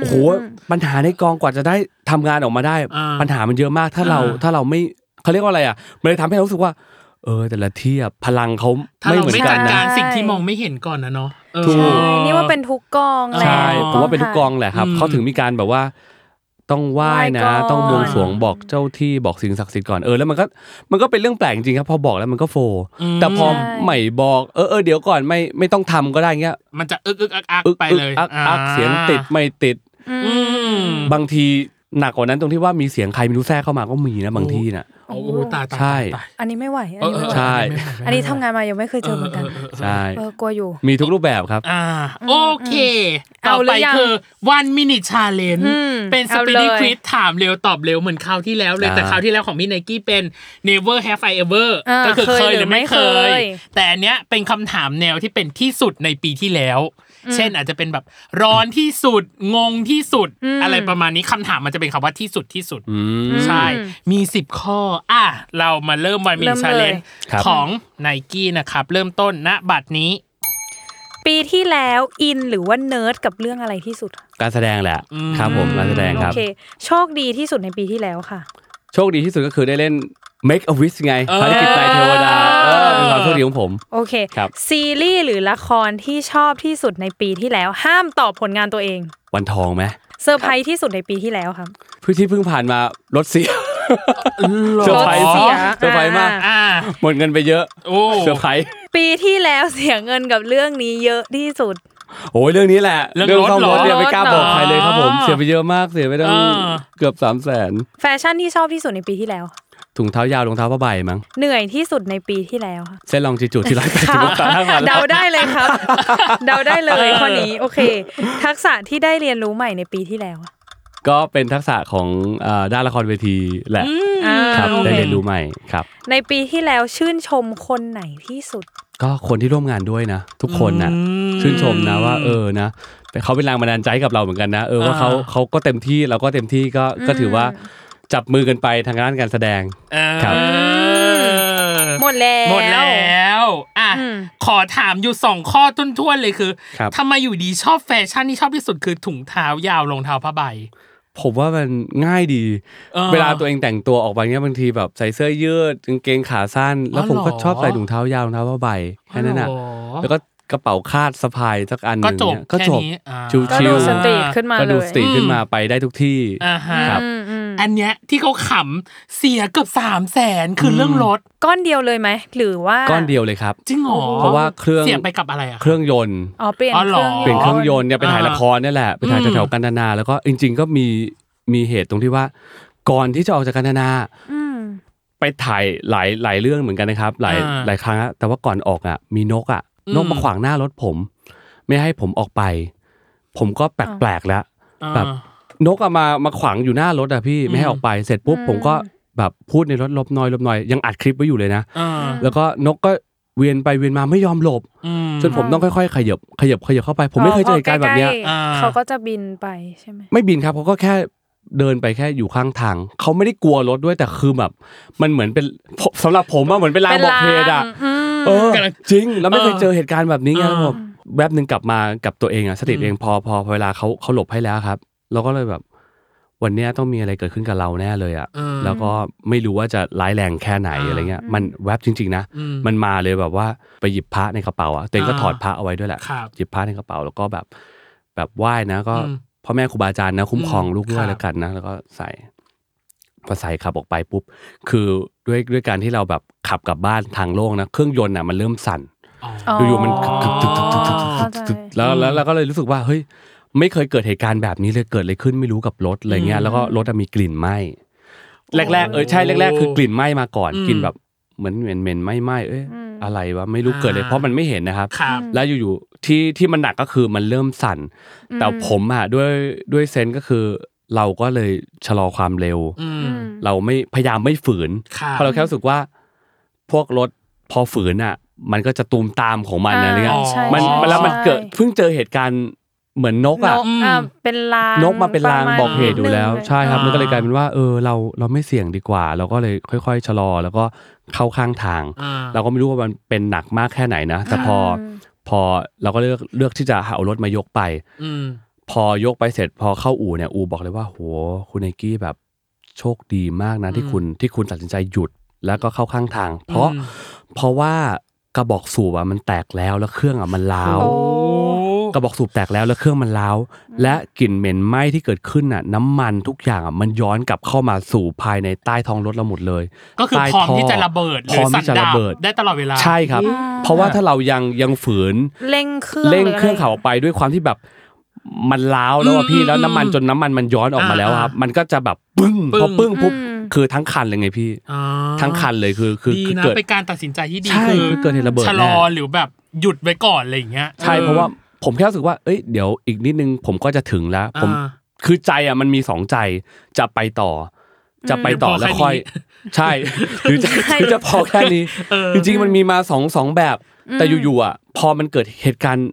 Speaker 4: โอ้โหปัญหาในกองกว่าจะได้ทำงานออกมาได้
Speaker 2: อ่า
Speaker 4: ปัญหามันเยอะมากถ้าเรา
Speaker 2: อ่า
Speaker 4: ถ้าเราไม่เขาเรียกว่าอะไรอ่ะมันเลยทำให้เรารู้สึกว่า เออ แต่ละที่อ่ะพลังเขา
Speaker 2: ถ้า
Speaker 4: ไม่
Speaker 2: เรา
Speaker 4: เหมือน
Speaker 2: ไม่จั
Speaker 4: กัน
Speaker 2: ด
Speaker 4: นะ
Speaker 2: การสิ่งที่มองไม่เห็นก่อนนะเนาะเออ
Speaker 4: ถูก
Speaker 3: ใช่นี่ว่าเป็นทุกกองแล้ว
Speaker 4: ใช่ผมว่าเป็นทุกกองแหละครับ
Speaker 2: อืม
Speaker 4: เขาถึงมีการแบบว่า ต้องไหว้นะ
Speaker 3: ไหว้ก่อน
Speaker 4: ต้องบวงสรวงบอกเจ้าที่บอกสิ่งศักดิ์สิทธิ์ก่อนเออแล้วมันก็มันก็เป็นเรื่องแปลกจริงๆครับพอบอกแล้วมันก็โฟร์แต่พอใหม่บอกเออเออเดี๋ยวก่อนไม่ไม่ต้องทำก็ได้เงี้ย
Speaker 2: มันจะอึกอึกอักอัก
Speaker 4: อึก
Speaker 2: ไป
Speaker 4: อึก
Speaker 2: เลย
Speaker 4: อักอัก
Speaker 2: อ่า
Speaker 4: เสียงติดไม่ติด
Speaker 2: อืม
Speaker 4: บางทีหนักกว่านั้นตรงที่ว่ามีเสียงใครไม่รู้แทรกเข้ามาก็มีนะบางที่น่ะ
Speaker 2: โอ้โหตายตาย
Speaker 4: ใช่
Speaker 2: ตาย
Speaker 3: อันนี้ไม่ไหวอัน
Speaker 2: เออ
Speaker 3: นี้
Speaker 2: เออ
Speaker 3: ไม่ไหว
Speaker 4: ใช่
Speaker 2: ไม่ไหวไม่ไหว
Speaker 3: อันนี้ทำงานมายังไม่เคยเจอเหมือนกัน
Speaker 2: เออเออเออ
Speaker 4: ใช่
Speaker 3: เออกลัวอยู่
Speaker 4: มีทุกรูปแบบครับ
Speaker 2: อ่า โอเค
Speaker 3: อืม
Speaker 2: ต่อ
Speaker 3: เอาหรื
Speaker 2: ไป
Speaker 3: อยัง
Speaker 2: คือ one minute challenge
Speaker 3: อืม
Speaker 2: เป็น
Speaker 3: เอาเลย
Speaker 2: speedy quiz ถามเร็วตอบเร็วเหมือนคราวที่แล้วเลย
Speaker 4: อ่า
Speaker 2: แต่คราวที่แล้วของพี่ไนกี้เป็น never have I ever
Speaker 3: อ่า
Speaker 2: ก็คือ
Speaker 3: เค
Speaker 2: เค
Speaker 3: ย
Speaker 2: ย
Speaker 3: ห
Speaker 2: ห
Speaker 3: รื
Speaker 2: รือ อ
Speaker 3: ไม่
Speaker 2: ไม่เค
Speaker 3: เค
Speaker 2: ย
Speaker 3: ย
Speaker 2: แต่อันเนี้ยเป็นคำถามแนวที่เป็นที่สุดในปีที่แล้ว เช่นอาจจะเป็นแบบร้อนที่สุด งงที่สุด อะไรประมาณนี้คำถามมันจะเป็นคำว่าที่สุดที่สุด
Speaker 4: อืม
Speaker 2: ใช่ มีสิบข้อ อ่ะ เรามาเริ่มวันมิ
Speaker 3: เริ่
Speaker 2: น
Speaker 3: ม
Speaker 2: ชา
Speaker 3: เล
Speaker 2: เลย นจ์
Speaker 4: ครับ
Speaker 2: ของไนกี้นะครับ เริ่มต้นณบัตรนี้
Speaker 3: ปีที่แล้วอินหรือว่าเนิร์ดกับเรื่องอะไรที่สุด
Speaker 4: การแสดงแหละครับผมการแสดง
Speaker 3: โอ
Speaker 4: ครับ
Speaker 3: เค โชคดีที่สุดในปีที่แล้วค่ะ
Speaker 4: โชคดีที่สุดก็คือได้เล่น Make a Wish ไง
Speaker 2: เออ
Speaker 4: ภารกิจนายเทวดาเออเป็นความโชคดีของผม
Speaker 3: โอเค
Speaker 4: ครับ
Speaker 3: ซีรีส์หรือละครที่ชอบที่สุดในปีที่แล้ว ห้ามตอบผลงานตัวเอง
Speaker 4: วันทองไหม
Speaker 3: เซอร์ไพรส์ที่สุดในปีที่แล้วครับ
Speaker 4: พื้นที่เพิ่งผ่านมารถเสีย เซอร์ไพรส์
Speaker 3: รถเสีย
Speaker 4: เซอร์ไพรส์มาก
Speaker 2: อ่า
Speaker 4: หมดเงินไปเยอะ
Speaker 2: โอ้
Speaker 4: เซอร์ไพรส์
Speaker 3: ปีที่แล้วเสียเงินกับเรื่องนี้เยอะที่สุด
Speaker 4: โอ้ยเรื่องนี้แหละ
Speaker 2: เรื่อง
Speaker 4: ซ่อมร
Speaker 2: ร
Speaker 4: ถ
Speaker 2: ถเหรอ
Speaker 4: เนี่ยไม่กล้าบอ
Speaker 2: ร
Speaker 4: ก
Speaker 2: ถเหรอ
Speaker 4: ใครเลยครับผมเสียไปเยอะมากเสียไปตั้ง
Speaker 2: อ่า
Speaker 4: เกือบ3 0 0 0 0น
Speaker 3: แฟชั่นที่ชอบที่สุดในปีที่แล้ว
Speaker 4: ถุงเท้ายาวรองเท้าผ้าใบมั้ง
Speaker 3: เหนื่อยที่สุดในปีที่แล้วค่ะ
Speaker 4: เส้นรองจิจูที่ร้านแปดสิบ
Speaker 3: ครับ
Speaker 4: บาททั้งวัน
Speaker 3: เดาได้เลยครับ เดาได้เลยข้อนี้โอเค ทักษะที่ได้เรียนรู้ใหม่ในปีที่แล้วอะ
Speaker 4: ก็เป็นทักษะของเอ่อด้านละครเวทีแหละ
Speaker 3: อ่า
Speaker 4: ครับ
Speaker 3: โอ
Speaker 4: ได้
Speaker 3: เค
Speaker 4: เรียนรู้ใหม่ครับ
Speaker 3: ในปีที่แล้วชื่นชมคนไหนที่สุด
Speaker 4: ก็คนที่ร่วมงานด้วยนะ ทุกคนนะ
Speaker 2: อืม
Speaker 4: ชื่นชมนะว่าเออนะแต่เขาเป็นแรงบันดาลใจให้กับเราเหมือนกันนะเออว่า
Speaker 2: อ่า
Speaker 4: เขาเขาก็เต็มที่เราก็เต็มที่ก็ก็ถือว่าจับมือกันไปทางด้านการแสดง
Speaker 2: เออ
Speaker 4: ครับ
Speaker 3: หมดแล้ว
Speaker 2: หมดแล้ว อ่ะ
Speaker 3: อืม
Speaker 2: ขอถามอยู่สองข้อท้วนๆเลยคือ
Speaker 4: ครับ
Speaker 2: ทำไมอยู่ดีชอบแฟชั่นที่ชอบที่สุดคือถุงเท้ายาวรองเท้าผ้าใบ
Speaker 4: ผมว่ามันง่ายดี
Speaker 2: เออ
Speaker 4: เวลาตัวเองแต่งตัวออกไปเนี้ยบางทีแบบใส่เสื้อยืดกางเกงขาสั้น แล้ว
Speaker 2: อ๋อ
Speaker 4: ผมก็
Speaker 2: เหรอ
Speaker 4: ชอบใส่ถุงเท้ายาวรองเท้าผ้าใบแค่นั้นน่ะ
Speaker 2: อ๋อ
Speaker 4: แล้วก็กระเป๋าคาดสะพายสักอันห
Speaker 2: ก็
Speaker 4: นึ่ง
Speaker 2: จบ
Speaker 4: เนี่ยก็
Speaker 2: แค่
Speaker 4: จบ
Speaker 2: นี้อ่า
Speaker 4: ชิ
Speaker 3: ก็
Speaker 4: ว
Speaker 3: ดู
Speaker 4: ๆ
Speaker 3: สตรีทขึ้นมา
Speaker 4: ก็
Speaker 3: เล
Speaker 4: ดู
Speaker 3: ย
Speaker 4: สตรีทขึ้นมาไปได้ทุกที่
Speaker 2: อ่าฮะ
Speaker 4: ครับ
Speaker 3: อืมอืม
Speaker 2: อันเนี้ยที่เขาขำเสียเกือบสามแสนคือเรื่องรถ
Speaker 3: ก้อนเดียวเลยไหมหรือว่า
Speaker 4: ก้อนเดียวเลยครับ
Speaker 2: จริงเหรอ
Speaker 4: เพราะว่าเครื่อง
Speaker 2: เสียไปกับอะไรอะ
Speaker 4: เครื่องยนต์
Speaker 3: อ๋อเปลี่ยน
Speaker 2: อ๋อ
Speaker 3: เค
Speaker 2: เหรอ
Speaker 3: รื่องยนต์
Speaker 4: เปลี่ยนเครื่องยนต์เนี่ยไปถ่าย
Speaker 2: อ่า
Speaker 4: ละครเนี่ยแหละไปถ่าย
Speaker 2: อืม
Speaker 4: แถวๆกันนานาแล้วก็จริง ๆ ก็มีมีเหตุตรงที่ว่า ก่อนที่จะออกจากกันนานา
Speaker 3: อืม
Speaker 4: ไปถ่ายหลายหลายเรื่องเหมือนกันนะครับ หลาย
Speaker 2: อ่า
Speaker 4: หลายครั้งอะแต่ว่าก่อนออกอ่ะ มีนกอ่ะ
Speaker 2: อืม
Speaker 4: นกมาขวางหน้ารถผม ไม่ให้ผมออกไป ผมก็แปลกๆแล้ว
Speaker 2: อ่า
Speaker 4: แบบ นกอะมามาขวางอยู่หน้ารถอะพี่ไม่ให้
Speaker 2: อืม
Speaker 4: ออกไปเสร็จปุ๊บผมก็แบบพูดในรถลบน้อยลบน้อยยังอัดคลิปไว้อยู่เลยนะ
Speaker 2: อ่า
Speaker 4: แล้วก็นกก็เวียนไปเวียนมาไม่ยอมหลบ
Speaker 2: อืม
Speaker 4: จนผมต้องค่อยๆ ขยับขยับขยับเข้าไป ผมไม่เคยเจอเหตุการณ์แบบเนี้ย
Speaker 3: พอใกล้ๆ
Speaker 2: อ่า
Speaker 3: เขาก็จะบินไปใช่ไหม
Speaker 4: ไม่บินครับเขาก็แค่เดินไปแค่อยู่ข้างทาง เขาไม่ได้กลัวรถด้วยแต่คือแบบ มันเหมือนเป็นผมสำหรับผมอะเหมือนเป็นลางบอกเหตุอะ
Speaker 3: อืม
Speaker 4: เออ
Speaker 2: เป็นลาง
Speaker 4: จริง แล้วไม่เคย
Speaker 2: เออ
Speaker 4: เจอเหตุการณ์แบบนี้ไง
Speaker 2: เออ
Speaker 4: ผมแวบหนึ่งกลับมากับตัวเองอะสติตัวเองพอพอพอเวลาเขาเขาหลบให้แล้วครับ เราก็เลยแบบ วันเนี้ยต้องมีอะไรเกิดขึ้นกับเราแน่เลยอะ
Speaker 2: อืม
Speaker 4: แล้วก็ไม่รู้ว่าจะร้ายแรงแค่ไหนอะไรเงี้ย มันแวบจริง ๆ นะ
Speaker 2: อืม
Speaker 4: มันมาเลยแบบว่าไปหยิบพระในกระเป๋าอะตัวเองก็
Speaker 2: อ่า
Speaker 4: ถอดพระเอาไว้ด้วยแหละ
Speaker 2: ครับ
Speaker 4: หยิบผ้าในกระเป๋าแล้วก็แบบแบบไหว้นะก็
Speaker 2: อืม
Speaker 4: พ่อแม่ครูบาอาจารย์นะ คุ้มครอง
Speaker 2: อืม
Speaker 4: ลูกด้วย
Speaker 2: ครับ
Speaker 4: แล้วกันนะ แล้วก็ใส่พอใส่ขับออกไปปุ๊บ คือด้วยด้วยการที่เราแบบขับกลับบ้านทางโล่งนะ เครื่องยนต์น่ะมันเริ่มสั่น
Speaker 2: อ๋อ
Speaker 3: อ๋อ
Speaker 4: อ
Speaker 3: อ
Speaker 4: ยู่ๆมันตึกตึกตึกตึกตึกตึกตึกตึก
Speaker 3: เข้าใจ
Speaker 4: แล้วแล้ว
Speaker 2: อืม
Speaker 4: เราก็เลยรู้สึกว่าเฮ้ยไม่เคยเกิดเหตุการณ์แบบนี้เลยเกิดอะไรขึ้นไม่รู้กับรถอะไรเงี้
Speaker 2: อื
Speaker 4: ย
Speaker 2: ม
Speaker 4: แล้วก็รถอะมีกลิ่นไหม้แรก ๆ เออ
Speaker 2: โอ้
Speaker 4: ใช่แรก ๆ คือกลิ่นไหม้มาก่อน
Speaker 2: อืม
Speaker 4: กลิ่นแบบเหมือนเหม็นเหม็นไหม้ไหม้เอ้ย
Speaker 3: อืม
Speaker 4: อะไรวะไม่รู้เกิดอะไรเพราะมันไม่เห็นนะครับ
Speaker 2: ครับ
Speaker 4: แล้วอยู่ๆที่ที่มันหนักก็คือมันเริ่มสั่น แต่ผมอะด้วยด้วยเซนส์ก็คือ เราก็เลยชะลอความเร็ว
Speaker 2: อืม
Speaker 3: อืม
Speaker 4: เราไม่พยายามไม่ฝืน
Speaker 2: ครับ
Speaker 4: เพราะเราแค่รู้สึกว่า พวกรถพอฝืนอะมันก็จะตูมตามของมัน
Speaker 3: อ่า
Speaker 4: นะไรเงี้ย
Speaker 3: ใช่
Speaker 4: มัน
Speaker 2: ใช่
Speaker 4: มันแล้วมัน
Speaker 3: ใช่
Speaker 4: เกิดเพิ่งเจอเหตุการณ์เหมือนนก
Speaker 3: น
Speaker 4: อะ
Speaker 3: กอ่ะเป็นลาง
Speaker 4: นกมาเป็นลาง
Speaker 3: ระณ
Speaker 4: บอกเหตุอยู่แล้ว
Speaker 3: นึง
Speaker 4: ใช่ครับ
Speaker 2: อ่ามั
Speaker 4: มันก็เลยกลายเป็นว่า เออเราเราไม่เสี่ยงดีกว่า เราก็เลยค่อยๆชะลอแล้วก็เข้าข้างทาง
Speaker 2: อ่า
Speaker 4: เราก็ไม่รู้ว่ามันเป็นหนักมากแค่ไหนนะ แต่พออพอเราก็เลือกเลือกที่จะเอารถมายกไป
Speaker 2: อืม
Speaker 4: พอยกไปเสร็จพอเข้าอู่เนี่ยอู่บอกเลยว่าโหคุณไนกี้แบบโชคดีมากนะ ที่คุณที่คุณตัดสินใจหยุดแล้วก็เข้าข้างทาง เพราะ
Speaker 2: อืม
Speaker 4: เพราะว่ากระบอกสูบอะมันแตกแล้วแล้วเครื่องอะมันล้าว
Speaker 3: โอ้
Speaker 4: กระบอกสูบแตกแล้วแล้วเครื่องมันล้าว และกลิ่นเหม็นไหม้ที่เกิดขึ้นน่ะ น้ำมันทุกอย่างอะมันย้อนกลับเข้ามาสู่ภายในใต้ท้องรถเราหมดเลย
Speaker 2: ก็คือ
Speaker 4: ใต้
Speaker 2: พร้อมที่
Speaker 4: ท่
Speaker 2: จะระเบิดห
Speaker 4: พ
Speaker 2: รื
Speaker 4: ร้
Speaker 2: อ
Speaker 4: อม
Speaker 2: สั่น
Speaker 4: ที่จะ
Speaker 2: ดา
Speaker 4: ระ
Speaker 2: บ
Speaker 4: เบิด
Speaker 2: ได้ตลอดเวลา
Speaker 4: ใช่ครับ เพราะว่าถ้าเรายังยังฝืน
Speaker 3: เร่งเครื่อง
Speaker 4: เร่ง
Speaker 3: หะไ
Speaker 4: เครื่องขับออกไปด้วยความที่แบบมันล้าวแล้วอะ
Speaker 2: อืม
Speaker 4: พี่แล้ว
Speaker 2: อืม
Speaker 4: น้ำมันจนน้ำมันมันย้อนออกมาแล้วอะครับ มันก็จะแบบปึ้ง
Speaker 2: ปึ้ง
Speaker 4: พอปึ้งปุ๊บ
Speaker 3: อืม
Speaker 4: คือทั้งคันเลยไงพี่
Speaker 2: อ่า
Speaker 4: ทั้งคันเลยคือคือ
Speaker 2: ดี
Speaker 4: คือ
Speaker 2: นะ
Speaker 4: เกิด
Speaker 2: เป็นการตัดสินใจที่ดี
Speaker 4: ใช่
Speaker 2: คือ
Speaker 4: คือเกิดเหตุระเบิด
Speaker 2: ชะล
Speaker 4: แน่
Speaker 2: อหรือแบบหยุดไว้ก่อนอะไรอย่างเงี้ย
Speaker 4: ใช่
Speaker 2: ออ
Speaker 4: เพราะว่าผมแค่รู้สึกว่าเอ้ยเดี๋ยวอีกนิดนึงผมก็จะถึงแล้ว ผม
Speaker 2: อ่า
Speaker 4: คือใจอ่ะมันมีสองใจจะไปต่อ จะไปต่อ
Speaker 2: หรือพอ
Speaker 4: แล้วค่อย
Speaker 2: แค่
Speaker 4: ใช่ หรือจะ
Speaker 3: ใช่
Speaker 4: หรือจะพอแค่นี้
Speaker 2: เออ
Speaker 4: จริงๆมันมีมาสองสองแบบ แต่อยู่ๆอ่ะ พอมันเกิดเหตุการณ์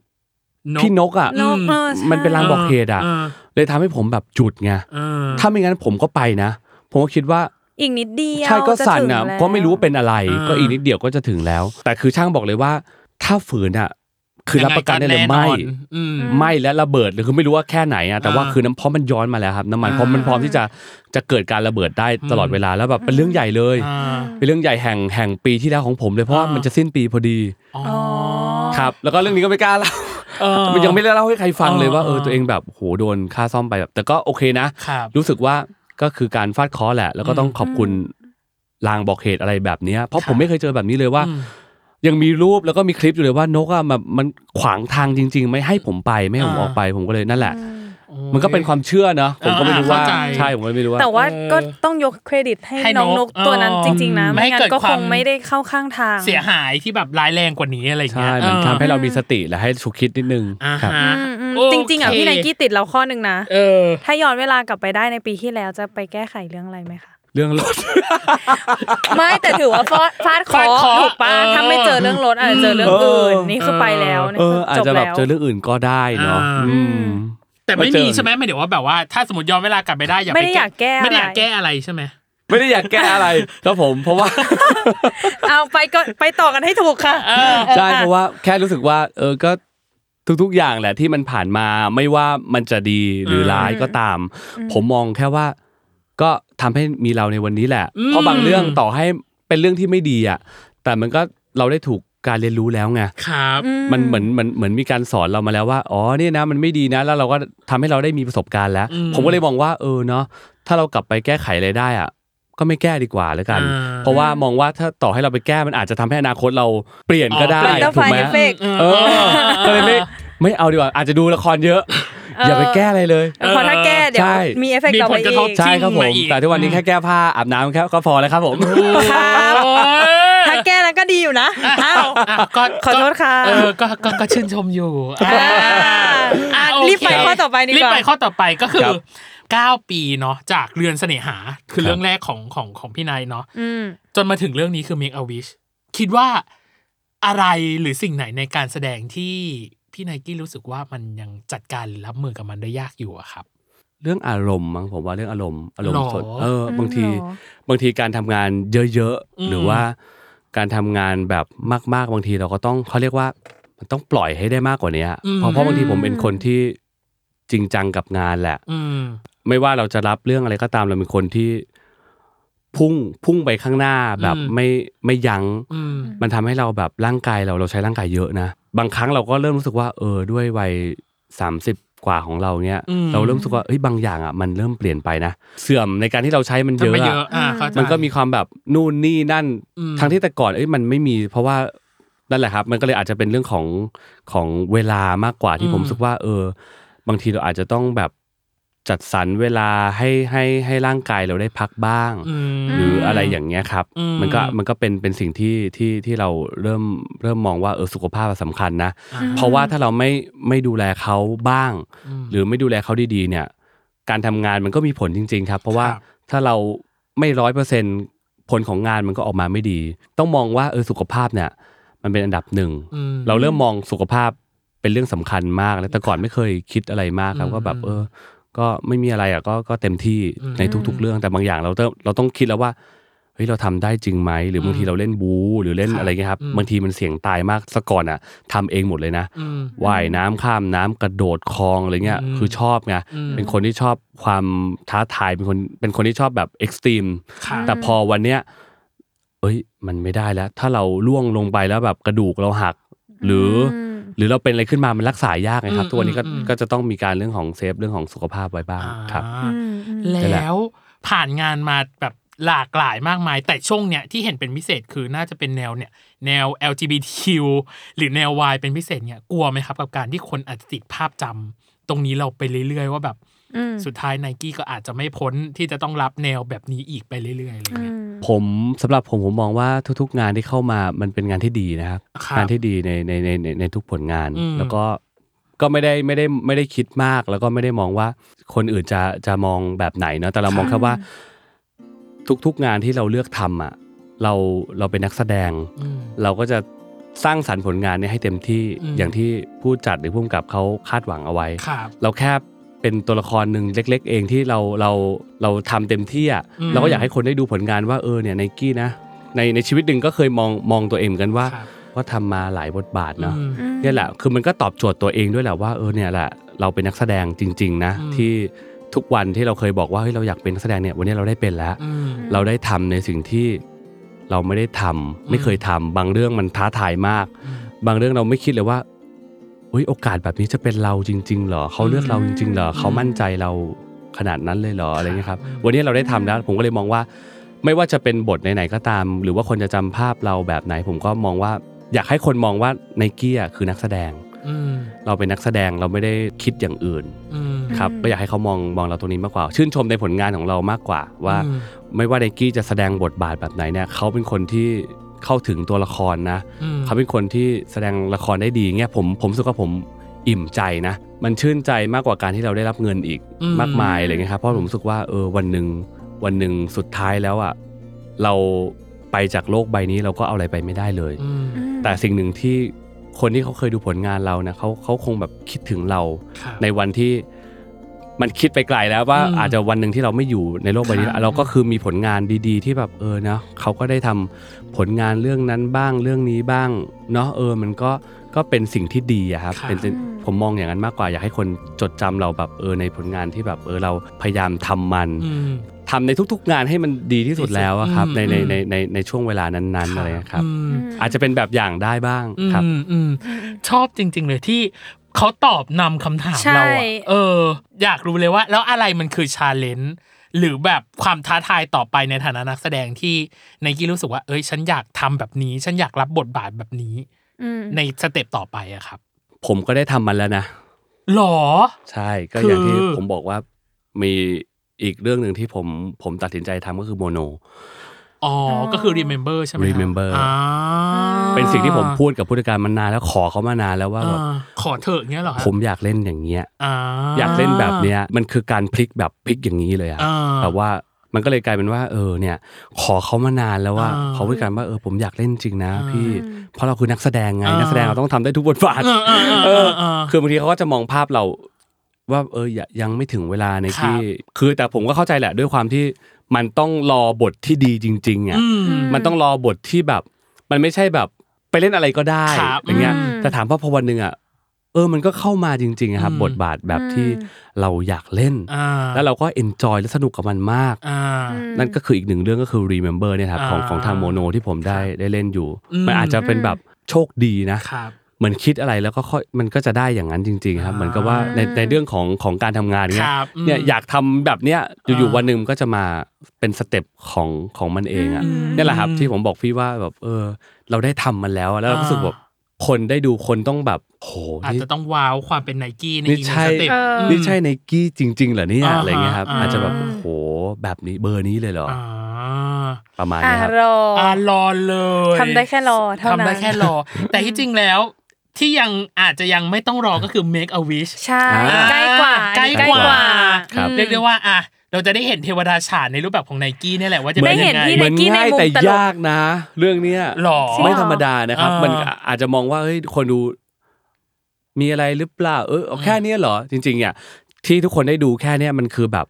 Speaker 2: นก
Speaker 4: พี่นกอ่ะ
Speaker 3: นกเออใช่
Speaker 4: มันเป็นลางบอกเหตุอ่ะ
Speaker 2: เออ
Speaker 4: เลยทำให้ผมแบบจุดไง
Speaker 2: เออ
Speaker 4: ถ้าไม่งั้นผมก็ไปนะ ผมก็คิดว่า
Speaker 3: อีกนิดเดียว
Speaker 4: ใช่ก็สั่น
Speaker 3: จ
Speaker 4: อ่ะ
Speaker 3: ถึงแล้ว
Speaker 4: ก็ไม่รู้ว่าเป็นอะไร
Speaker 2: อ่า
Speaker 4: ก็อีกนิดเดียวก็จะถึงแล้ว แต่คือช่างบอกเลยว่า ถ้าฝืนอ่ะ คือรับประกันได้เลย
Speaker 2: ยังไงก็แน่
Speaker 4: ไหม่
Speaker 2: นอนอืม
Speaker 4: ไหม่และระเบิดหรือคือไม่รู้ว่าแค่ไหนอ่ะแต่ว่า
Speaker 2: อ่า
Speaker 4: คือน้ำเพราะมันย้อนมาแล้วครับน้ำมัน
Speaker 2: อ่า
Speaker 4: เพราะมันพร้อมที่จะจะเกิดการระเบิดได้ตลอด
Speaker 2: อืม
Speaker 4: เวลาแล้วแบบเป็นเรื่องใหญ่เลย
Speaker 2: อ่า
Speaker 4: เป็นเรื่องใหญ่แห่งแห่งปีที่แล้วของผมเลยเพราะว่า
Speaker 2: อ่ามั
Speaker 4: มันจะสิ้นปีพอดี
Speaker 2: อ๋อ
Speaker 3: อ๋อ
Speaker 4: ครับ แล้วก็เรื่องนี้ก็ไม่กล้าเล่า
Speaker 2: เออ
Speaker 4: มันยังไม่ได้เล่าให้ใครฟังเลยว่าเออ
Speaker 2: เออ
Speaker 4: ตัวเองแบบโหโดนค่าซ่อมไปแบบ แต่ก็โอเคนะ
Speaker 2: ครับ
Speaker 4: รู้สึกว่าก็คือการฟาดเคอแหละ แล้วก็ต้องขอบคุณลางบอกเหตุอะไรแบบเนี้ยเพราะผมไม่เคยเจอแบบนี้เลยว่า
Speaker 2: อืม
Speaker 4: ยังมีรูปแล้วก็มีคลิปอยู่เลยว่านกอะมันมันขวางทางจริง ๆ ไม่ให้ผมไปไม่ให้ผมออกไป ผมก็เลยนั่นแหละ มันก็เป็นความเชื่อเนอะผมก็ไม่รู้ว่า
Speaker 2: อ่าเข้าใจ
Speaker 4: ใช่ผมก็ไม่รู้ว่า
Speaker 3: แต่ว่า
Speaker 2: เออ
Speaker 3: ก็ต้องยกเครดิตให้
Speaker 2: ให้นก
Speaker 3: น้องนกตัวนั้น
Speaker 2: เออ
Speaker 3: จริง ๆ นะ
Speaker 2: ไม่
Speaker 3: ไม่
Speaker 2: ให้
Speaker 3: งั้
Speaker 2: เกิ
Speaker 3: น
Speaker 2: ด
Speaker 3: ก็คว
Speaker 2: คาม
Speaker 3: งไม่ได้เข้าข้างทาง
Speaker 2: เสียหายที่แบบร้ายแรงกว่านี้อะไรอย่างเงี้
Speaker 4: ใช่
Speaker 2: ย
Speaker 4: มันทำให้
Speaker 2: เออ
Speaker 4: เรามีสติและให้ฉุกคิดนิดนึง
Speaker 2: อ่า
Speaker 4: ครับ
Speaker 2: ฮะ
Speaker 3: อืมอืม
Speaker 2: โเค
Speaker 3: จริง ๆอ่ะพี่ไนกี้ติดเราข้อหนึ่งนะ
Speaker 2: เออ
Speaker 3: ถ้าย้อนเวลากลับไปได้ในปีที่แล้วจะไปแก้ไขเรื่องอะไรไหมคะ
Speaker 4: เรื่องรถ
Speaker 3: ไม่แต่ถือว่าฟาดฟาดเค
Speaker 2: ฟาด
Speaker 3: อ
Speaker 2: เคราะห์
Speaker 3: ถูกปะ
Speaker 2: เออ
Speaker 3: ถ้าไม่เจอเรื่องรถอาจจะเจอเรื่องอื่น
Speaker 4: เออ
Speaker 3: นี่คือไปแล้วนี่
Speaker 4: เอ
Speaker 3: คือ
Speaker 4: อาจ
Speaker 3: จบ
Speaker 4: จะแบบ
Speaker 3: แล้ว
Speaker 4: เจอเรื่องอื่นก็ได้เนาะ
Speaker 2: อ่า
Speaker 4: อืม
Speaker 2: แต่ไม่
Speaker 4: ไม่เจ
Speaker 2: มี
Speaker 4: อ
Speaker 2: ใช่ไหมไม่เดี๋ยวว่าแบบว่า ถ้าสมมติย้อนเวลากลับไปได้อยากป
Speaker 3: ไม่ได้อยากแก้
Speaker 2: ไม่ได้อยาก
Speaker 3: อะไร
Speaker 2: แก้อะไรใช่ไหม
Speaker 4: ไม่ได้อยากแก้อะไรครับผมเพราะ ว่า
Speaker 3: เอาไปก็ไปต่อกันให้ถูกค่ะ
Speaker 4: ใช่
Speaker 3: อ่
Speaker 4: เพราะว่าแค่รู้สึกว่า เออก็ทุกๆอย่างแหละที่มันผ่านมาไม่ว่ามันจะดีหรือร้ายก็ตาม ผมมองแค่ว่า ก็ทำให้มีเราในวันนี้แหละ
Speaker 2: อืม
Speaker 4: เพราะบางเรื่องต่อให้เป็นเรื่องที่ไม่ดีอ่ะแต่มันก็เราได้ถูกการเรียนรู้แล้วไง
Speaker 2: ครับ
Speaker 4: มันเหมือนเหมือนเหมือนมีการสอนเรามาแล้วว่าอ๋อเนี่ยนะมันไม่ดีนะ แล้วเราก็ทำให้เราได้มีประสบการณ์แล้ว
Speaker 2: อืม
Speaker 4: ผมก็เลยมองว่าเออเนาะ ถ้าเรากลับไปแก้ไขอะไรได้อ่ะ ก็ไม่แก้ดีกว่าแล้วกัน
Speaker 2: อ่า
Speaker 4: เพราะว่ามองว่าถ้าต่อให้เราไปแก้มันอาจจะทำให้อนาคตเราเปลี่ยนก็ได้
Speaker 3: อ๋อเปลี่ยน
Speaker 4: ถูกไหม
Speaker 3: Butterfly Effect
Speaker 4: เออก็เลยไม่ไม่เอาดีกว่า อาจจะดูละครเยอะ อย่าไปแก้อะไรเลย
Speaker 3: เพราะถ้าแก้เดี๋ยว
Speaker 4: ใช่
Speaker 3: มีเอฟเฟกต์ต่อ
Speaker 2: มี
Speaker 3: ไป
Speaker 2: ผลกระ
Speaker 3: อี
Speaker 2: ทบ
Speaker 3: ก
Speaker 4: ใช่ครับ
Speaker 2: จ
Speaker 4: ผ
Speaker 2: ริ
Speaker 4: ม
Speaker 2: งมาอีก
Speaker 4: แต่ทุกวันนี้แค่แก้ผ้าอาบน้ำแค่ก็พอแล้วครับผม
Speaker 3: ครับ
Speaker 2: โอ้ย
Speaker 3: ถ้าแก้นั้นก็ดีอยู่นะอ้าว
Speaker 2: อ่ะก็
Speaker 3: ขอโทษ
Speaker 2: ก็
Speaker 3: ค่ะ
Speaker 2: เออก็ก็ก็ชื่นชมอยู่อ่ะ
Speaker 3: อ่าอ่ะ
Speaker 2: โอเค
Speaker 3: รีบไปข้อต่อไปดี
Speaker 2: รีบ
Speaker 3: กว่า
Speaker 2: ไปข้อต่อไปก็คื
Speaker 4: ค
Speaker 2: อ
Speaker 4: รับ
Speaker 2: 9ปีเนาะจากเรือนเสน่หาคือ
Speaker 4: ครับ
Speaker 2: เรื่องแรกของของของพี่นายเนาะ
Speaker 3: อืม
Speaker 2: จนมาถึงเรื่องนี้คือ Make a Wish คิดว่าอะไรหรือสิ่งไหนในการแสดงที่พี่ไนกี้รู้สึกว่ามันยังจัดการหรือรับมือกับมันได้ยากอยู่อะครับ
Speaker 4: เรื่องอารมณ์มั้งผมว่าเรื่องอารมณ์อารม
Speaker 2: หร
Speaker 4: ณ์
Speaker 2: อ
Speaker 4: สดเอออ
Speaker 3: ม
Speaker 4: บางที
Speaker 3: หรอ
Speaker 4: บางทีการทำงานเยอะ
Speaker 2: อืม
Speaker 4: ๆ หรือว่าการทำงานแบบมากๆ บางทีเราก็ต้องเขาเรียกว่ามันต้องปล่อยให้ได้มากกว่านี้อะเพราะเพราะบางทีผมเป็นคนที่จริงจังกับงานแหละ
Speaker 2: อืม
Speaker 4: ไม่ว่าเราจะรับเรื่องอะไรก็ตามเราเป็นคนที่พุ่งพุ่งไปข้างหน้าแบบ
Speaker 2: อืม
Speaker 4: ไม่ไม่ยัง้ง
Speaker 2: อืม
Speaker 4: มันทำให้เราแบบร่างกายเราเราใช้ร่างกายเยอะนะ บางครั้งเราก็เริ่มรู้สึกว่า เออด้วยวัย30 กว่าของเราเนี้ย
Speaker 2: อืม
Speaker 4: เราเริ่มรู้สึกว่าเอ้ยบางอย่างอ่ะมันเริ่มเปลี่ยนไปนะ เสื่อมในการที่เราใช้มันเย
Speaker 2: ทำ
Speaker 4: อะ
Speaker 2: ไปเย
Speaker 4: อะ
Speaker 2: อะอ่ะเข้าใจ
Speaker 4: มันก็มีความแบบนู่นนี่นั่น
Speaker 2: อืม
Speaker 4: ทั้งที่แต่ก่อนเอ้ยมันไม่มี เพราะว่านั่นแหละครับ มันก็เลยอาจจะเป็นเรื่องของของเวลามากกว่าที่ผมรู้สึกว่า เออ บางทีเราอาจจะต้องแบบจัดสรรเวลาให้ให้ให้ร่างกายเราได้พักบ้าง
Speaker 2: อืม
Speaker 4: หรืออะไรอย่างเงี้ยครับ
Speaker 2: อืม
Speaker 4: มันก็มันก็เป็นเป็นสิ่งที่ที่ที่เราเริ่มเริ่มมองว่าเออสุขภาพอะสำคัญนะ เพราะว่าถ้าเราไม่ไม่ดูแลเขาบ้าง
Speaker 2: ม
Speaker 4: หรือไม่ดูแลเขาดีๆ เนี่ย การทำงานมันก็มีผลจริง ๆ ครับ เพราะว่า
Speaker 2: ครับ
Speaker 4: ถ้าเราไม่ร้อยเปอร์เซ็นผลของงานมันก็ออกมาไม่ดี ต้องมองว่าเออสุขภาพเนี่ย มันเป็นอันดับหนึ่ง
Speaker 2: ม
Speaker 4: เราเริ่มมองสุขภาพเป็นเรื่องสำคัญมากแล้วแต่ก่อนไม่เคยคิดอะไรมากครับ
Speaker 2: อืม
Speaker 4: ก็แบบเออ ก็ไม่มีอะไรอ่ะก็ก็เต็มที่
Speaker 2: อืม
Speaker 4: ในทุก ๆ เรื่องแต่บางอย่างเราต้องเราต้องคิดแล้วว่าเฮ้ยเราทำได้จริงไหมหรือ
Speaker 2: ม
Speaker 4: บางทีเราเล่นบู๊หรือเล่น
Speaker 2: ครับ
Speaker 4: อะไรเงี้ยครับ
Speaker 2: อืม
Speaker 4: บางทีมันเสี่ยงตายมากสก่อนอ่ะทำเองหมดเลยนะ
Speaker 2: อืม
Speaker 4: ว่ายน้ำข้ามน้ำกระโดดคลองอะไรเงี้ย
Speaker 2: อืม
Speaker 4: คือชอบไง
Speaker 2: อืม
Speaker 4: เป็นคนที่ชอบความท้าทายเป็นคนเป็นคนที่ชอบแบบเอ็กซ์ตรีม
Speaker 2: ค่ะ
Speaker 4: แต่พอวันเนี้ยเอ้ย มันไม่ได้แล้ว ถ้าเราล่วงลงไปแล้วแบบกระดูกเราหัก หรืออ
Speaker 3: ม
Speaker 4: หรือเราเป็นอะไรขึ้นมามันรักษายากไงครับ
Speaker 2: อืม
Speaker 4: ทุกวันนี้ก็
Speaker 2: อืมอืม
Speaker 4: ก็จะต้องมีการเรื่องของเซฟเรื่องของสุขภาพไว้บ้างครับ
Speaker 2: อ่า
Speaker 3: อืมอืม
Speaker 2: แล้วผ่านงานมาแบบหลากหลายมากมาย แต่ช่วงเนี้ยที่เห็นเป็นพิเศษคือน่าจะเป็นแนวเนี่ย แนว LGBTQ หรือแนว Y เป็นพิเศษเนี่ยกลัวไหมครับ กับการที่คนอาจจะติดภาพจำตรงนี้เราไปเรื่อยๆ ว่าแบบ
Speaker 3: อืม
Speaker 2: สุดท้ายไนกี้ก็อาจจะไม่พ้นที่จะต้องรับแนวแบบนี้อีกไปเรื่อยๆอะไร
Speaker 3: อื
Speaker 2: เงี้ย
Speaker 3: ม
Speaker 4: ผมสำหรับผมผมมองว่าทุกๆ งานที่เข้ามามันเป็นงานที่ดีนะครับ
Speaker 2: ครับ
Speaker 4: งานที่ดีในในในในในทุกผลงาน
Speaker 2: อืม
Speaker 4: แล้วก็ก็ไม่ได้ไม่ได้ไม่ได้คิดมาก แล้วก็ไม่ได้มองว่าคนอื่นจะจะมองแบบไหนเนอะแต่เรามองแค่ว่า ทุกๆ งานที่เราเลือกทำอ่ะ เราเราเป็นนักแสดง
Speaker 2: อืม
Speaker 4: เราก็จะสร้างสรรค์ผลงานเนี้ให้เต็มที่
Speaker 2: อืม
Speaker 4: อย่างที่ผู้จัดหรือผู้กำกับเขาคาดหวังเอาไว้
Speaker 2: ครับ
Speaker 4: เราแค่เป็นตัวละครหนึ่งเล็ก ๆ เองที่เราเราเราทำเต็มที่อ่ะ
Speaker 2: อืม
Speaker 4: เราก็อยากให้คนได้ดูผลงานว่าเออเนี่ยไนกี้นะในในชีวิตหนึ่งก็เคยมองมองตัวเองเหมือนกันว่า
Speaker 2: ครับ
Speaker 4: ว่าทำมาหลายบทบาทเนาะ
Speaker 2: อืม
Speaker 4: เนี่ยแหละคือมันก็ตอบโจทย์ตัวเองด้วยแหละว่าเออเนี่ยแหละเราเป็นนักแสดงจริง ๆ นะ
Speaker 2: อืม
Speaker 4: ที่ทุกวันที่เราเคยบอกว่าเฮ้ยเราอยากเป็นนักแสดงเนี่ยวันนี้เราได้เป็นแล้ว
Speaker 2: อืม
Speaker 4: เราได้ทำในสิ่งที่เราไม่ได้ทำไม่เคยทำบางเรื่องมันท้าทายมาก
Speaker 2: อืม
Speaker 4: บางเรื่องเราไม่คิดเลยว่าเฮ้ยโอกาสแบบนี้จะเป็นเราจริง ๆ เหรอเขาเลือกเราจริง ๆ เหรอ
Speaker 2: อืม
Speaker 4: เขามั่นใจเราขนาดนั้นเลยเหรออะไรเงี้ยครับ
Speaker 2: อืม
Speaker 4: วันนี้เราได้ทำแล้วผมก็เลยมองว่า ไม่ว่าจะเป็นบทไหนๆก็ตาม หรือว่าคนจะจำภาพเราแบบไหน ผมก็มองว่า อยากให้คนมองว่าไนกี้อ่ะคือนักแสดง
Speaker 2: อืม
Speaker 4: เราเป็นนักแสดงเราไม่ได้คิดอย่างอื่น
Speaker 2: อืม
Speaker 4: ครับ
Speaker 3: อืม
Speaker 4: ก็อยากให้เขามองมองเราตรงนี้มากกว่า ชื่นชมในผลงานของเรามากกว่าว่า
Speaker 2: อืม
Speaker 4: ไม่ว่าไนกี้จะแสดงบทบาทแบบไหนเนี่ยเขาเป็นคนที่เข้าถึงตัวละครนะ
Speaker 2: อืม
Speaker 4: เขาเป็นคนที่แสดงละครได้ดีเงี้ยผมผมรู้สึกว่าผมอิ่มใจนะ มันชื่นใจมากกว่าการที่เราได้รับเงินอีก
Speaker 2: อืม
Speaker 4: มากมายอะไรเงี้ยครับเพราะผมรู้สึกว่าเออวันหนึ่งวันหนึ่งสุดท้ายแล้วอ่ะเราไปจากโลกใบนี้เราก็เอาอะไรไปไม่ได้เลย
Speaker 2: อืม
Speaker 3: อืม
Speaker 4: แต่สิ่งหนึ่งที่คนที่เขาเคยดูผลงานเรานะเขาเขาคงแบบคิดถึงเรา
Speaker 2: ครับ
Speaker 4: ในวันที่มันคิดไปไกลแล้วว่า
Speaker 2: อืม
Speaker 4: อาจจะวันหนึ่งที่เราไม่อยู่ในโลกใบนี้
Speaker 2: ครับ
Speaker 4: เราก็คือมีผลงานดีๆ ที่แบบเออเนาะเขาก็ได้ทำผลงานเรื่องนั้นบ้างเรื่องนี้บ้างเนาะเออมันก็ก็เป็นสิ่งที่ดีอะครับ
Speaker 2: ครับ
Speaker 4: เป็นสิ่งผมมองอย่างนั้นมากกว่าอยากให้คนจดจำเราแบบเออในผลงานที่แบบเออเราพยายามทำมัน
Speaker 2: อืม
Speaker 4: ทำในทุก ๆ งานให้มันดีที่สุดแล้วอะครับ
Speaker 2: อืม
Speaker 4: ในใน
Speaker 2: อืม
Speaker 4: ในในในช่วงเวลานั้นๆอะไรอะครับ
Speaker 2: อืม
Speaker 4: อาจจะเป็นแบบอย่างได้บ้าง
Speaker 2: อืม
Speaker 4: ครับ
Speaker 2: อืมชอบจริง ๆ เลยที่เขาตอบนำคำถามเรา
Speaker 3: ใช่
Speaker 2: อะเออ อยากรู้เลยว่า แล้วอะไรมันคือชาเลนจ์ หรือแบบความท้าทายต่อไปในฐานะนักแสดงที่ไนกี้รู้สึกว่า เอ้ย ฉันอยากทำแบบนี้ ฉันอยากรับบทบาทแบบนี้
Speaker 3: อืม
Speaker 2: ในสเต็ปต่อไปอะครับ
Speaker 4: ผมก็ได้ทำมันแล้วนะ
Speaker 2: หรอ
Speaker 4: ใช่ ก็อย่างที่
Speaker 2: คือ
Speaker 4: ผมบอกว่ามีอีกเรื่องหนึ่งที่ผมผมตัดสินใจทำก็คือโมโน
Speaker 2: อ๋อ ก็คือ remember ใช่ไหมฮะ
Speaker 4: Remember
Speaker 2: อ่า
Speaker 4: เป็นสิ่งที่ผมพูดกับผู้จัดการมานานแล้วขอเขามานานแล้วว่าแบบ
Speaker 2: อ่าขอเถอะเงี้ยเหรอครับ
Speaker 4: ผมอยากเล่นอย่างเงี้ย
Speaker 2: อ่า
Speaker 4: อยากเล่นแบบเนี้ยมันคือการพลิกแบบพลิกอย่างนี้เลยอะ
Speaker 2: อ่า
Speaker 4: แบบว่ามันก็เลยกลายเป็นว่า เออเนี่ย ขอเขามานานแล้วว่า
Speaker 2: อ่า
Speaker 4: ขอผู้จัดการว่าเออผมอยากเล่นจริงนะ
Speaker 2: อ่า
Speaker 4: พี่เพราะเราคือนักแสดงไง
Speaker 2: อ่านั
Speaker 4: นักแสดงเราต้องทำได้ทุกบทบาท
Speaker 2: เออเออเออ
Speaker 4: เอ
Speaker 2: เออ
Speaker 4: อ
Speaker 2: เออ
Speaker 4: คือบางทีเขาก็จะมองภาพเราว่าเอออย่ายังไม่ถึงเวลาในที่
Speaker 2: ครั
Speaker 4: คือแต่ผมก็เข้าใจแหละด้วยความที่มันต้องรอบทที่ดีจริงๆอ่ะ
Speaker 2: อืม
Speaker 4: มันต้องรอบทที่แบบ มันไม่ใช่แบบไปเล่นอะไรก็ได้
Speaker 2: ครับ
Speaker 4: อย่างเงี้ย
Speaker 3: อืม
Speaker 4: แต่ถามว่าพอวันหนึ่งอ่ะเออมันก็เข้ามาจริงๆอะครับ
Speaker 2: อืม
Speaker 4: บทบาทแบบที่
Speaker 3: อืม
Speaker 4: เราอยากเล่น
Speaker 2: อ่า
Speaker 4: แล้วเราก็เอนจอยและสนุกกับมันมาก
Speaker 2: อ่า
Speaker 4: นั่นก็คืออีกหนึ่งเรื่องก็คือ Remember เนี่ยครับของ
Speaker 2: อ่า
Speaker 4: ของทางโมโนที่ผมได้ได้เล่นอยู่
Speaker 2: อืม
Speaker 4: มันอาจจะเป็นแบบโชคดีนะ
Speaker 2: ครับ
Speaker 4: เหมือนคิดอะไรแล้วก็ค่อยมันก็จะได้อย่างนั้นจริง ๆ ครับ
Speaker 2: อ่า
Speaker 4: เหมือนกับว่าในในเรื่องของของการทำงาน
Speaker 2: ค
Speaker 4: เนี้ย
Speaker 2: รับอืม
Speaker 4: เนี่ยอยากทำแบบเนี้ยอยู่
Speaker 2: อ่า
Speaker 4: ๆวันหนึ่งมันก็จะมาเป็นสเต็ปของของมันเองอ่ะ
Speaker 3: อืม
Speaker 4: นี่แหละครับที่ผมบอกพี่ว่าแบบเออ เราได้ทำมันแล้วอะแล้วเรารู้สึกแบบคนได้ดูคนต้องแบบโห
Speaker 2: อาจ
Speaker 4: นี่
Speaker 2: จะต้องว้าวความเป็นไนกี้ใน
Speaker 4: นี่
Speaker 2: อีกหนึ่ง
Speaker 4: ใช่
Speaker 2: สเต็ป
Speaker 3: เออ
Speaker 4: นี่ใช่ไนกี้จริง ๆ เหรอเนี่ย
Speaker 2: อ่าฮะ
Speaker 4: อะไรเงี้ยครับ
Speaker 2: อ่า
Speaker 4: อาจจะแบบโหแบบนี้เบอร์นี้เลยเหรอ
Speaker 2: อ่า
Speaker 4: ประมาณ
Speaker 3: อ่ะ
Speaker 4: เนี้ยครับ
Speaker 3: รอ
Speaker 2: อ่ารอเลย
Speaker 3: ทำได้แค่รอเท่านั้น
Speaker 2: ทำได้แค่ รอ แต่ที่จริงแล้ว ที่ยังอาจจะยังไม่ต้องรอก็คือ make a wish
Speaker 3: ใช่
Speaker 4: อ่า
Speaker 3: ใกล้กว่า
Speaker 2: ใกล้
Speaker 3: อันนี้
Speaker 2: กว่า
Speaker 4: ครับ
Speaker 3: อืม
Speaker 2: เรียกได้ว่าอ่ะเราจะได้เห็นเทวดาฉาดในรูปแบบของไนกี้นี่ยแหละว่าจะ
Speaker 3: ได้
Speaker 2: เป็น
Speaker 3: เห็
Speaker 2: ยั
Speaker 3: น
Speaker 2: งไง
Speaker 3: ที่
Speaker 4: เหมือน
Speaker 3: ใน
Speaker 4: ง่าย
Speaker 3: มุม
Speaker 4: แต่
Speaker 3: ตลก
Speaker 4: ยากนะ เรื่องเนี้ย
Speaker 2: หรอ
Speaker 4: ไม่ธรรมดานะครับ
Speaker 2: อ่ามั
Speaker 4: มันอาจจะมองว่าเฮ้ยคนดูมีอะไรหรือเปล่าเออเอาแค่เนี้ยเหรอ จริง ๆ เนี่ย ที่ทุกคนได้ดูแค่เนี้ยมันคือแบบ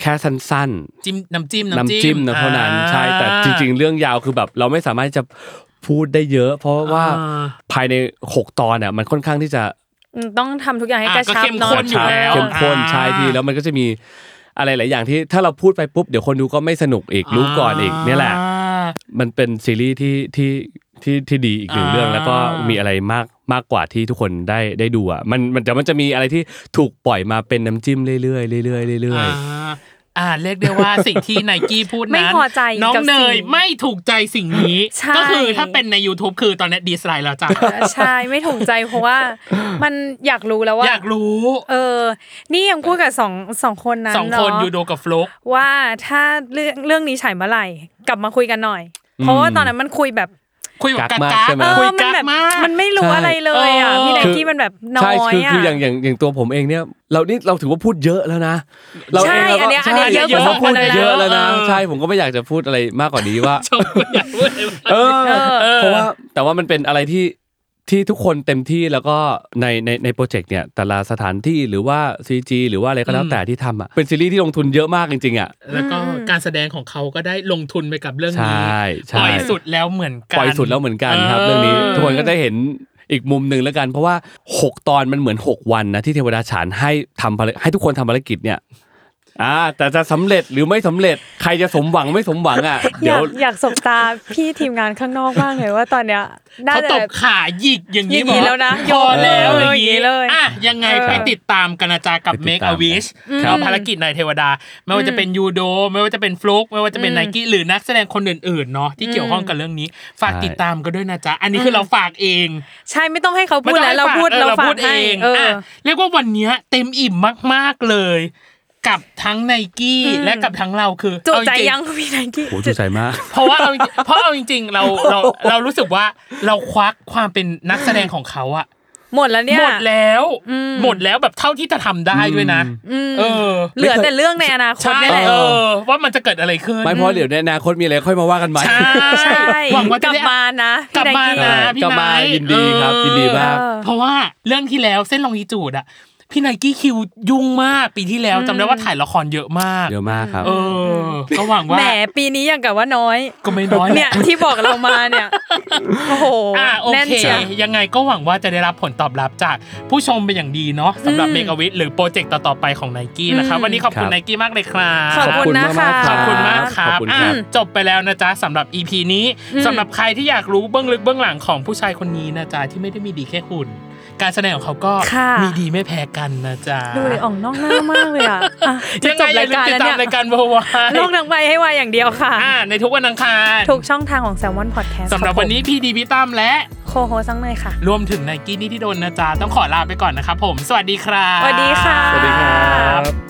Speaker 4: แค่สั้น ๆ
Speaker 2: จิ้มน้ำจิ้ม
Speaker 4: น้ำจิ้มนะเท่านั้นใช่แต่จริง ๆ เรื่องยาวคือแบบเราไม่สามารถจะพูดได้เยอะ เพราะ
Speaker 2: ๆ
Speaker 4: ว่าภายใน 6 ตอนเนี่ยมันค่อนข้างที่จะ
Speaker 3: อืมต้องทำทุกอย่างให้
Speaker 2: อ่ะ
Speaker 3: กระชั
Speaker 2: ก็
Speaker 3: บ
Speaker 2: เข้ม
Speaker 3: เนาะ
Speaker 2: ข้นอยู่แล้ว
Speaker 4: เข้มข้น
Speaker 2: อ่า
Speaker 4: ใช่พี่แล้วมันก็จะมีอะไรหลายอย่างที่ถ้าเราพูดไปปุ๊บเดี๋ยวคนดูก็ไม่สนุกอีกรู้ก่อนอีกเนี่ยแหละ
Speaker 2: า
Speaker 4: มันเป็นซีรีส์ที่ที่ที่ที่ดีอีกหนึ่ง
Speaker 2: อ่า
Speaker 4: เรื่องแล้วก็มีอะไรมากมากกว่าที่ทุกคนได้ได้ดูอ่ะมันมันจะมันจะมีอะไรที่ถูกปล่อยมาเป็นน้ำจิ้มเรื่อยๆเรื่อยๆเรื่อย
Speaker 2: อ่าอ่าเรียกได้ ว่าสิ่งที่ ไนกี้พูด
Speaker 3: ไม่
Speaker 2: นั้น
Speaker 3: พอใจ
Speaker 2: น้อง
Speaker 3: กับ
Speaker 2: เน
Speaker 3: สิ่
Speaker 2: ย
Speaker 3: ง
Speaker 2: ไม่ถูกใจสิ่งนี้
Speaker 3: ใช่
Speaker 2: ก็คือถ้าเป็นใน YouTube คือตอนนี้ดีสไลด์แล้วจ้ะ
Speaker 3: ใช่ไม่ถูกใจเพราะว่ามันอยากรู้แล้วว่า
Speaker 2: อยากรู้
Speaker 3: เออ นี่ยังพูดกับสองสองคนนั้น
Speaker 2: สอง
Speaker 3: เนา
Speaker 2: คนยู
Speaker 3: ะ
Speaker 2: โดกับฟลุก
Speaker 3: ว่าถ้าเรื่องเรื่องนี้ฉายเมื่อไหร่กลับมาคุยกันหน่อย เพราะว่าตอนนั้นมันคุยแบบ
Speaker 2: คุยแบบ
Speaker 4: กั
Speaker 2: กั
Speaker 4: ก
Speaker 2: ก
Speaker 4: มาก
Speaker 2: กา
Speaker 4: ใช่ไห
Speaker 3: เอ
Speaker 2: คุย
Speaker 3: อมั
Speaker 2: กัก
Speaker 3: แบบ
Speaker 2: มาก
Speaker 3: มันไม่รู้อะไรเลยอ่ะ
Speaker 2: ใช่
Speaker 3: พี่ไน
Speaker 4: คือ
Speaker 3: กี้มันแบบน้
Speaker 4: ใช่
Speaker 3: อย
Speaker 4: คือ
Speaker 3: อ่ะ
Speaker 4: คืออย่างอย่างอย่างตัวผมเองเนี่ย เรานี่เราถือว่าพูดเยอะแล้วนะเรา
Speaker 3: ใช่
Speaker 4: เองเรา
Speaker 3: อันเนี้ยอันเนี้ย
Speaker 4: ใช่
Speaker 3: เยอะกว่า
Speaker 4: ราพูด
Speaker 3: สองคนแล้ว
Speaker 4: เยอะแล้วนะ
Speaker 2: เออ
Speaker 4: ใช่ผมก็ไม่อยากจะพูดอะไรมากกว่านี้ว่า
Speaker 2: ชมก็อยากรู้เลยว่า
Speaker 4: เออ
Speaker 3: เออ
Speaker 4: เพราะว่าแต่ว่ามันเป็นอะไรที่ที่ทุกคนเต็มที่แล้วก็ในในในโปรเจกต์เนี่ย แต่ละสถานที่หรือว่า CG หรือว่าอะไรก็แล้ว
Speaker 2: อืม
Speaker 4: แต่ที่ทำอ่ะเป็นซีรีส์ที่ลงทุนเยอะมากจริงๆอ่ะ
Speaker 2: แล้วก็การแสดงของเขาก็ได้ลงทุนไปกับเรื่อง
Speaker 4: ใช
Speaker 2: นี้
Speaker 4: ่
Speaker 2: ป
Speaker 4: ใช่
Speaker 2: ล่อยสุดแล้วเหมือนกัน
Speaker 4: ปล่อยสุดแล้วเหมือนกันครับ เรื่องนี้ทุกคนก็ได้เห็นอีกมุมหนึ่งแล้วกัน เพราะว่า 6 ตอนมันเหมือน 6 วันนะที่เทวดาฉานให้ทำภารให้ทุกคนทำภารกิจเนี่ยอ่าแต่จะสำเร็จหรือไม่สำเร็จใครจะสมหวังไม่สมหวังอ่ะ
Speaker 3: อ
Speaker 4: เดี๋ย
Speaker 3: ยาว กอยากสบตาพี่ทีมงานข้างนอกบ้างเลยว่าตอนเนี้ยน่า
Speaker 2: เขา
Speaker 3: จะ
Speaker 2: ตบขาหยิกอย่าง
Speaker 3: อ
Speaker 2: นี้
Speaker 3: ย่าง
Speaker 2: บ
Speaker 3: นี้
Speaker 2: ก
Speaker 3: แล้วนะ
Speaker 2: พอแล้ว
Speaker 3: เออ
Speaker 2: อย่าง
Speaker 3: อย่างนี้
Speaker 2: นี้
Speaker 3: เลย
Speaker 2: อ่ะยังไง
Speaker 3: เออ
Speaker 2: ไปติดตามกันนะจ๊ะกับ
Speaker 4: ไปติด
Speaker 2: Make
Speaker 4: ตาม
Speaker 2: a Wish
Speaker 4: ค
Speaker 2: ค
Speaker 4: รั
Speaker 2: รับ บภารกิจนายเทวดา ไม่ว่าจะเป็นยูโด ไม่ว่าจะเป็นฟลุกไม่ว่าจะเป็นไนกี้หรือนักแสดงคนอื่นๆเนาะที่เกี่ยวข้องกับเรื่องนี้ ฝากติดตามกันด้วยนะจ๊ะ อันนี้คือเราฝากเอง
Speaker 3: ใช่ไม่ต้องให้เขา
Speaker 2: ไม่
Speaker 3: พูด
Speaker 2: ต้อง
Speaker 3: แล้
Speaker 2: ให้
Speaker 3: วเรา
Speaker 2: ฝก
Speaker 3: พูด
Speaker 2: ออ
Speaker 3: เราฝาก
Speaker 2: เอ
Speaker 3: ให้
Speaker 2: ง
Speaker 3: เออ
Speaker 2: อ่ะเรียกว่าวันเนี้ยเต็มอิ่มมากๆเลย กับทั้งไนกี้
Speaker 3: อืม
Speaker 2: และกับทั้งเราคือ
Speaker 3: จุ
Speaker 2: เอาริ
Speaker 3: ใจ
Speaker 2: งๆ
Speaker 3: ยังพี่ไนกี้
Speaker 4: โหจุใจมาก
Speaker 2: เพราะว่าเอาจริงเพราะเอาจริงๆเราเราเรารู้สึกว่าเราควักความเป็นนักแสดงของเขาอะ
Speaker 3: หมดแล้วเนี่ย
Speaker 2: หมดแล้ว
Speaker 3: อืม
Speaker 2: หมดแล้วแบบเท่าที่จะทำได้ด้วยนะ
Speaker 3: อืม
Speaker 2: เออ
Speaker 3: เหลือแต่เรื่องในอนาคต
Speaker 2: ใช่
Speaker 3: นี่แหละ
Speaker 2: เออ ว่ามันจะเกิดอะไรขึ้น
Speaker 4: ไม่เพราะเดี๋ยวในอนาคตมีอะไรค่อยมาว่ากันใหม่
Speaker 2: ใช่
Speaker 3: ใช่
Speaker 2: หวังว่าจะ
Speaker 3: กลับ
Speaker 2: ได้
Speaker 3: มานะ
Speaker 2: กลับมา
Speaker 3: พี่
Speaker 2: นะพี่
Speaker 3: ไนกี้
Speaker 4: ก็มา
Speaker 2: ไนท์
Speaker 4: ยินดีครับ
Speaker 2: เออ
Speaker 4: ยินดีมาก
Speaker 3: เออ
Speaker 2: เพราะว่าเรื่องที่แล้วเส้นลองยีจูดอะพี่ไนกี้คิวยุ่งมากปีที่แล้วจำได้ว่าถ่ายละครเยอะมาก
Speaker 4: เดี๋ยวมากครับ
Speaker 2: เออ ก็หวังว่า
Speaker 3: แหมปีนี้อย่างกับว่าน้อย
Speaker 2: ก็ไม่น้อยแหละ
Speaker 3: เนี่ยที่บอกเรามาเนี่ย โอ้โห
Speaker 2: อ่ะโอ
Speaker 3: แน่น
Speaker 2: เค
Speaker 3: เชียว
Speaker 2: ยังไงก็หวังว่าจะได้รับผลตอบรับจากผู้ชมเป็นอย่างดีเนาะสำหรับ
Speaker 3: อืม
Speaker 2: เมกาวิทหรือโปรเจกต์ต่อ ๆ ไปของไนกี้นะครับ
Speaker 3: อืม
Speaker 2: วันนี้ขอบคุ
Speaker 4: ครั
Speaker 2: ณ
Speaker 4: บ
Speaker 2: ไนกี้มากเลยครับ
Speaker 3: ขอบคุณนะคะ
Speaker 2: ข
Speaker 4: ข
Speaker 2: อ
Speaker 4: อบบ คุ
Speaker 2: คุณ
Speaker 4: มาม
Speaker 2: ณาก ก
Speaker 4: ค
Speaker 2: ครั
Speaker 4: รับบ ขอบคุณค
Speaker 2: อ่ะ
Speaker 4: รับ
Speaker 2: จบไปแล้วนะจ๊ะสำหรับ EP นี้สำหรับใครที่อยากรู้เบื้องลึกเบื้องหลังของผู้ชายคนนี้นะจ๊ะที่ไม่ได้มีดีแค่หุ่น การแสดงของเขาก็
Speaker 3: ค่ะ
Speaker 2: มีดีไม่แพ้กันนะจ๊ะ
Speaker 3: ดูเลยออกนอกหน้ามากเลยอ่ะอ่ะจะ
Speaker 2: ยัง
Speaker 3: จ
Speaker 2: ไง
Speaker 3: บ
Speaker 2: อย่ารลืมติดตาม
Speaker 3: ายการแล้วเนี่ย
Speaker 2: รายการเวอร์ไวาย
Speaker 3: โลกนังใบให้วายอย่างเดียวค่ะ
Speaker 2: อ่าในทุกวันอังคาร
Speaker 3: ถูกช่องทางของแซลมอนพอดแคสต์
Speaker 2: สำหรับวันนี้พี่ดีพี่ตั้มและ
Speaker 3: โคโฮซังเนยค่ะ
Speaker 2: รวมถึงไนกี้นี่ที่โดนนะจ๊ะต้องขอลาไปก่อนนะครับผม สวัสดีครับ
Speaker 3: สวัสดีค่ะ
Speaker 4: สวัสดีครับ